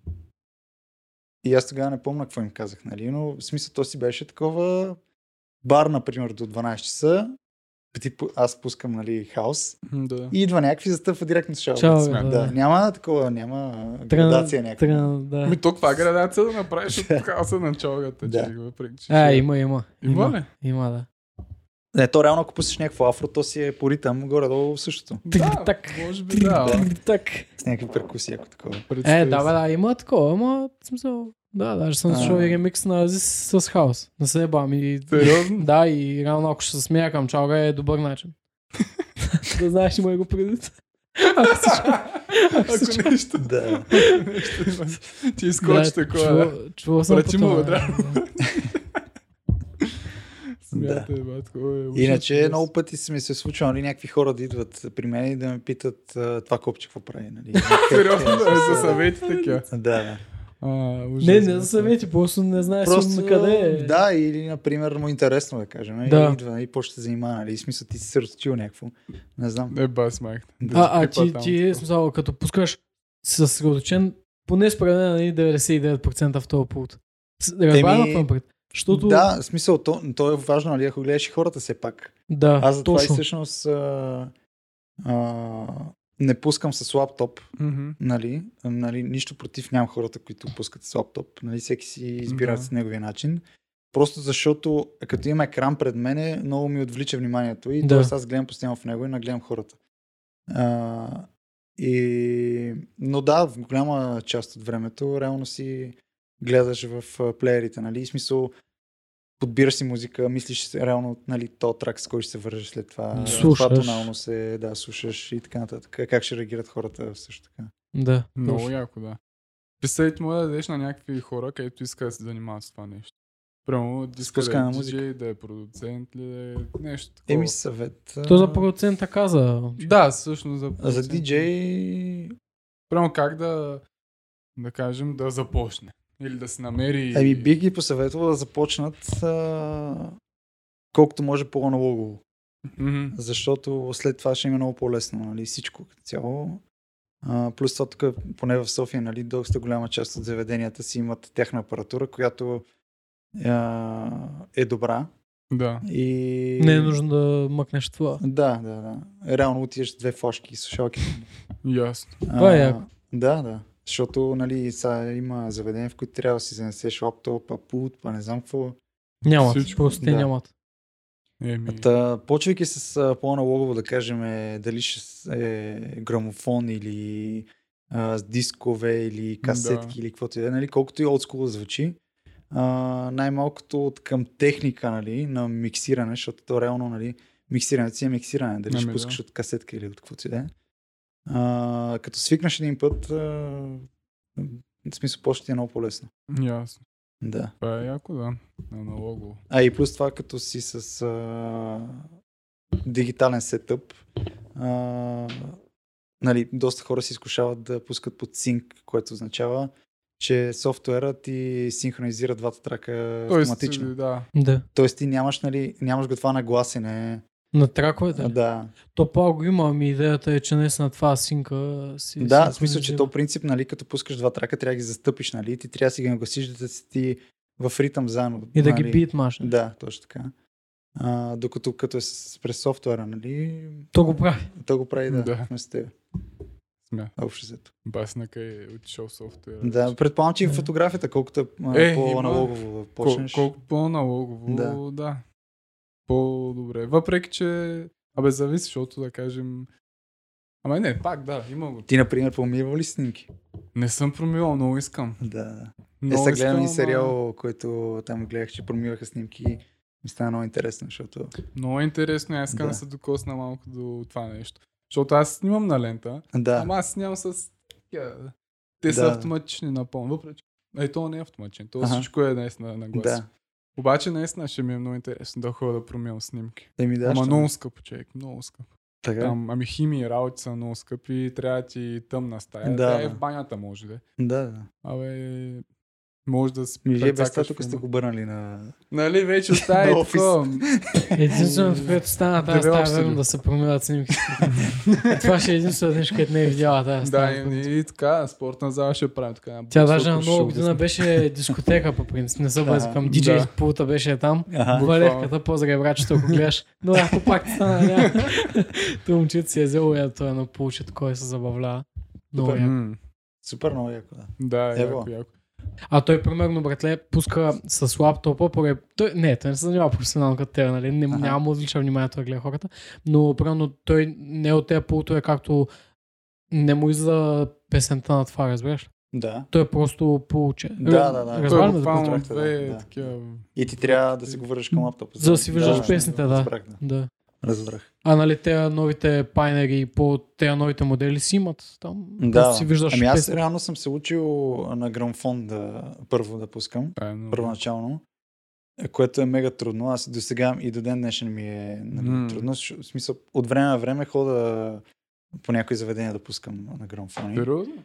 S1: И аз тогава не помня какво им казах, нали? Но в смисъл то си беше такова бар, например, до 12 часа. Петит, пу- аз пускам, нали, хаос.
S2: Да.
S1: И идва някакви застъпва директно с шалове.
S3: Чао,
S2: смях,
S3: бе,
S1: Да,
S3: да.
S1: няма такова, няма
S3: Трябва-
S1: градация някаква.
S3: трябва- да.
S2: Ми Ами, то каква градация да направиш от хаоса на чалгата,
S1: Да.
S2: че го въпреки, че
S3: А,
S2: ще-
S3: има, има.
S2: Има ли?
S3: Има, да.
S1: Не, то реално, ако пуснеш някакво афро, то си е по ритъм, горе-долу същото.
S2: Да,
S3: Так.
S2: може би да. ама
S3: Так.
S1: С някакви перкусии, ако такова.
S2: представи
S3: Е,
S2: си.
S3: да, бе, да, има такова, ама в смисъл. Да, даже съм
S1: А.
S3: слушал и ремикс на Азис с хаос. Не се ебам и...
S2: Сериозно?
S3: Да, и реално ако ще се смея към чалга е добър начин. да знаеш, има и го предвид. Ако си- ако си чу-
S2: Ако нещо,
S1: Да.
S2: нещо има. Ти изкочи
S3: Да,
S2: такова. да.
S3: чувал- Чувал съм
S2: Врати му,
S3: това,
S2: бе,
S3: да.
S2: Смятай, бе, такова е.
S1: Иначе
S2: ужасно.
S1: много пъти си ми се случва, нали, някакви хора да идват при мен и да ме питат а, това копче какво прави, нали.
S2: Сериозно, да, за съвети такива.
S1: Да, да.
S2: А, ужасно.
S3: Не, не за съвети, просто не знаеш
S1: Просто
S3: на къде е.
S1: Да, или, например, му е интересно да кажем.
S3: Да.
S1: Да. И идва и почва да се занимава, нали. И смисъл, ти си се разучил някакво. Не знам.
S2: Е, бас, майка.
S3: А, а
S1: е
S2: Пипа
S3: ти,
S2: там,
S3: ти
S2: такова.
S3: смисъл, като пускаш съсредоточен, поне според мен нали, 99% в този пулт. С- Разбавя
S1: Еми,
S3: това пред. Защото,
S1: Да, в смисъл, то, то е важно, нали, ако гледаш и хората все пак.
S3: да,
S1: Аз затова и
S3: точно.
S1: всъщност а, а, не пускам с лаптоп,
S2: Мгм.
S1: нали, нали, нищо против нямам хората, които пускат с лаптоп, нали, всеки си избира
S2: Да.
S1: с неговия начин. Просто защото, като има екран пред мене, много ми отвлича вниманието и
S3: Да.
S1: да. т.е. аз гледам постоянно в него и нагледам хората. А, и... Но да, в голяма част от времето реално си гледаш в а, плеерите, нали, и смисъл подбираш си музика, мислиш се, реално нали, то трак, с кой ще се вържеш след това.
S3: Слушаш.
S1: Това тонално се, да, слушаш и така нататък. Как ще реагират хората също така.
S3: Да,
S2: Много
S3: точно.
S2: яко, да. Писайте му да дадеш на някакви хора, където иска да се занимават с това нещо. Прямо диска да е
S1: пускане на
S2: диджей, да е продуцент ли, да е нещо такова.
S1: Еми съвет. а,
S3: То за процента каза.
S2: Да, всъщност за...
S1: За
S2: продуцент.
S1: диджей...
S2: Прямо как да, да кажем, да започне. Или да се намери...
S1: Ами бих ги посъветвал да започнат а... колкото може по-аналогово.
S2: Мгм.
S1: Защото след това ще им е много по-лесно, нали, всичко като цяло. А, плюс това тук, поне в София, нали, доста голяма част от заведенията си имат тяхна апаратура, която а, е добра.
S2: Да.
S1: И...
S3: Не е нужно да мъкнеш това.
S1: Да, да, да. Реално отиваш с две флашки и слушалки.
S2: Ясно.
S3: Това е яко.
S1: Да, да. Защото, нали, сега има заведения, в които трябва да си занесеш лаптоп, а пулт, па не знам какво.
S3: Нямат,
S2: Всичко,
S3: просто те
S1: да.
S3: нямат.
S2: Еми...
S1: Та, почвайки с а, по-аналогово, да кажем, е, дали ще с- е грамофон или а, с дискове или касетки или каквото и да е, нали, колкото и олдскул звучи, а, най-малкото от към техника нали, на миксиране, защото то реално нали, миксирането си е миксиране, дали
S2: Ами да.
S1: ще пускаш от касетка или от каквото и да е. А, Като свикнеш един път, а, в смисъл, почти е много по-лесно.
S2: Ясно.
S1: Да.
S2: Това е яко, да. Аналогово.
S1: А и плюс това, като си с а, дигитален сетъп, а, нали, доста хора се изкушават да пускат под синк, което означава, че софтуера ти синхронизира двата трака
S3: е,
S2: Тоест,
S1: Е, автоматично.
S2: да.
S3: Да.
S1: Тоест ти нямаш, нали, нямаш го това нагласене.
S3: На траковете.
S1: Да,
S3: ли?
S1: да.
S3: То пак го има, ами идеята е, че не на това синка си.
S1: да
S3: си
S1: в смисъл, че
S3: синхронизира.
S1: то принцип, нали, като пускаш два трака, трябва да ги застъпиш, нали, ти трябва да си ги нагласиш да си ти в ритъм заедно.
S3: И да
S1: нали.
S3: ги бият маш.
S1: Да, точно така. А, докато като е с, през софтуера, нали,
S3: То го прави.
S1: То го прави, да,
S2: Да.
S1: да. вместо тебе.
S2: Смя.
S1: Общо взето.
S2: Баснака е отишъл софтуера.
S1: Да, предполагам, че и
S3: Да.
S1: фотографията, колкото е, а,
S2: Е,
S1: по-аналогово да
S2: Кол,
S1: почнеш.
S2: колко по-налогово, да.
S1: Да.
S2: да. По-добре. Въпреки, че... Абе, зависи, защото да кажем... Ама не, пак да, има го.
S1: Ти, например, помирал ли снимки?
S2: Не съм промивал, много искам.
S1: Да, да. Е,
S2: Много
S1: сега гледам
S2: искам,
S1: и
S2: ама-
S1: сериал, който там гледах, че промиваха снимки. Ми стана много интересно, защото...
S2: Много е интересно, аз искам да.
S1: Да.
S2: се докосна малко до това нещо. Защото аз снимам на лента,
S1: Да,
S2: ама аз снимам с... такива- Те са
S1: Да.
S2: автоматични напълно, въпреки... Е, то не е автоматичен, то
S1: Аха.
S2: всичко е наистина на глас.
S1: да.
S2: Обаче наистина ще ми е много интересно да ходя да промивам снимки.
S1: Да ми
S2: Да,
S1: даш.
S2: ама много скъпо, човек, много скъпо.
S1: Така.
S2: Там, ами химии работи са много скъпи, трябва ти тъмна стая. Да,
S1: Да,
S2: Тя е
S1: да.
S2: в банята, може да. е.
S1: Да, да.
S2: Абе, Може да си
S1: Вие без това
S2: прецакаш
S1: тук
S2: филма.
S1: сте го обърнали на...
S2: Нали, вече Ами, става
S1: На
S2: и
S1: офис.
S2: такова.
S3: Единственото, което стана тази
S2: Дебел
S3: стая,
S2: студио.
S3: верно да се променят снимки. Това ще е единственото нещо, което не е видяла тази
S2: Да,
S3: стая.
S2: и, и, така, спортна зала ще прави така.
S3: Тя
S2: бокс,
S3: даже на
S2: ако ще
S3: нова
S2: обясня.
S3: година беше дискотека по принцип. Не се бъде към диджей
S2: е да.
S3: пулта беше там.
S1: Аха.
S3: Валерката по-здраве, брачето, ако гледаш. Но ако пак стана, няма. То момчето си е взело я, той едно получи, кой се забавлява. Много
S1: Супер.
S3: яко.
S2: М,
S1: Супер много яко, да.
S2: Да, е,
S1: Ево.
S2: яко, яко.
S3: А той, примерно, братле, пуска с лаптопа, поред... Той, не, той не се занимава професионално като тебе, нали? Не,
S1: Аха.
S3: няма му отлича вниманието да гледа хората, но примерно той не е от тези пултове, както не му изда песента на това, разбираш?
S1: Да.
S3: Той е просто получи.
S1: Да, да, да.
S2: Той е
S3: Разбрах ли?
S1: буквално-
S2: буквално
S1: разбрах, да,
S2: две
S1: да.
S2: такива...
S1: И ти трябва да се го върнеш към лаптопа.
S3: За да си виждаш песните, да.
S1: Разбрах, да.
S3: Да.
S1: Разбрах.
S3: А нали, те новите пайнери по те новите модели си имат там.
S1: Да.
S3: просто си виждаш
S1: ами аз
S3: песен.
S1: реално съм се учил на грамфон да, първо да пускам.
S2: Да, е много-
S1: първоначално, което е мега трудно. Аз до сега и до ден днешен ми е нали,
S2: Мм.
S1: mm. трудно. защо- В смисъл, от време на време хода по някои заведения да пускам на грамфони.
S2: Сериозно?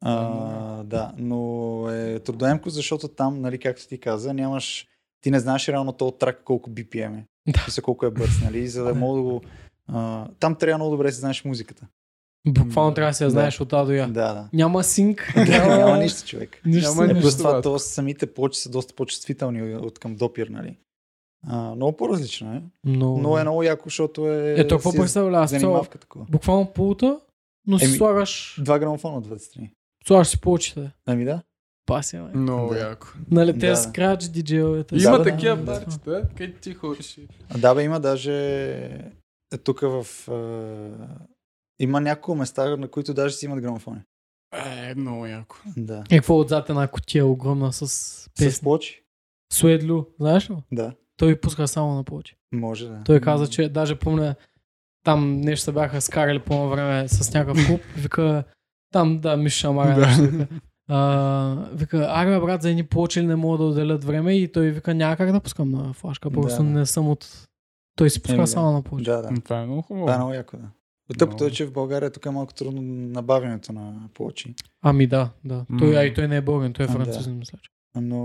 S1: А, да, но е трудоемко, защото там, нали, както ти каза, нямаш... Ти не знаеш реално този трак колко BPM е.
S3: Да.
S1: Да. колко е бърз, нали? За да мога да го... А, там трябва много добре да си знаеш музиката.
S3: Буквално трябва да си я
S1: Да.
S3: знаеш от А до
S1: Да,
S3: Я.
S1: да.
S3: Няма синк.
S1: да. Няма нищо, човек.
S3: Нищо.
S2: Няма
S3: си не-
S1: Е, плюс
S2: Нищо,
S1: това,
S2: брат.
S1: то самите плочи са доста по-чувствителни от към допир, нали? А, много по-различно е. Но е много яко, защото е...
S3: Ето, какво
S1: си
S3: представлява? Аз цяла-
S1: Занимавка такова.
S3: буквално полута, но си
S1: Еми-
S3: слагаш,
S1: Два грамофона от двете страни.
S3: слагаш си получите.
S1: Ами да.
S3: Паси, бе.
S2: Много
S1: Да.
S2: яко.
S3: Нали, те
S1: Да.
S3: скрач диджеовете.
S1: Да,
S2: Има
S1: бе,
S2: такива
S1: да.
S2: барчета, където ти ходиш. и-
S1: А, да, бе, има даже... Тук в... Е... Има няколко места, на които даже си имат грамофони.
S2: Е, много яко.
S1: Да.
S3: Е, какво отзад една котия огромна с
S1: С
S3: песни?
S1: плочи?
S3: Суедлю, знаеш ли?
S1: Да.
S3: Той ви пуска само на повече.
S1: Може да.
S3: Той каза, че даже помня, там нещо се бяха скарали по едно време с някакъв клуб. Вика, там, да, Миша Мара.
S2: Да.
S3: нещо, Вика, а, вика, аре бе, брат, за едни получили не могат да отделят време и той вика, няма как да пускам на флашка, просто
S1: Да.
S3: не съм от... Той си пуска
S1: Еми, да.
S3: само на повече.
S1: Да, да.
S2: Това е много хубаво.
S1: Това е много яко, да. Тъпото
S2: Много.
S1: е, че в България тук е малко трудно набавянето на плочи.
S3: Ами да, да.
S2: М.
S3: Той, а и той не е българин, той е
S1: А, да.
S3: французин, мисля. че.
S1: Но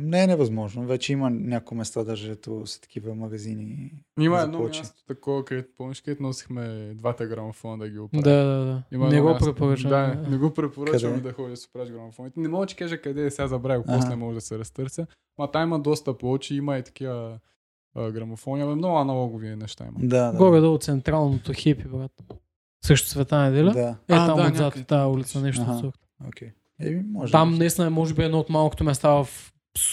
S1: не е невъзможно. Вече има някои места, даже ето са такива магазини.
S2: Има
S1: за
S2: едно
S1: плочи.
S2: място такова, където помниш, където носихме двата грамофона да ги оправим.
S3: Да, да, да.
S2: е. Има
S3: не
S2: едно
S3: го
S2: място.
S3: препоръчам.
S2: Да, не го препоръчвам
S1: Къде?
S2: да ходиш да си оправиш грамофоните. Не мога да ти кажа къде е, сега забравя,
S1: Ага.
S2: после не може да се разтърся. Ма там има доста плочи, има и такива а, грамофони, абе много аналогови неща има.
S1: Да, да.
S3: Горе-долу централното хипи, брат. Също света неделя. Да.
S1: Да,
S3: Е,
S2: А,
S3: там
S2: да,
S3: отзад,
S2: някъде.
S3: тази улица, нещо
S1: Аха.
S3: от сорта.
S1: окей. Еми, може.
S3: Там
S1: да.
S3: наистина е, може би, едно от малкото места в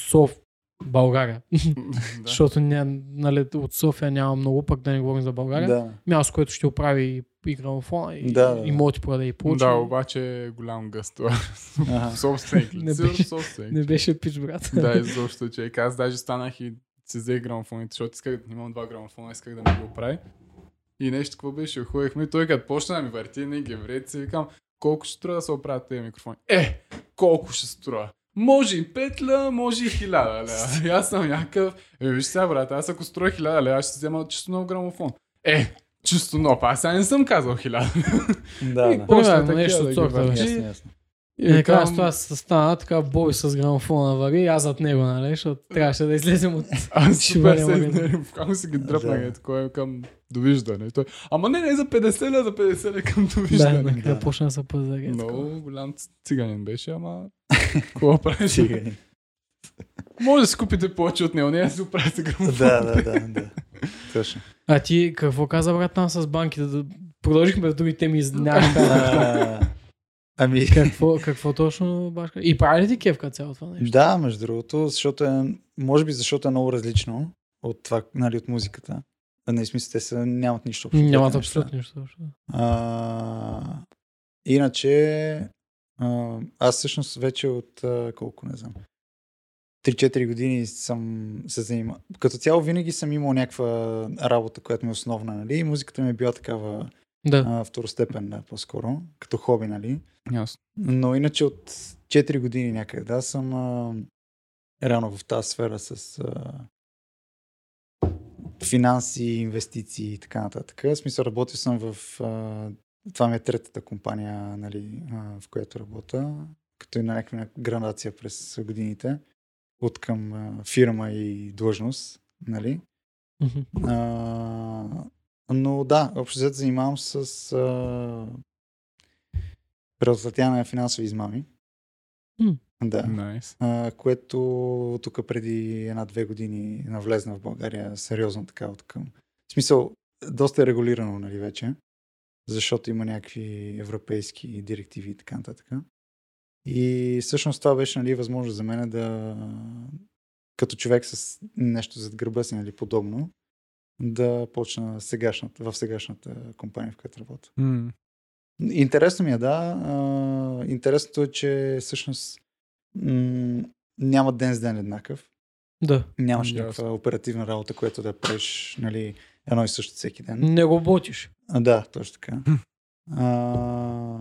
S3: Соф... България.
S2: Да.
S3: Защото ня, нали, от София няма много, пък да не говорим за България.
S1: Да.
S3: Място, което ще оправи и, и грамофона, и,
S1: Да, да, да.
S3: и моти продаде и получи.
S2: Да, обаче е голям гъст това.
S1: Аха.
S2: Собственик.
S3: Не
S2: ли?
S3: беше-
S2: Сигурно собственик.
S3: Не беше пич, брат.
S2: Да, изобщо, че аз даже станах и си взех грамофоните, защото исках, имам два грамофона, исках да ми го прави. И нещо какво беше, ходихме и той като почна да ми върти, не ги вреди, си викам, колко ще струва да се оправят тези микрофони? Е, колко ще струва? Може и петля, може и хиляда лева. И аз съм някакъв, е, виж сега, брат, аз ако строя хиляда лева, ще си взема чисто нов грамофон. Е, чисто нов, аз сега не съм казал хиляда.
S1: Да, Е, да.
S3: Просто
S2: Примерно,
S3: нещо
S2: такива
S3: от
S2: да ги
S3: сорта, бе.
S2: върти.
S1: Ясно, ясно.
S3: И накрая
S2: викам,
S3: с това се стана така бой с грамофона вари, и аз зад него, нали, защото трябваше да излезем от...
S2: Аз
S3: Ще
S2: супер
S3: бъде
S2: се
S3: лагано.
S2: изнервих, буквално си ги дръпнах
S1: Да.
S2: е такова към довиждане. Той, Ама не, не за 50 ля, за 50 ля към
S3: да,
S2: довиждане.
S3: накрая почна да се пазари. е такова.
S2: Много голям ц- циганин беше, ама... Какво правиш?
S1: Циганин.
S2: Може да си купите повече от него, не е да си оправите грамофон.
S1: Да, да, да, да. Точно.
S3: А ти какво каза, брат, там с банките? Да- Продължихме в други теми из дня.
S1: А, Ами,
S3: какво, какво точно башка? И прави ли ти кефка цялото това нещо?
S1: да, между другото, защото е, може би защото е много различно от това, нали, от музиката. А, Не, в смисъл, те са, нямат нищо общо.
S3: Нямат
S1: двете неща.
S3: абсолютно нищо. общо.
S1: А, иначе, а, аз всъщност вече от а, колко не знам. 3-4 години съм се занимавал. Като цяло винаги съм имал някаква работа, която ми е основна, нали? И музиката ми е била такава
S3: Да.
S1: а, второстепенна по-скоро, като хоби, нали?
S2: Ясно.
S1: Но иначе от 4 години някъде, да, съм а, рано в тази сфера с а, финанси, инвестиции и така нататък. В смисъл, работил съм в... А, това ми е третата компания, нали, а, в която работя. като една някаква градация през годините от към а, фирма и длъжност, нали?
S3: Мгм.
S1: А, но да, общо взето занимавам се с а, предотвратяване на финансови измами.
S3: М.
S1: Да.
S2: Найс.
S1: А, което тук преди една-две години навлезна в България сериозно така от към. В смисъл, доста е регулирано, нали вече, защото има някакви европейски директиви и така нататък. И всъщност това беше нали, възможно за мен да, като човек с нещо зад гърба си, нали, подобно, да почна сегашната, в сегашната компания, в която работя.
S2: Mm.
S1: Интересно ми е, да. А, Интересното е, че всъщност м- няма ден с ден еднакъв.
S3: Да.
S1: Нямаш
S2: Ясно.
S1: някаква оперативна работа, която да правиш нали, едно и също всеки ден.
S3: Не работиш.
S1: А, да, точно така. А,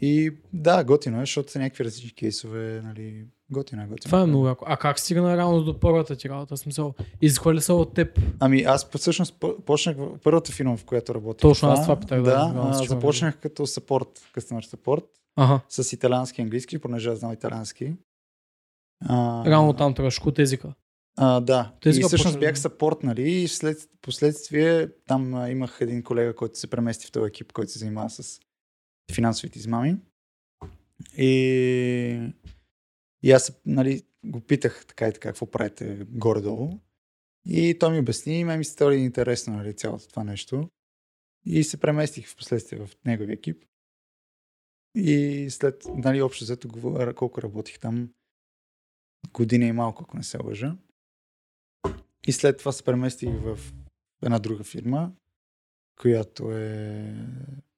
S1: и да, готино е, защото са някакви различни кейсове. Нали, готино е, готино.
S3: Това е много яко. А как стигна реално до първата ти работа? В Смисъл, изхвърли се от теб.
S1: Ами аз по- всъщност по- почнах в- първата фирма, в която работих.
S3: Точно аз това питах, да,
S1: Да,
S3: знам с
S1: а,
S3: чува,
S1: започнах като support, customer support.
S3: Ага.
S1: с италиански и английски, понеже аз знам италиански. А,
S3: Реално там трябваше от езика.
S1: А, да.
S3: Те
S1: Тези и
S3: сега
S1: всъщност
S3: почнали,
S1: бях
S3: да.
S1: съпорт, нали? И след, последствие там а, имах един колега, който се премести в този екип, който се занимава с финансовите измами. И, и аз нали, го питах така и така, какво правите горе-долу. И той ми обясни, и мен ми се стори интересно нали, цялото това нещо. И се преместих в последствие в неговия екип. И след, нали, общо взето, говоря колко работих там, година и малко, ако не се лъжа. И след това се преместих в една друга фирма, която е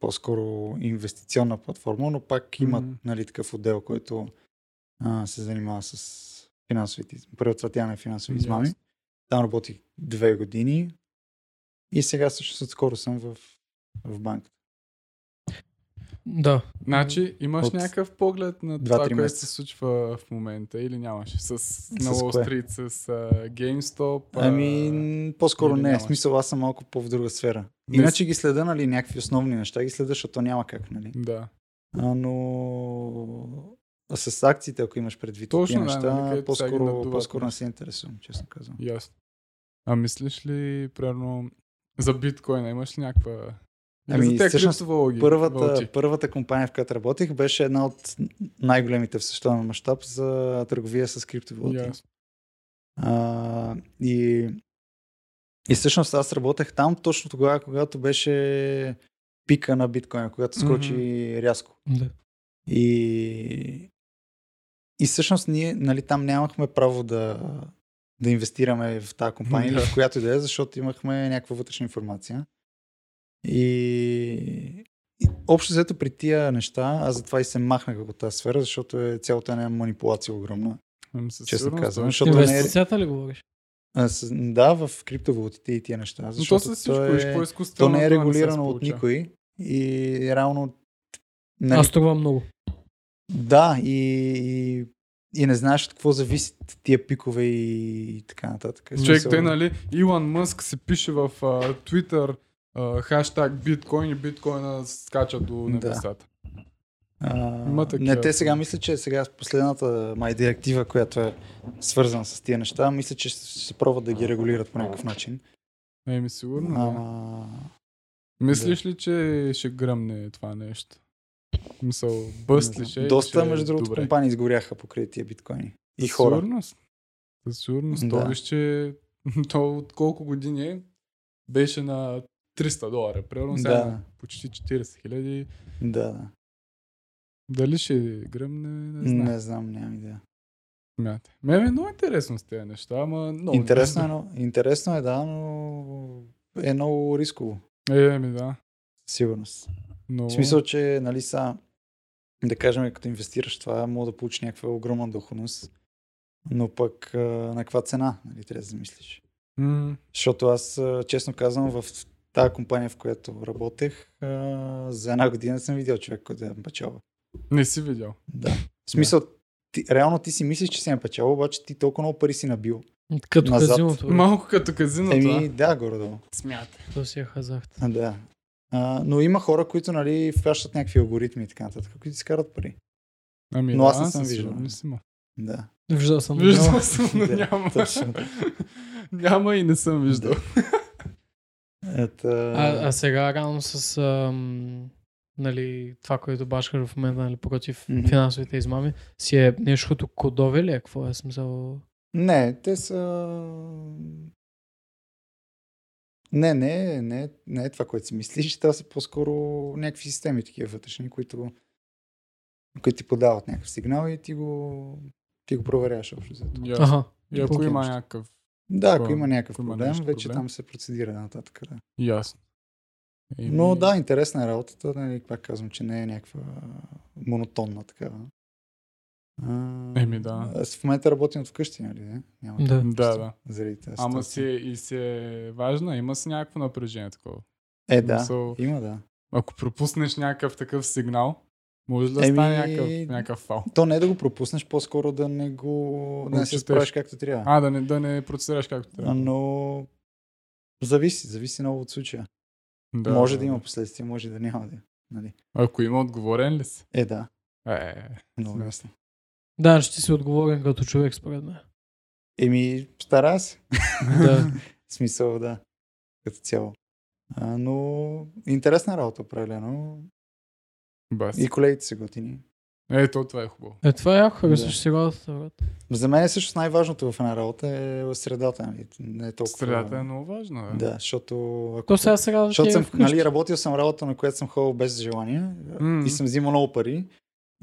S1: по-скоро инвестиционна платформа, но пак има
S2: Мгм.
S1: нали, такъв отдел, който а, се занимава с финансовите, из- предотвратяване е на финансови измами.
S2: Ясно.
S1: Там работих две години и сега също скоро съм в, в банката.
S3: Да.
S2: Значи имаш
S1: От-
S2: някакъв поглед на
S1: Два-три
S2: това, което
S1: месеца.
S2: се случва в момента или нямаш? С, с на
S1: кое?
S2: Wall Street, с uh, GameStop. а,
S1: Ами, н- по-скоро
S2: или
S1: не. В
S2: нямаш?
S1: смисъл, аз съм малко по в друга сфера.
S2: Не
S1: Иначе ги следа, нали, някакви основни неща ги следа, защото няма как, нали.
S2: Да.
S1: А, но а с акциите, ако имаш предвид
S2: Точно,
S1: тия
S2: да, нали,
S1: неща,
S2: където сега ги
S1: по-скоро,
S2: надуват
S1: по-скоро не
S2: нещо.
S1: се интересувам, честно казвам.
S2: Ясно. А мислиш ли, примерно, за биткоина имаш ли някаква... Или
S1: Ами,
S2: за тези
S1: всъщност,
S2: криптовалоги?
S1: Първата,
S2: валути?
S1: първата компания, в която работих, беше една от най-големите в световен мащаб за търговия с криптовалути.
S2: Ясно.
S1: А, и, и всъщност аз работех там точно тогава, когато беше пика на биткоина, когато скочи mm-hmm. рязко.
S3: да.
S1: И, и всъщност ние нали, там нямахме право да, да инвестираме в тази компания или
S2: Да.
S1: в която и да е, защото имахме някаква вътрешна информация. И, и общо взето при тия неща, аз затова и се махнах от тази сфера, защото е цялата една манипулация е огромна.
S2: Ами, със
S1: Честно
S2: сигурност,
S1: казвам,
S2: да.
S1: защото не е-
S3: Инвестицията ли говориш?
S1: А, с, да, в криптовалутите и тия неща.
S2: Но то
S1: Защото
S2: с всичко,
S1: то,
S2: виж,
S1: е, то
S2: по-изкуствено,
S1: не е
S2: се
S1: регулирано от
S2: получава.
S1: никой. И реално. Нали,
S3: Аз струва много.
S1: Да, и, и, и не знаеш от какво зависят тия пикове и, и така нататък. В
S2: Човек,
S1: смисъл,
S2: той, нали, Илон Мъск се пише в а, Twitter а, хаштаг биткоин и биткоина скача до
S1: Да.
S2: небесата.
S1: а,
S2: има такива.
S1: не, те сега мисля, че сега с последната май директива, която е свързана с тия неща, мисля, че ще, ще се пробват да ги регулират по някакъв начин.
S2: Еми, сигурно. да.
S1: Ама,
S2: Мислиш ли, че ще гръмне това нещо? Мисъл, бъст ли ще? или
S1: доста,
S2: ще е
S1: между другото,
S2: добре?
S1: компании изгоряха покрай тия биткоини. И хора.
S2: Със сигурност. Със
S1: Да.
S2: сигурност. То виж, че то от колко години е, беше на 300 долара. Примерно сега
S1: Да.
S2: на почти 40 хиляди.
S1: Да, да.
S2: Дали ще гръмне, не знам.
S1: Не знам, нямам идея.
S2: Мята. Ме е много интересно с тези неща, ама много.
S1: Интересно е, но, интересно е, да, но е много рисково,
S2: Е, еми да.
S1: със сигурност.
S2: Но...
S1: В смисъл, че, нали, са, да кажем, като инвестираш това, мога да получиш някаква огромна доходност, но пък а, на каква цена, нали, трябва да замислиш.
S2: М-
S1: Защото аз, а, честно казвам, в тази компания, в която работех, а, за една година съм видял човек, който е печалба.
S2: не си видял.
S1: Да. В смисъл, ти, реално ти си мислиш, че си на печалба, обаче ти толкова много пари си набил.
S3: Като
S1: Назад.
S3: казиното. бе.
S2: Малко като казиното,
S1: Е. Еми,
S2: Еми...
S1: да, горе-долу.
S2: Смята.
S3: То си е хазарт.
S1: А, Да. А, но има хора, които нали, вкащат някакви алгоритми и така нататък, които си карат пари.
S2: Ами,
S1: Но
S2: да,
S1: аз не съм
S2: със
S1: виждал.
S2: сигурност има.
S1: Да.
S3: Виждал съм.
S2: Виждал съм, но
S1: Да,
S2: няма.
S1: точно.
S2: няма и не съм виждал.
S1: Ето,
S3: А, а сега рано с ам, нали, това, което башкаш в момента нали, против
S1: Мгм.
S3: mm-hmm. финансовите измами, си е нещо като кодове ли? е? Какво е смисъл?
S1: Не, те са... Не, не, не, не е това, което си мислиш. Това са по-скоро някакви системи такива вътрешни, които, които ти подават някакъв сигнал и ти го, ти го проверяваш общо взето.
S2: Ясно.
S3: Аха.
S2: И ако
S1: Окей,
S2: има
S1: нещо.
S2: някакъв.
S1: Да, ако
S2: Такова,
S1: има някакъв
S2: ако има
S1: проблем,
S2: нещо
S1: вече
S2: проблем.
S1: там се процедира нататък. Да.
S2: Ясно. Еми,
S1: Но да, интересна е работата. Нали, пак казвам, че не е някаква монотонна такава. А,
S2: Еми, да.
S1: Аз в момента работим от вкъщи, нали? Не? Няма
S3: Да.
S2: Ами, Да, да.
S1: Заради тази
S2: Ама си,
S1: ситуация.
S2: е- и си е важна, има си някакво напрежение такова.
S1: Е, да.
S2: Мисъл,
S1: Има, да.
S2: ако пропуснеш някакъв такъв сигнал, може да
S1: Еми,
S2: стане някакъв, някакъв фал.
S1: То не е да го пропуснеш, по-скоро да не го... Да не се
S2: Отчетеш.
S1: справиш както трябва.
S2: А, да не, да не процедираш както
S1: А,
S2: трябва.
S1: Но... Зависи, зависи много от случая.
S2: Да,
S1: Да, може да,
S2: да,
S1: има
S2: да.
S1: последствия, може да няма да. има, Нали?
S2: Ако има, отговорен ли си?
S1: Е, да.
S2: Е,
S1: Много
S2: Да.
S1: ясно.
S3: Да, ще си отговорен като човек, според мен.
S1: Еми, стара се.
S3: Да.
S1: В смисъл, да. Като цяло. А, но интересна работа, определено.
S2: бас.
S1: И колегите са готини.
S2: Ето, това е хубаво.
S3: Е, това е яко, харесваш
S1: Да.
S3: си работата, брат.
S1: За мен също най-важното в една работа е в средата. нали? Не е толкова...
S2: Средата е много важна. Да.
S1: Да, защото... Ако...
S3: То сега сега
S1: Защото
S3: ти е
S1: съм,
S3: вкъщи.
S1: нали, работил съм работа, на която съм ходил без желание
S2: Мгм.
S1: и съм взимал много пари.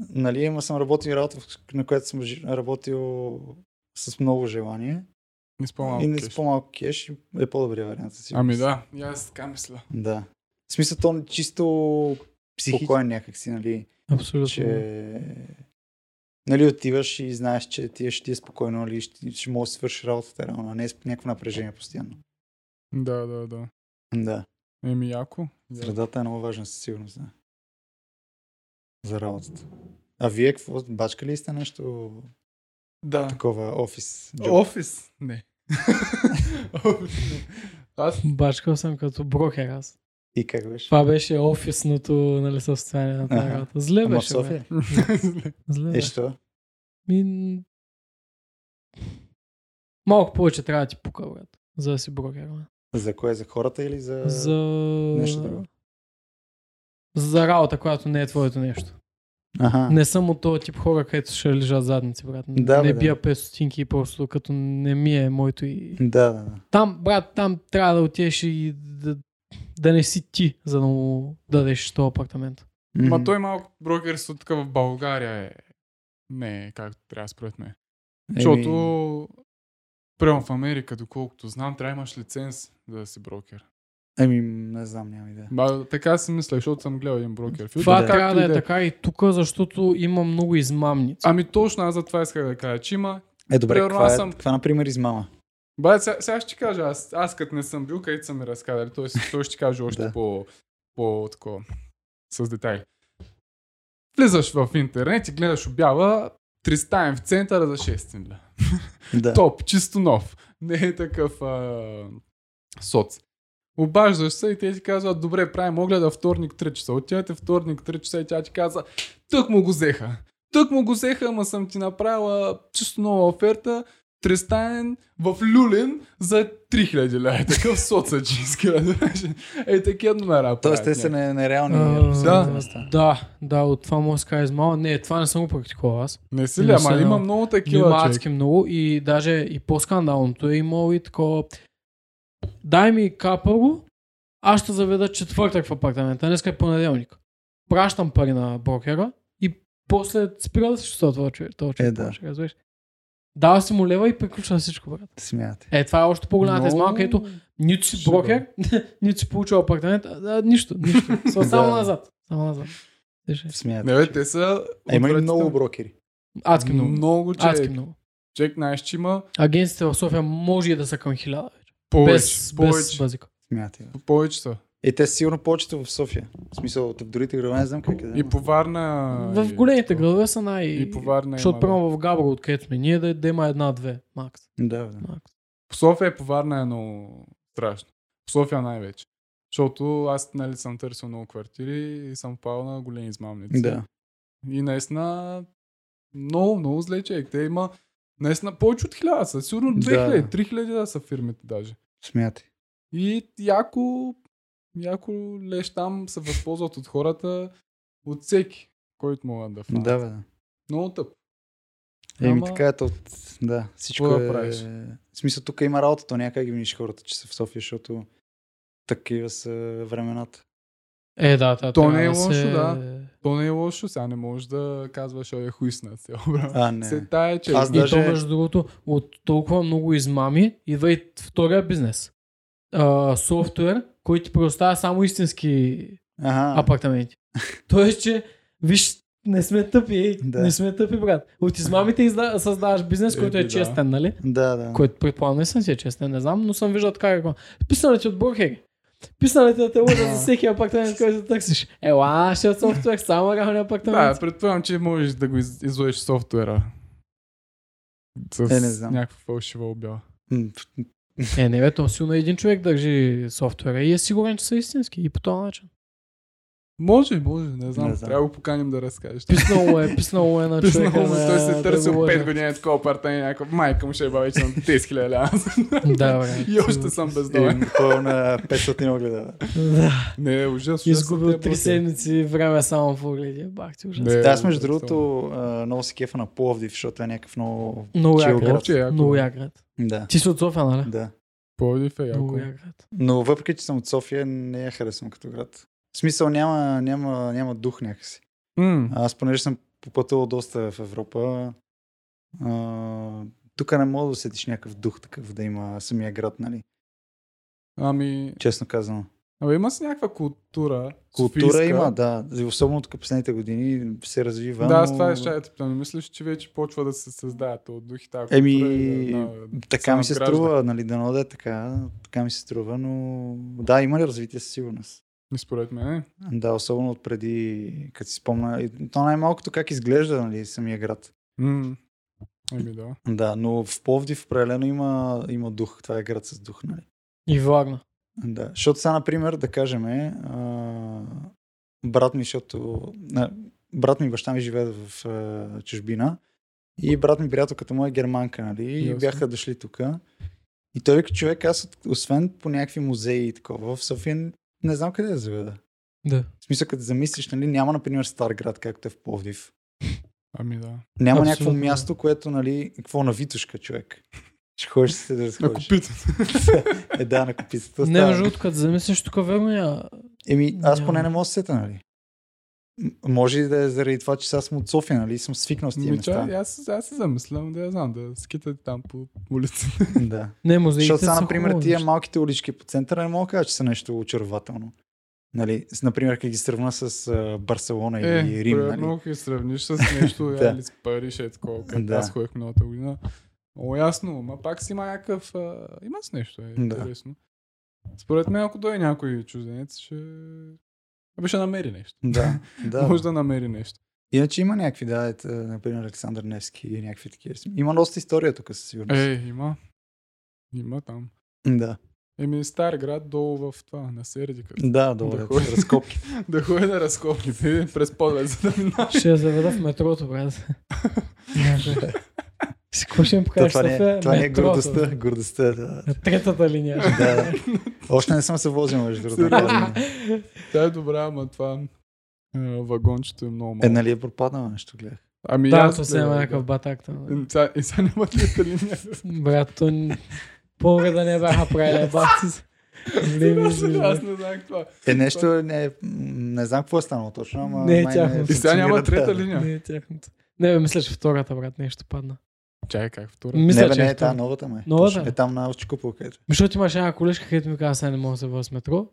S1: Нали, има съм работил и работа, в- на която съм жи- работил с много желание.
S2: Не спомням.
S1: и не с по-малко кеш е по-добрия вариант. със сигурност.
S2: Ами да, и аз така мисля.
S1: Да. В смисъл, то е чисто
S2: Психически.
S1: спокоен някакси, нали,
S3: Абсолютно. Че...
S1: че... Нали, отиваш и знаеш, че ти ще ти е спокойно, нали, ще, ще можеш да свършиш работата, реално, а не е с някакво напрежение постоянно.
S2: Да, да, да.
S1: Да.
S2: Еми, яко. Я-
S1: Средата е много важна със сигурност, да. За работата. А вие какво? Бачка ли сте нещо
S2: Да.
S1: такова офис? джоб?
S2: Офис? Не. Офис, не. Аз
S3: Бачкал съм като брокер аз.
S1: И как беше?
S3: Това беше офисното нали, състояние на тази
S1: Аха.
S3: работа. Зле
S1: Ама в
S3: беше, бе.
S1: София?
S3: Зле
S1: Е,
S3: беше.
S1: що?
S3: Ми... Малко повече трябва да ти пука, брат, за да си брокер. бе.
S1: За кое? За хората или за...
S3: За...
S1: Е, нещо друго?
S3: За работа, която не е твоето нещо.
S1: Ага.
S3: Не съм от този тип хора, където ще лежат задници, брат.
S1: Да, бе,
S3: не
S1: да.
S3: бия 5 стотинки и просто като не ми е моето и...
S1: Да, да, да.
S3: Там, брат, там трябва да отидеш и да, да не си ти, за да му дадеш този апартамент.
S1: Мгм.
S2: Ма той е малко брокерство тук в България е. Не, е както трябва според мен.
S1: Еми,
S2: Защото, прямо в Америка, доколкото знам, трябва да имаш лиценз за да си брокер.
S1: Еми, не знам, няма идея.
S2: Ба, така си мисля, защото съм гледал един брокер. филм.
S3: Това
S1: да.
S3: трябва
S2: Както
S3: да
S2: и
S3: е
S2: да е.
S3: така и тук, защото има много измамници.
S2: Ами точно аз за това исках да кажа, че има.
S1: Е, добре,
S2: Примерно
S1: каква,
S2: аз
S1: е,
S2: съм-
S1: каква, например, измама?
S2: Ба, сега, сега ще ти кажа, аз, аз като не съм бил, където са ми разказали, той, си- той ще ти каже още
S1: Да.
S2: по, по такова, с детайли. Влизаш в интернет и гледаш обява 300 в центъра за 6 ля.
S1: Да.
S2: Топ, чисто нов. Не е такъв а, соц. Обаждаш се и те ти казват, добре, правим огледа вторник 3 часа. Отивате вторник 3 часа и тя ти казва, тък му го взеха. Тък му го взеха, ама съм ти направила чисто нова оферта. Трестаен в Люлин за 3000 ля. Е такъв соца, че иска да знаеш. Е, такива номера.
S1: Тоест, те
S2: правят
S1: са
S2: някак.
S1: не- нереални.
S3: А,
S1: абсолютно,
S2: да.
S1: места.
S3: Да, да, от това мога да се кажа измама. Не, това не съм го практикувал аз.
S2: Не си ли, ама
S3: не
S2: има
S3: са-
S2: много
S3: Има
S2: такива. човек.
S3: адски много и даже и по-скандалното е имало и такова. Дай ми капа го, аз ще заведа четвъртък в апартамента, днес е понеделник. Пращам пари на брокера и после спира да се чувства това човек. Това човек
S1: Е, да.
S3: повече, разбираш. Дава си му лева и приключва всичко, брат.
S1: Смятате.
S3: Е, това е още по-голямата
S2: Много-
S3: измама, където нито си
S2: Ще
S3: брокер, нито си получил апартамент, а, а, нищо, нищо. Са- Само
S1: Да.
S3: назад. Само назад. Виж, е.
S1: Смятате.
S2: Не, бе, те са.
S1: А Е, има ли
S2: отвратителни.
S1: много брокери?
S3: Адски много.
S2: Много, човек.
S3: Адски много.
S2: Човек, знаеш, че има
S3: Агенците в София може и да са към хиляда.
S2: повече.
S3: без,
S2: повече.
S3: без базика.
S1: Смятате.
S2: Повече са.
S1: Е, те са сигурно повечето в София. В смисъл, от другите градове не знам как е. да,
S2: И
S1: но-
S2: по Варна...
S3: В
S2: и-
S3: големите градове са най...
S2: И по Варна
S3: Защото
S2: има, да.
S3: прямо в Габро, откъдето сме, ние да, да има една-две, макс.
S1: Да, да.
S3: макс.
S2: По София и по Варна е много страшно. По София най-вече. Защото аз нали, съм търсил много квартири и съм пал на големи измамници.
S1: Да.
S2: И наистина Много, много зле човек. Те има наистина повече от 1000 са. Сигурно 2000,
S1: Да.
S2: 3000 да са фирмите даже.
S1: Смятай.
S2: И яко, яко леш там се възползват от хората, от всеки, който могат да фанат.
S1: Да, бе, да.
S2: Много тъп.
S1: Еми
S2: Ама-
S1: така е, то, да, всичко
S2: Какво да
S1: е...
S2: правиш?
S1: В смисъл, тук има работа, то някак ги виниш хората, че са в София, защото такива са времената.
S3: Е, да, да.
S2: То
S3: трябва
S2: не е
S3: да
S2: лошо,
S3: се...
S2: да. То не е лошо, сега не можеш да казваш, ой е хуйсна цяло време.
S1: А, не.
S2: Се тая, е че
S1: Аз
S3: И
S1: Даже-
S3: то, между другото, от толкова много измами идва и втория бизнес. А, софтуер, който ти предоставя само истински
S1: Ага,
S3: апартаменти. Тоест, че виж, не сме тъпи, ей,
S1: Да.
S3: не сме тъпи, брат. От измамите изда... създаваш бизнес,
S2: Е,
S3: който
S2: да.
S3: е честен, нали?
S1: да, да.
S3: Който предполагам не съм си е честен, не знам, но съм виждал така какво. Писали ти от Бурхери. Писали ти да те лъжат за всеки апартамент, който търсиш. Ела, ще е софтуер, само реални
S2: Да,
S3: апартамент.
S2: предполагам, че можеш да го из- излъжеш софтуера. С
S1: Е, не знам.
S2: някаква фалшива обява.
S1: М,
S3: Е, не бе, то силно един човек държи софтуера и е сигурен, че са истински и по този начин.
S2: Може, може, не знам.
S1: Не знам.
S2: Трябва да го поканим да разкажеш.
S3: Писнало е, писнало е на
S2: Писнал
S3: човека.
S2: му, той
S3: да-
S2: се
S3: да
S2: търси
S3: го
S2: от
S3: лъже.
S2: 5 години е такова апартамент, някакъв майка му ще е баба вече на 10 000 лева.
S3: Да, бе.
S2: И още съм бездомен.
S1: Е, то на 500 огледа. бе.
S3: Да.
S2: Не, е ужасно.
S3: Изгубил три
S2: три
S3: седмици време само в огледи. Бах ти ужасно.
S2: Не. Е,
S1: Да, аз между
S2: ужасно.
S1: другото а, много се кефа на Пловдив, защото е някакъв много...
S3: Много
S1: Чил
S3: як град.
S1: град.
S2: Че е яко.
S3: Много як град.
S1: Да,
S3: Ти си от София, нали?
S1: да.
S2: Пловдив е яко.
S3: Много як град.
S1: Но въпреки, че съм от София, не я харесвам като град. В смисъл няма, няма, няма дух някакси.
S2: М,
S1: Аз понеже съм попътувал доста в Европа, а, тук не мога да усетиш някакъв дух такъв да има самия град, нали?
S2: Ами,
S1: Честно казано.
S2: абе има си някаква култура.
S1: Култура
S2: софийска.
S1: има, да. И Особено тук последните години се развива.
S2: Да,
S1: но...
S2: аз това е ще я те питам. Не мислиш, че вече почва да се създават от дух и тази култура?
S1: Еми,
S2: и на- на-
S1: Така ми се
S2: надгражда?
S1: струва, нали, да да е така, така ми се струва, но да, има ли развитие със сигурност?
S2: И Според мен. е.
S1: Да, особено от преди, като си спомня, и то най-малкото как изглежда, нали, самия град.
S2: М. Еми да.
S1: Да, но в Пловдив определено има, има дух, това е град с дух, нали.
S3: И Варна.
S1: Да, защото сега, например, да кажем, а, брат ми, защото а, брат ми и баща ми живеят в а, чужбина и брат ми, приятелката му е германка, нали? И
S2: Ясно.
S1: бяха дошли тук. И той вика, човек, аз от- освен по някакви музеи и такова, в София не знам къде да заведа.
S3: Да.
S1: В смисъл, като замислиш, нали, няма, например, стар град, както е в Пловдив.
S2: Ами да.
S1: Няма
S3: Абсолютно,
S1: някакво
S3: да.
S1: място, което, нали, какво на Витушка, човек. Ще ходиш се да
S2: На
S1: сходиш.
S2: купитата.
S1: Е, да, на купицата.
S3: Не,
S1: става.
S3: между другото, като замислиш тук Варна,
S1: Еми, аз
S3: Няма.
S1: поне не мога да се сета, нали? М- Може и да е заради това, че сега съм от София, нали? Съм свикнал с тия
S3: Ами
S2: Ми, Ами
S3: е
S2: чай,
S1: места.
S2: аз, аз се замислям да я знам, да скитат там по улицата.
S1: Да.
S3: не музеите
S1: Защото сега,
S3: са
S1: например,
S3: хубаво
S1: тия
S3: нещо.
S1: малките улички по центъра не мога да кажа, че са нещо очарователно. Нали? С, например, като ги сравна с а,
S3: Е,
S1: Барселона или Рим, нали?
S2: примерно, нали? сравниш с нещо,
S1: Да.
S2: да. или с Париж, е такова, където
S1: Да.
S2: аз ходих миналата година. О, ясно, ма пак си има някакъв... А... Има с нещо, е
S1: Да.
S2: интересно. Според мен, ако дойде някой чужденец, ще... Абе, ще намери нещо.
S1: Да,
S2: Да. Може
S1: да.
S2: да намери нещо.
S1: Иначе има някакви, да, ето, например, Александър Невски и някакви такива. Има доста история тук, със сигурност.
S2: Е, има. Има там.
S1: Да,
S2: Еми, стар град долу в това, на Сердика.
S1: да, долу
S2: Да
S1: да,
S2: ходи.
S1: разкопки.
S2: да ходи на разкопките през подлез, за да минаш.
S3: Ще я заведа в метрото, брат. Някой. С какво ще им
S1: То,
S3: покажеш
S1: това не,
S3: София?
S1: е- това не е
S3: Метрото.
S1: гордостта. Гордостта, да.
S3: На Третата линия.
S1: да, да. Още не съм се возил, между другото.
S2: Сериозно? Тя е добра, ама това а, вагончето е много малко.
S1: Е, нали е пропаднало нещо, гледах. Е,
S2: Ами
S3: Да,
S2: аз
S3: то се има
S2: гледам,
S3: някакъв
S2: да.
S3: батак там.
S2: Е, сега- Е, сега няма трета линия.
S3: Брат, то н- повече да не бяха правили бахти. си. Не ми се
S2: Аз
S3: вижда.
S2: не знам какво.
S1: Е, нещо не, не знам какво е станало точно, ама
S3: Не е
S1: май
S3: тяхно.
S2: И сега няма
S1: функционира,
S2: трета
S1: да.
S2: линия.
S3: Не е тяхното. Не, бе, мисля, че втората, брат, нещо падна.
S2: Чай, как втора?
S3: Мисля,
S1: не, бе,
S3: че
S1: не
S3: е
S1: е та
S3: втора.
S1: новата май.
S3: Новата?
S1: Точно, Е там на Овчикопол, където.
S3: Защото имаше една колежка, където ми каза, сега не мога да се върна с метро,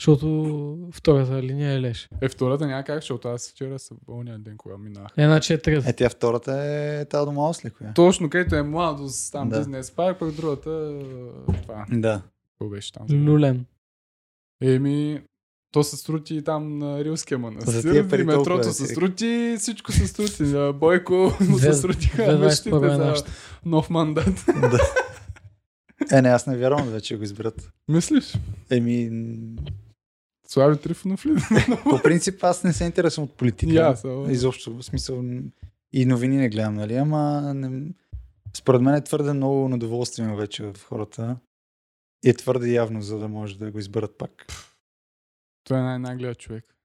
S3: защото втората линия е леш.
S2: Е, втората няма как, защото аз вчера съм болния ден, кога минах.
S3: Една, че е трета.
S1: Е, тя втората е тази дома Осли, коя.
S2: Точно, където е младост, там
S1: Да.
S2: бизнес парк, пък другата... а, Това,
S1: Да.
S2: какво беше
S1: Е,
S2: там?
S3: Люлен.
S2: Еми, то се струти и там на Рилския
S1: За
S2: манастир,
S1: тия
S2: и
S1: пари толкова
S2: метрото
S1: е,
S2: се
S1: ти.
S2: струти, всичко се струти. На Бойко му се
S3: Две-
S2: струтиха
S3: 21
S2: мечтите
S3: е
S2: за
S3: нашата.
S2: нов мандат.
S1: да. Е, не, аз не вярвам вече, че го изберат.
S2: Мислиш?
S1: Еми, м,
S2: Слави Трифонов ли?
S1: по принцип аз не се интересувам от политика.
S2: И аз, ама.
S1: Изобщо, в Е, смисъл. м, И новини не гледам, нали? Ама не... според мен е твърде много недоволство има вече в хората. И е твърде явно, за да може да го изберат пак.
S2: Той е най-наглият човек.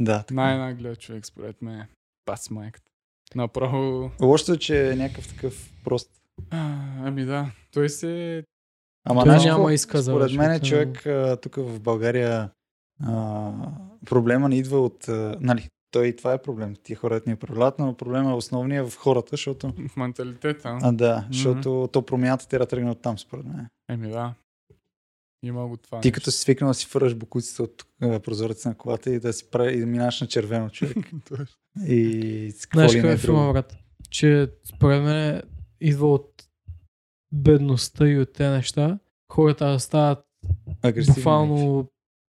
S1: Да, така.
S2: Най-наглият човек, според мен. е. Пас майката. Направо...
S1: Лошото е, че е някакъв такъв прост.
S2: А, ами да, той е се...
S1: Ама
S3: Той
S1: знаеш
S3: няма
S1: какво?
S3: иска за
S1: Според мен е
S3: лъжата.
S1: човек а, тук в България а, проблема не идва от... А, нали, той и това е проблем. Тия хора дето ни управляват, но проблема е основния в хората, защото...
S2: в менталитета.
S1: А, да, защото то промяната трябва да тръгне от там, според мен.
S2: Еми Ами да. Има го това.
S1: Ти
S2: нещо.
S1: като си свикнал да си фъраш букуците от а, прозореца на колата и да си прави, и да минаш на червено човек.
S2: Точно.
S1: и с какво
S3: Знаеш
S1: ли не
S3: какво
S1: е
S3: е филма,
S1: друго.
S3: брат? Че според мен идва от бедността и от тези неща. Хората стават
S1: Агресивни някакви.
S3: буквално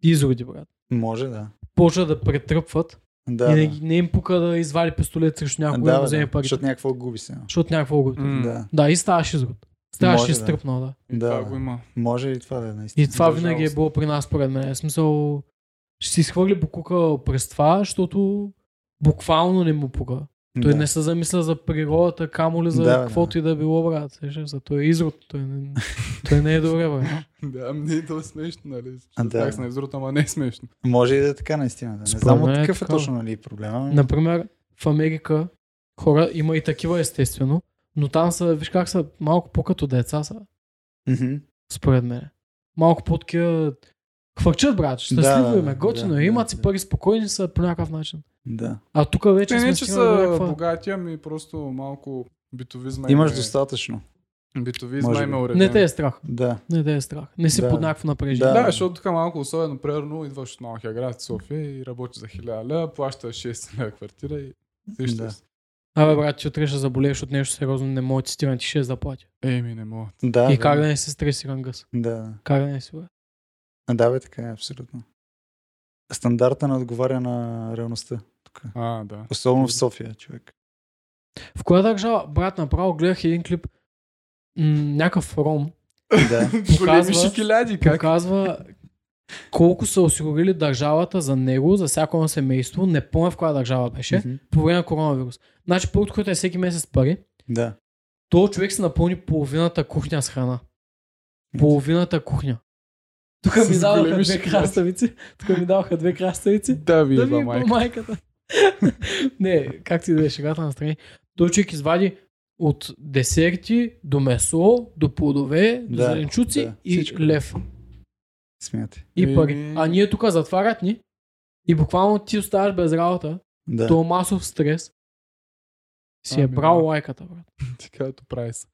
S3: изроди, брат.
S1: Може, да.
S3: Почват да претръпват
S1: Да,
S3: и не,
S1: да.
S3: ги- не им пука да извади пистолет срещу някого да,
S1: да,
S3: да,
S1: бе,
S3: вземе
S1: да,
S3: парите.
S1: защото
S3: Защото,
S1: някакво губи се.
S3: някакво го
S2: М,
S1: Да,
S3: Да, и ставаш изрод. Ставаш
S1: Може, да.
S3: изтръпнал, да.
S2: и
S1: да,
S2: Това
S1: да.
S2: го има.
S1: може и това да е наистина.
S3: И това
S2: Да,
S3: винаги
S2: жалост.
S3: е било при нас, според мен. В смисъл, ще си изхвърли букука през това, защото буквално не му пука. Той
S1: да.
S3: не се замисля за природата, камо ли за
S1: Да,
S3: да,
S1: бе,
S3: каквото
S1: да.
S3: и да било, брат. Сещаш се, той е изрод, той не, той не е добре, брат.
S2: Да, ми е то смешно, нали?
S1: А, да.
S2: Как се изрут, ама не е смешно.
S1: Може и да е така наистина. Да. Не
S3: Според
S1: знам
S3: мен
S1: от
S3: е
S1: какъв е
S3: такава.
S1: точно нали, проблема. но-
S3: Например, в Америка хора има и такива, естествено, но там са, виж как са, малко по-като деца са,
S1: Мгм.
S3: според мен. Малко по-такива хвърчат, брат, щастливо
S1: да,
S3: им е,
S1: да,
S3: готино,
S1: да,
S3: е, имат
S1: да,
S3: си
S1: да.
S3: пари, спокойни са по някакъв начин.
S1: Да.
S3: А тук вече
S2: Е, Не,
S3: Е, сме
S2: не, Ами, че
S3: стигнали до
S2: са
S3: някаква-
S2: богати, ами просто малко битовизма
S1: Имаш
S2: им е-
S1: достатъчно.
S2: Битовизма
S1: Може
S2: им е
S1: би.
S2: уреден.
S3: Не те е страх,
S1: Да.
S3: не те е страх, не си
S1: Да.
S3: под някакво напрежение.
S2: Да,
S1: Да.
S2: защото тук е малко особено, примерно, идваш от малкия град София и работиш за 1000 ля, плащаш 6 ля квартира и срещаш.
S1: Да.
S2: се.
S3: Абе, брат, ти утре ще заболееш от нещо сериозно, не мога да ти стигнат и ще заплати.
S2: Еми, не мога.
S1: Да,
S3: и
S1: бе.
S3: как да не се стресиран гъс?
S1: Да.
S3: Как да не си, бе?
S1: А, Да, бе, така е, абсолютно. Стандарта не отговаря на реалността. Тук.
S2: А, да.
S1: Особено в София, човек.
S3: В коя държава, брат, направо гледах един клип, м- някакъв ром,
S1: Да.
S2: Големи шикеляди, как?
S3: показва колко са осигурили държавата за него, за всяко едно семейство, не помня в коя държава беше,
S1: Мгм.
S3: по време на коронавирус. Значи първото, което е всеки месец пари,
S1: Да.
S3: то човек се напълни половината кухня с храна. Половината кухня. Тук
S2: С
S3: ми даваха
S2: големи
S3: две
S2: шоколади.
S3: краставици. Тук ми даваха две краставици.
S2: Да ви
S3: да ми
S2: еба,
S3: е
S2: майка.
S3: по майката. не, как ти да е шегата настрани. Той човек извади от десерти до месо, до плодове, до
S1: Да,
S3: зеленчуци
S1: да,
S3: и
S1: всичко.
S3: лев.
S1: Смятай.
S3: И
S2: Еми.
S3: пари. А ние тук затварят ни и буквално ти оставаш без работа.
S1: Да.
S3: То масов стрес. Си е
S2: Ами,
S3: брал
S2: да.
S3: лайката, брат.
S2: Ти като прави се.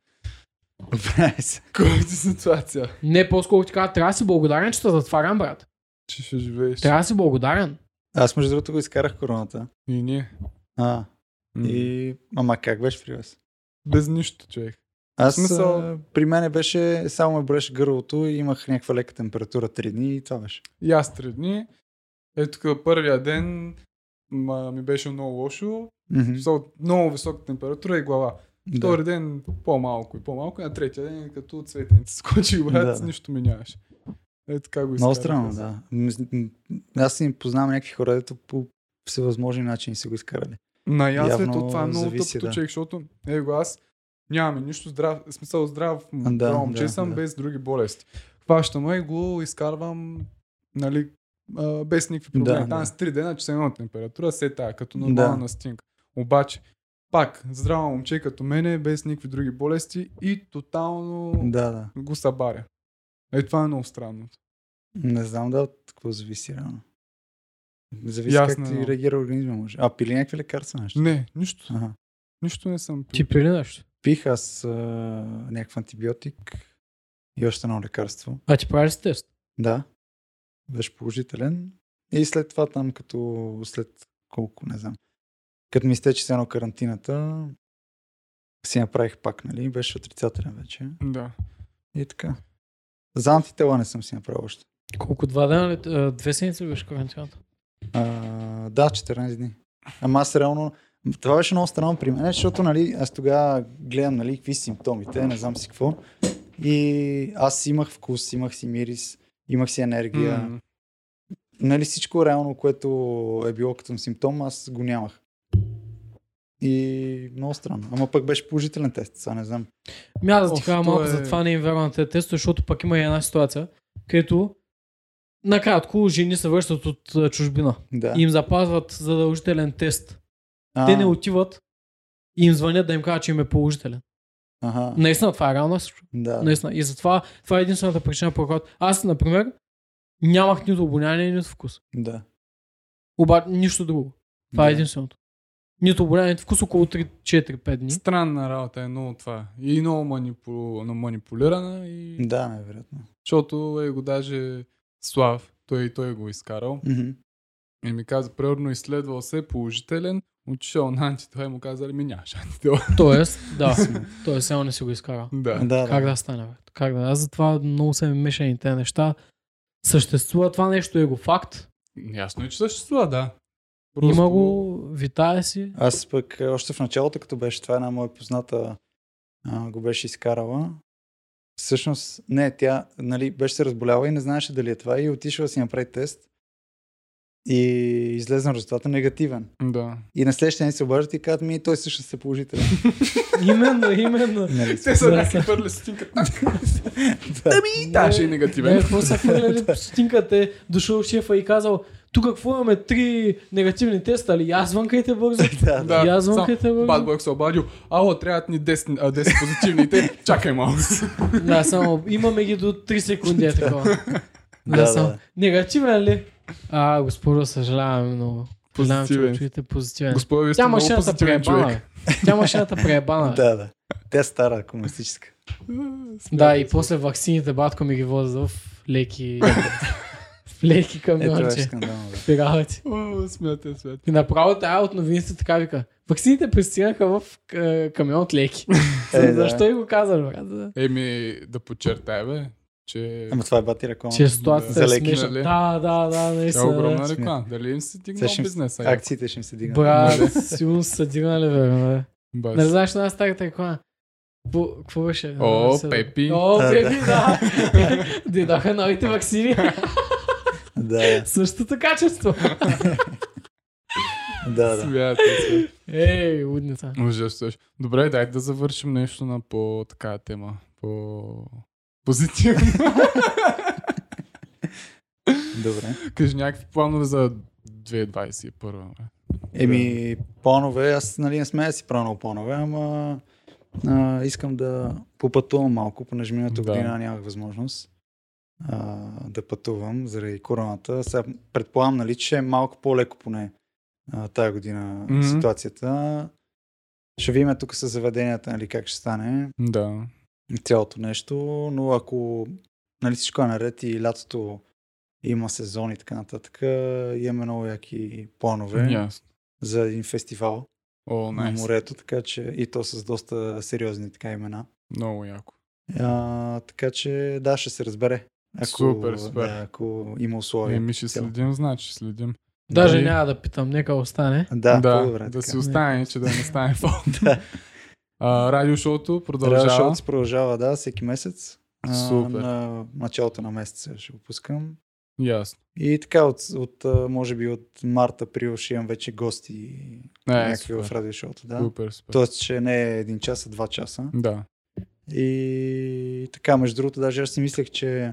S1: Прави се.
S2: Колко ти е ситуация,
S3: Не, по-скоро ти кажа, трябва да си благодарен, че те затварям, брат.
S2: че ще живееш.
S3: Трябва да си благодарен.
S1: Аз между другото го изкарах короната.
S2: И ние.
S1: А,
S2: М.
S1: и... Ама как беше при вас?
S2: Без нищо, човек.
S1: Аз,
S2: смисъл-
S1: а, при мене беше, само ме бореше гърлото и имах някаква лека температура 3 дни и това беше.
S2: И аз три дни. Е, тук първия ден ма, ми беше много лошо.
S1: Мгм.
S2: С много висока температура и глава.
S1: Да.
S2: Втори ден по-малко и по-малко, и на третия ден като цветенци скочи, брат,
S1: Да, да.
S2: нищо ми нямаше. Е, така го
S1: Много
S2: изкарах
S1: странно,
S2: аз.
S1: да. М- м- Аз им познавам някакви хора, дето по всевъзможни начини са го изкарали.
S2: На ясно,
S1: Явно
S2: това е много
S1: зависи,
S2: тъпото,
S1: да.
S2: човек, защото е го аз нямаме нищо здрав, в смисъл здрав,
S1: А,
S2: м,
S1: да,
S2: здраво момче
S1: да,
S2: съм
S1: да.
S2: без други болести. Хващам и го изкарвам, нали, а, без никакви
S1: Да,
S2: проблеми.
S1: да.
S2: Там с 3 дена, че съм имал температура, се тая, като нормална
S1: Да.
S2: стинка. Обаче, пак, здраво момче като мене, без никакви други болести и тотално
S1: Да, да.
S2: го събаря. Е, това е много странно.
S1: Не знам да от какво зависи реално. Зависи
S2: Ясно,
S1: как ти
S2: да.
S1: реагира организма, може. А пили някакви лекарства нещо?
S2: Не, нищо.
S1: Ага.
S2: Нищо не съм пил.
S3: Ти пили нещо.
S1: Пих аз а, някакъв антибиотик и още едно лекарство.
S3: А ти правиш тест.
S1: Да. Беше положителен. И след това там, като след колко, не знам. Като ми изтече се едно карантината, си направих пак, нали? Беше отрицателен вече.
S2: Да.
S1: И така. За антитела не съм си направил още.
S3: Колко два дена ли? а, Две седмици ли беше карантината?
S1: А, да, 14 дни. Ама аз реално... Това беше много странно при мен, защото нали, аз тогава гледам нали, какви са симптомите, не знам си какво. И аз имах вкус, имах си мирис, имах си енергия. Mm.
S2: М,
S1: Нали, всичко реално, което е било като симптом, аз го нямах. И много странно. Ама пък беше положителен тест, сега не знам.
S3: Ми аз да ти
S2: Оф,
S3: кажа
S2: то
S3: малко
S2: е-
S3: за това не им вярвам на тези тестове, защото пък има и една ситуация, където накратко жени се връщат от а, чужбина
S1: Да.
S3: и им запазват задължителен тест.
S1: а,
S3: Те не отиват и им звънят да им кажат, че им е положителен.
S1: Ага,
S3: Наистина, това е реално. се случва.
S1: да.
S3: Наистина. И затова това е единствената причина, по която аз, например, нямах нито обоняние, нито вкус.
S1: да.
S3: Обаче нищо друго. Това е
S1: да.
S3: единственото. Нито обоняние, нито вкус около 3-4-5 дни.
S2: Странна работа е много това. И много манипу... на манипулирана. И...
S1: Да, невероятно.
S2: Защото е го даже Слав, той, той го изкарал.
S1: Мгм.
S2: И ми каза, примерно изследвал се положителен, отишъл на антитела и му казали, ми нямаш антитела.
S3: Тоест, да. Тоест, само не си го изкара.
S2: да.
S1: Да,
S3: Как
S1: да.
S3: да стане? Бе? Как да? Аз затова много са ми мешани тези неща. Съществува това нещо, е го факт.
S2: Ясно е, че съществува, да.
S3: Има го, витая си.
S1: Аз пък е, още в началото, като беше това, една моя позната а, го беше изкарала. Всъщност, не, тя нали, беше се разболяла и не знаеше дали е това и отишла да си направи тест. И излезе на резултата негативен.
S2: Да.
S1: И на следващия ден се обаждат и казват ми, той всъщност е положителен.
S3: Именно, именно.
S1: нали?
S2: Те са
S3: Да,
S2: някакви
S3: да.
S2: хвърли стотинка.
S1: да.
S2: И Ами, даже и
S3: Не,
S2: негативен.
S3: Е, какво са хвърляли по стотинката е дошъл шефа и казал, тук какво имаме три негативни теста, али аз звънкайте бързо.
S1: да, да.
S2: Да,
S3: И аз звънкам
S2: сам
S3: те, бе.
S2: Bad Boy се обадил. Ало, трябват ни 10, а, 10 позитивните. Чакай малко.
S3: да, само имаме ги до 3 секунди е такова.
S1: Да,
S3: Да,
S1: да,
S3: само.
S1: да.
S3: Негативен ли? А, госпожо, съжалявам много. Познавам, че
S2: Позитивен.
S3: го чуете позитивен.
S2: Господа, вие сте
S3: Тя
S2: много
S3: машината
S2: позитивен
S3: преебана.
S2: човек.
S3: бе. Тя машината преебана. бе.
S1: да, да. Тя е стара, комунистическа.
S3: Да, и после ваксините батко ми ги возят в леки, в леки
S1: Ето това е
S3: камионче.
S1: скандално. Да.
S3: Пиралите.
S2: О, Смяте, смяте.
S3: И направо тая от новините така вика. Ваксините пристигнаха в е, камион от леки.
S1: Е, да.
S3: Защо и го казвам, брат? Да.
S2: Еми, да подчертая, бе, че
S1: Ама това е бати реклама.
S3: Че ситуацията
S1: За
S3: е
S1: леки,
S3: смешна.
S2: нали?
S3: Да, да, да,
S2: тя е
S3: наистина. да.
S2: огромна реклама. Дали им се дигнал
S1: Сега ще им-
S2: бизнеса? я?
S1: Акциите ще им се дигнат.
S3: Брат, сигурно са дигнали, бе, бе.
S2: Бас.
S3: Не знаеш на старата реклама. Какво- Какво беше?
S2: О,
S3: Не се-
S2: Пепи.
S3: О,
S1: Да,
S3: Пепи, да. Дидоха новите ваксини.
S1: Да,
S3: Същото качество.
S1: да, да.
S2: Смяте, смяте.
S3: Ей, лудница.
S2: Ужасно. ужасно. Добре, дай да завършим нещо на по-така тема. По... Позитивно.
S1: Добре.
S2: Кажи някакви планове за 2021. бе.
S1: Еми, планове, аз нали не смея да си правя много планове, ама а, искам да попътувам малко, понеже миналата
S2: Да.
S1: година нямах възможност а, да пътувам заради короната. Сега предполагам, нали, че е малко по-леко поне а, тая година
S2: Мгм.
S1: mm-hmm. ситуацията. Ще видим тук с заведенията, нали, как ще стане
S2: Да.
S1: цялото нещо, но ако нали, всичко е наред и лятото има сезон и така нататък, имаме много яки планове
S2: Ясно.
S1: за един фестивал
S2: О,
S1: на
S2: найс.
S1: морето, така че и то с доста сериозни така имена.
S2: Много яко.
S1: А, така че да, ще се разбере. Ако,
S2: Супер, супер. Ами,
S1: Да, ако има условия.
S2: Еми, ще
S1: Цяло.
S2: следим, значи следим.
S3: Даже
S2: Дали-
S3: няма да питам, нека остане.
S1: Да,
S2: да,
S1: по-добре.
S2: да
S1: така.
S2: си остане, че да не стане фон.
S1: Да.
S2: А, радиошоуто
S1: Трябва
S2: продължава.
S1: шоуто се продължава, да, всеки месец. А,
S2: Супер.
S1: На началото на месеца ще го пускам.
S2: Ясно.
S1: И така, от, от, а, може би от март, април ще имам вече гости
S2: Не,
S1: някакви в
S2: Е, супер.
S1: радиошоуто, да.
S2: Супер, супер.
S1: Тоест, че не е един час, а два часа.
S2: Да.
S1: И така, между другото, даже аз си мислех, че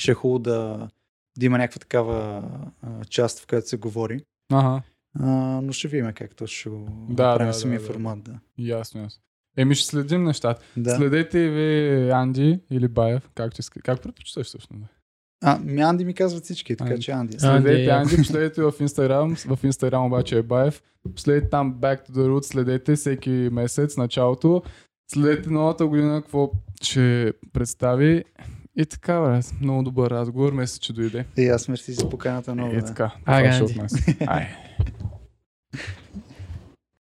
S1: ще е хубаво да, да има някаква такава а, част, в която се говори.
S2: Ага,
S1: А, но ще видим как точно ще го
S2: Да,
S1: направим
S2: да,
S1: самия
S2: да, да.
S1: формат. Да.
S2: ясно, ясно. Еми, ще следим нещата.
S1: Да. След...
S2: Следете и ви Анди или Баев, както иска. Как предпочиташ всъщност?
S1: А, ми Анди ми казват всички, така
S2: Анди.
S1: че Анди.
S3: А.
S2: Следете
S3: Анди, яко.
S2: Анди, последете в Инстаграм. В Инстаграм обаче е Баев. Последете там Back to the Roots, следете всеки месец, началото. Следете новата година, какво ще представи. И така, брат. Много добър разговор. Мисля, че дойде.
S1: И аз мерси за поканата много.
S2: И
S1: да.
S2: така.
S3: Ай,
S2: Това ще е
S3: Анди.
S2: от нас. Ай.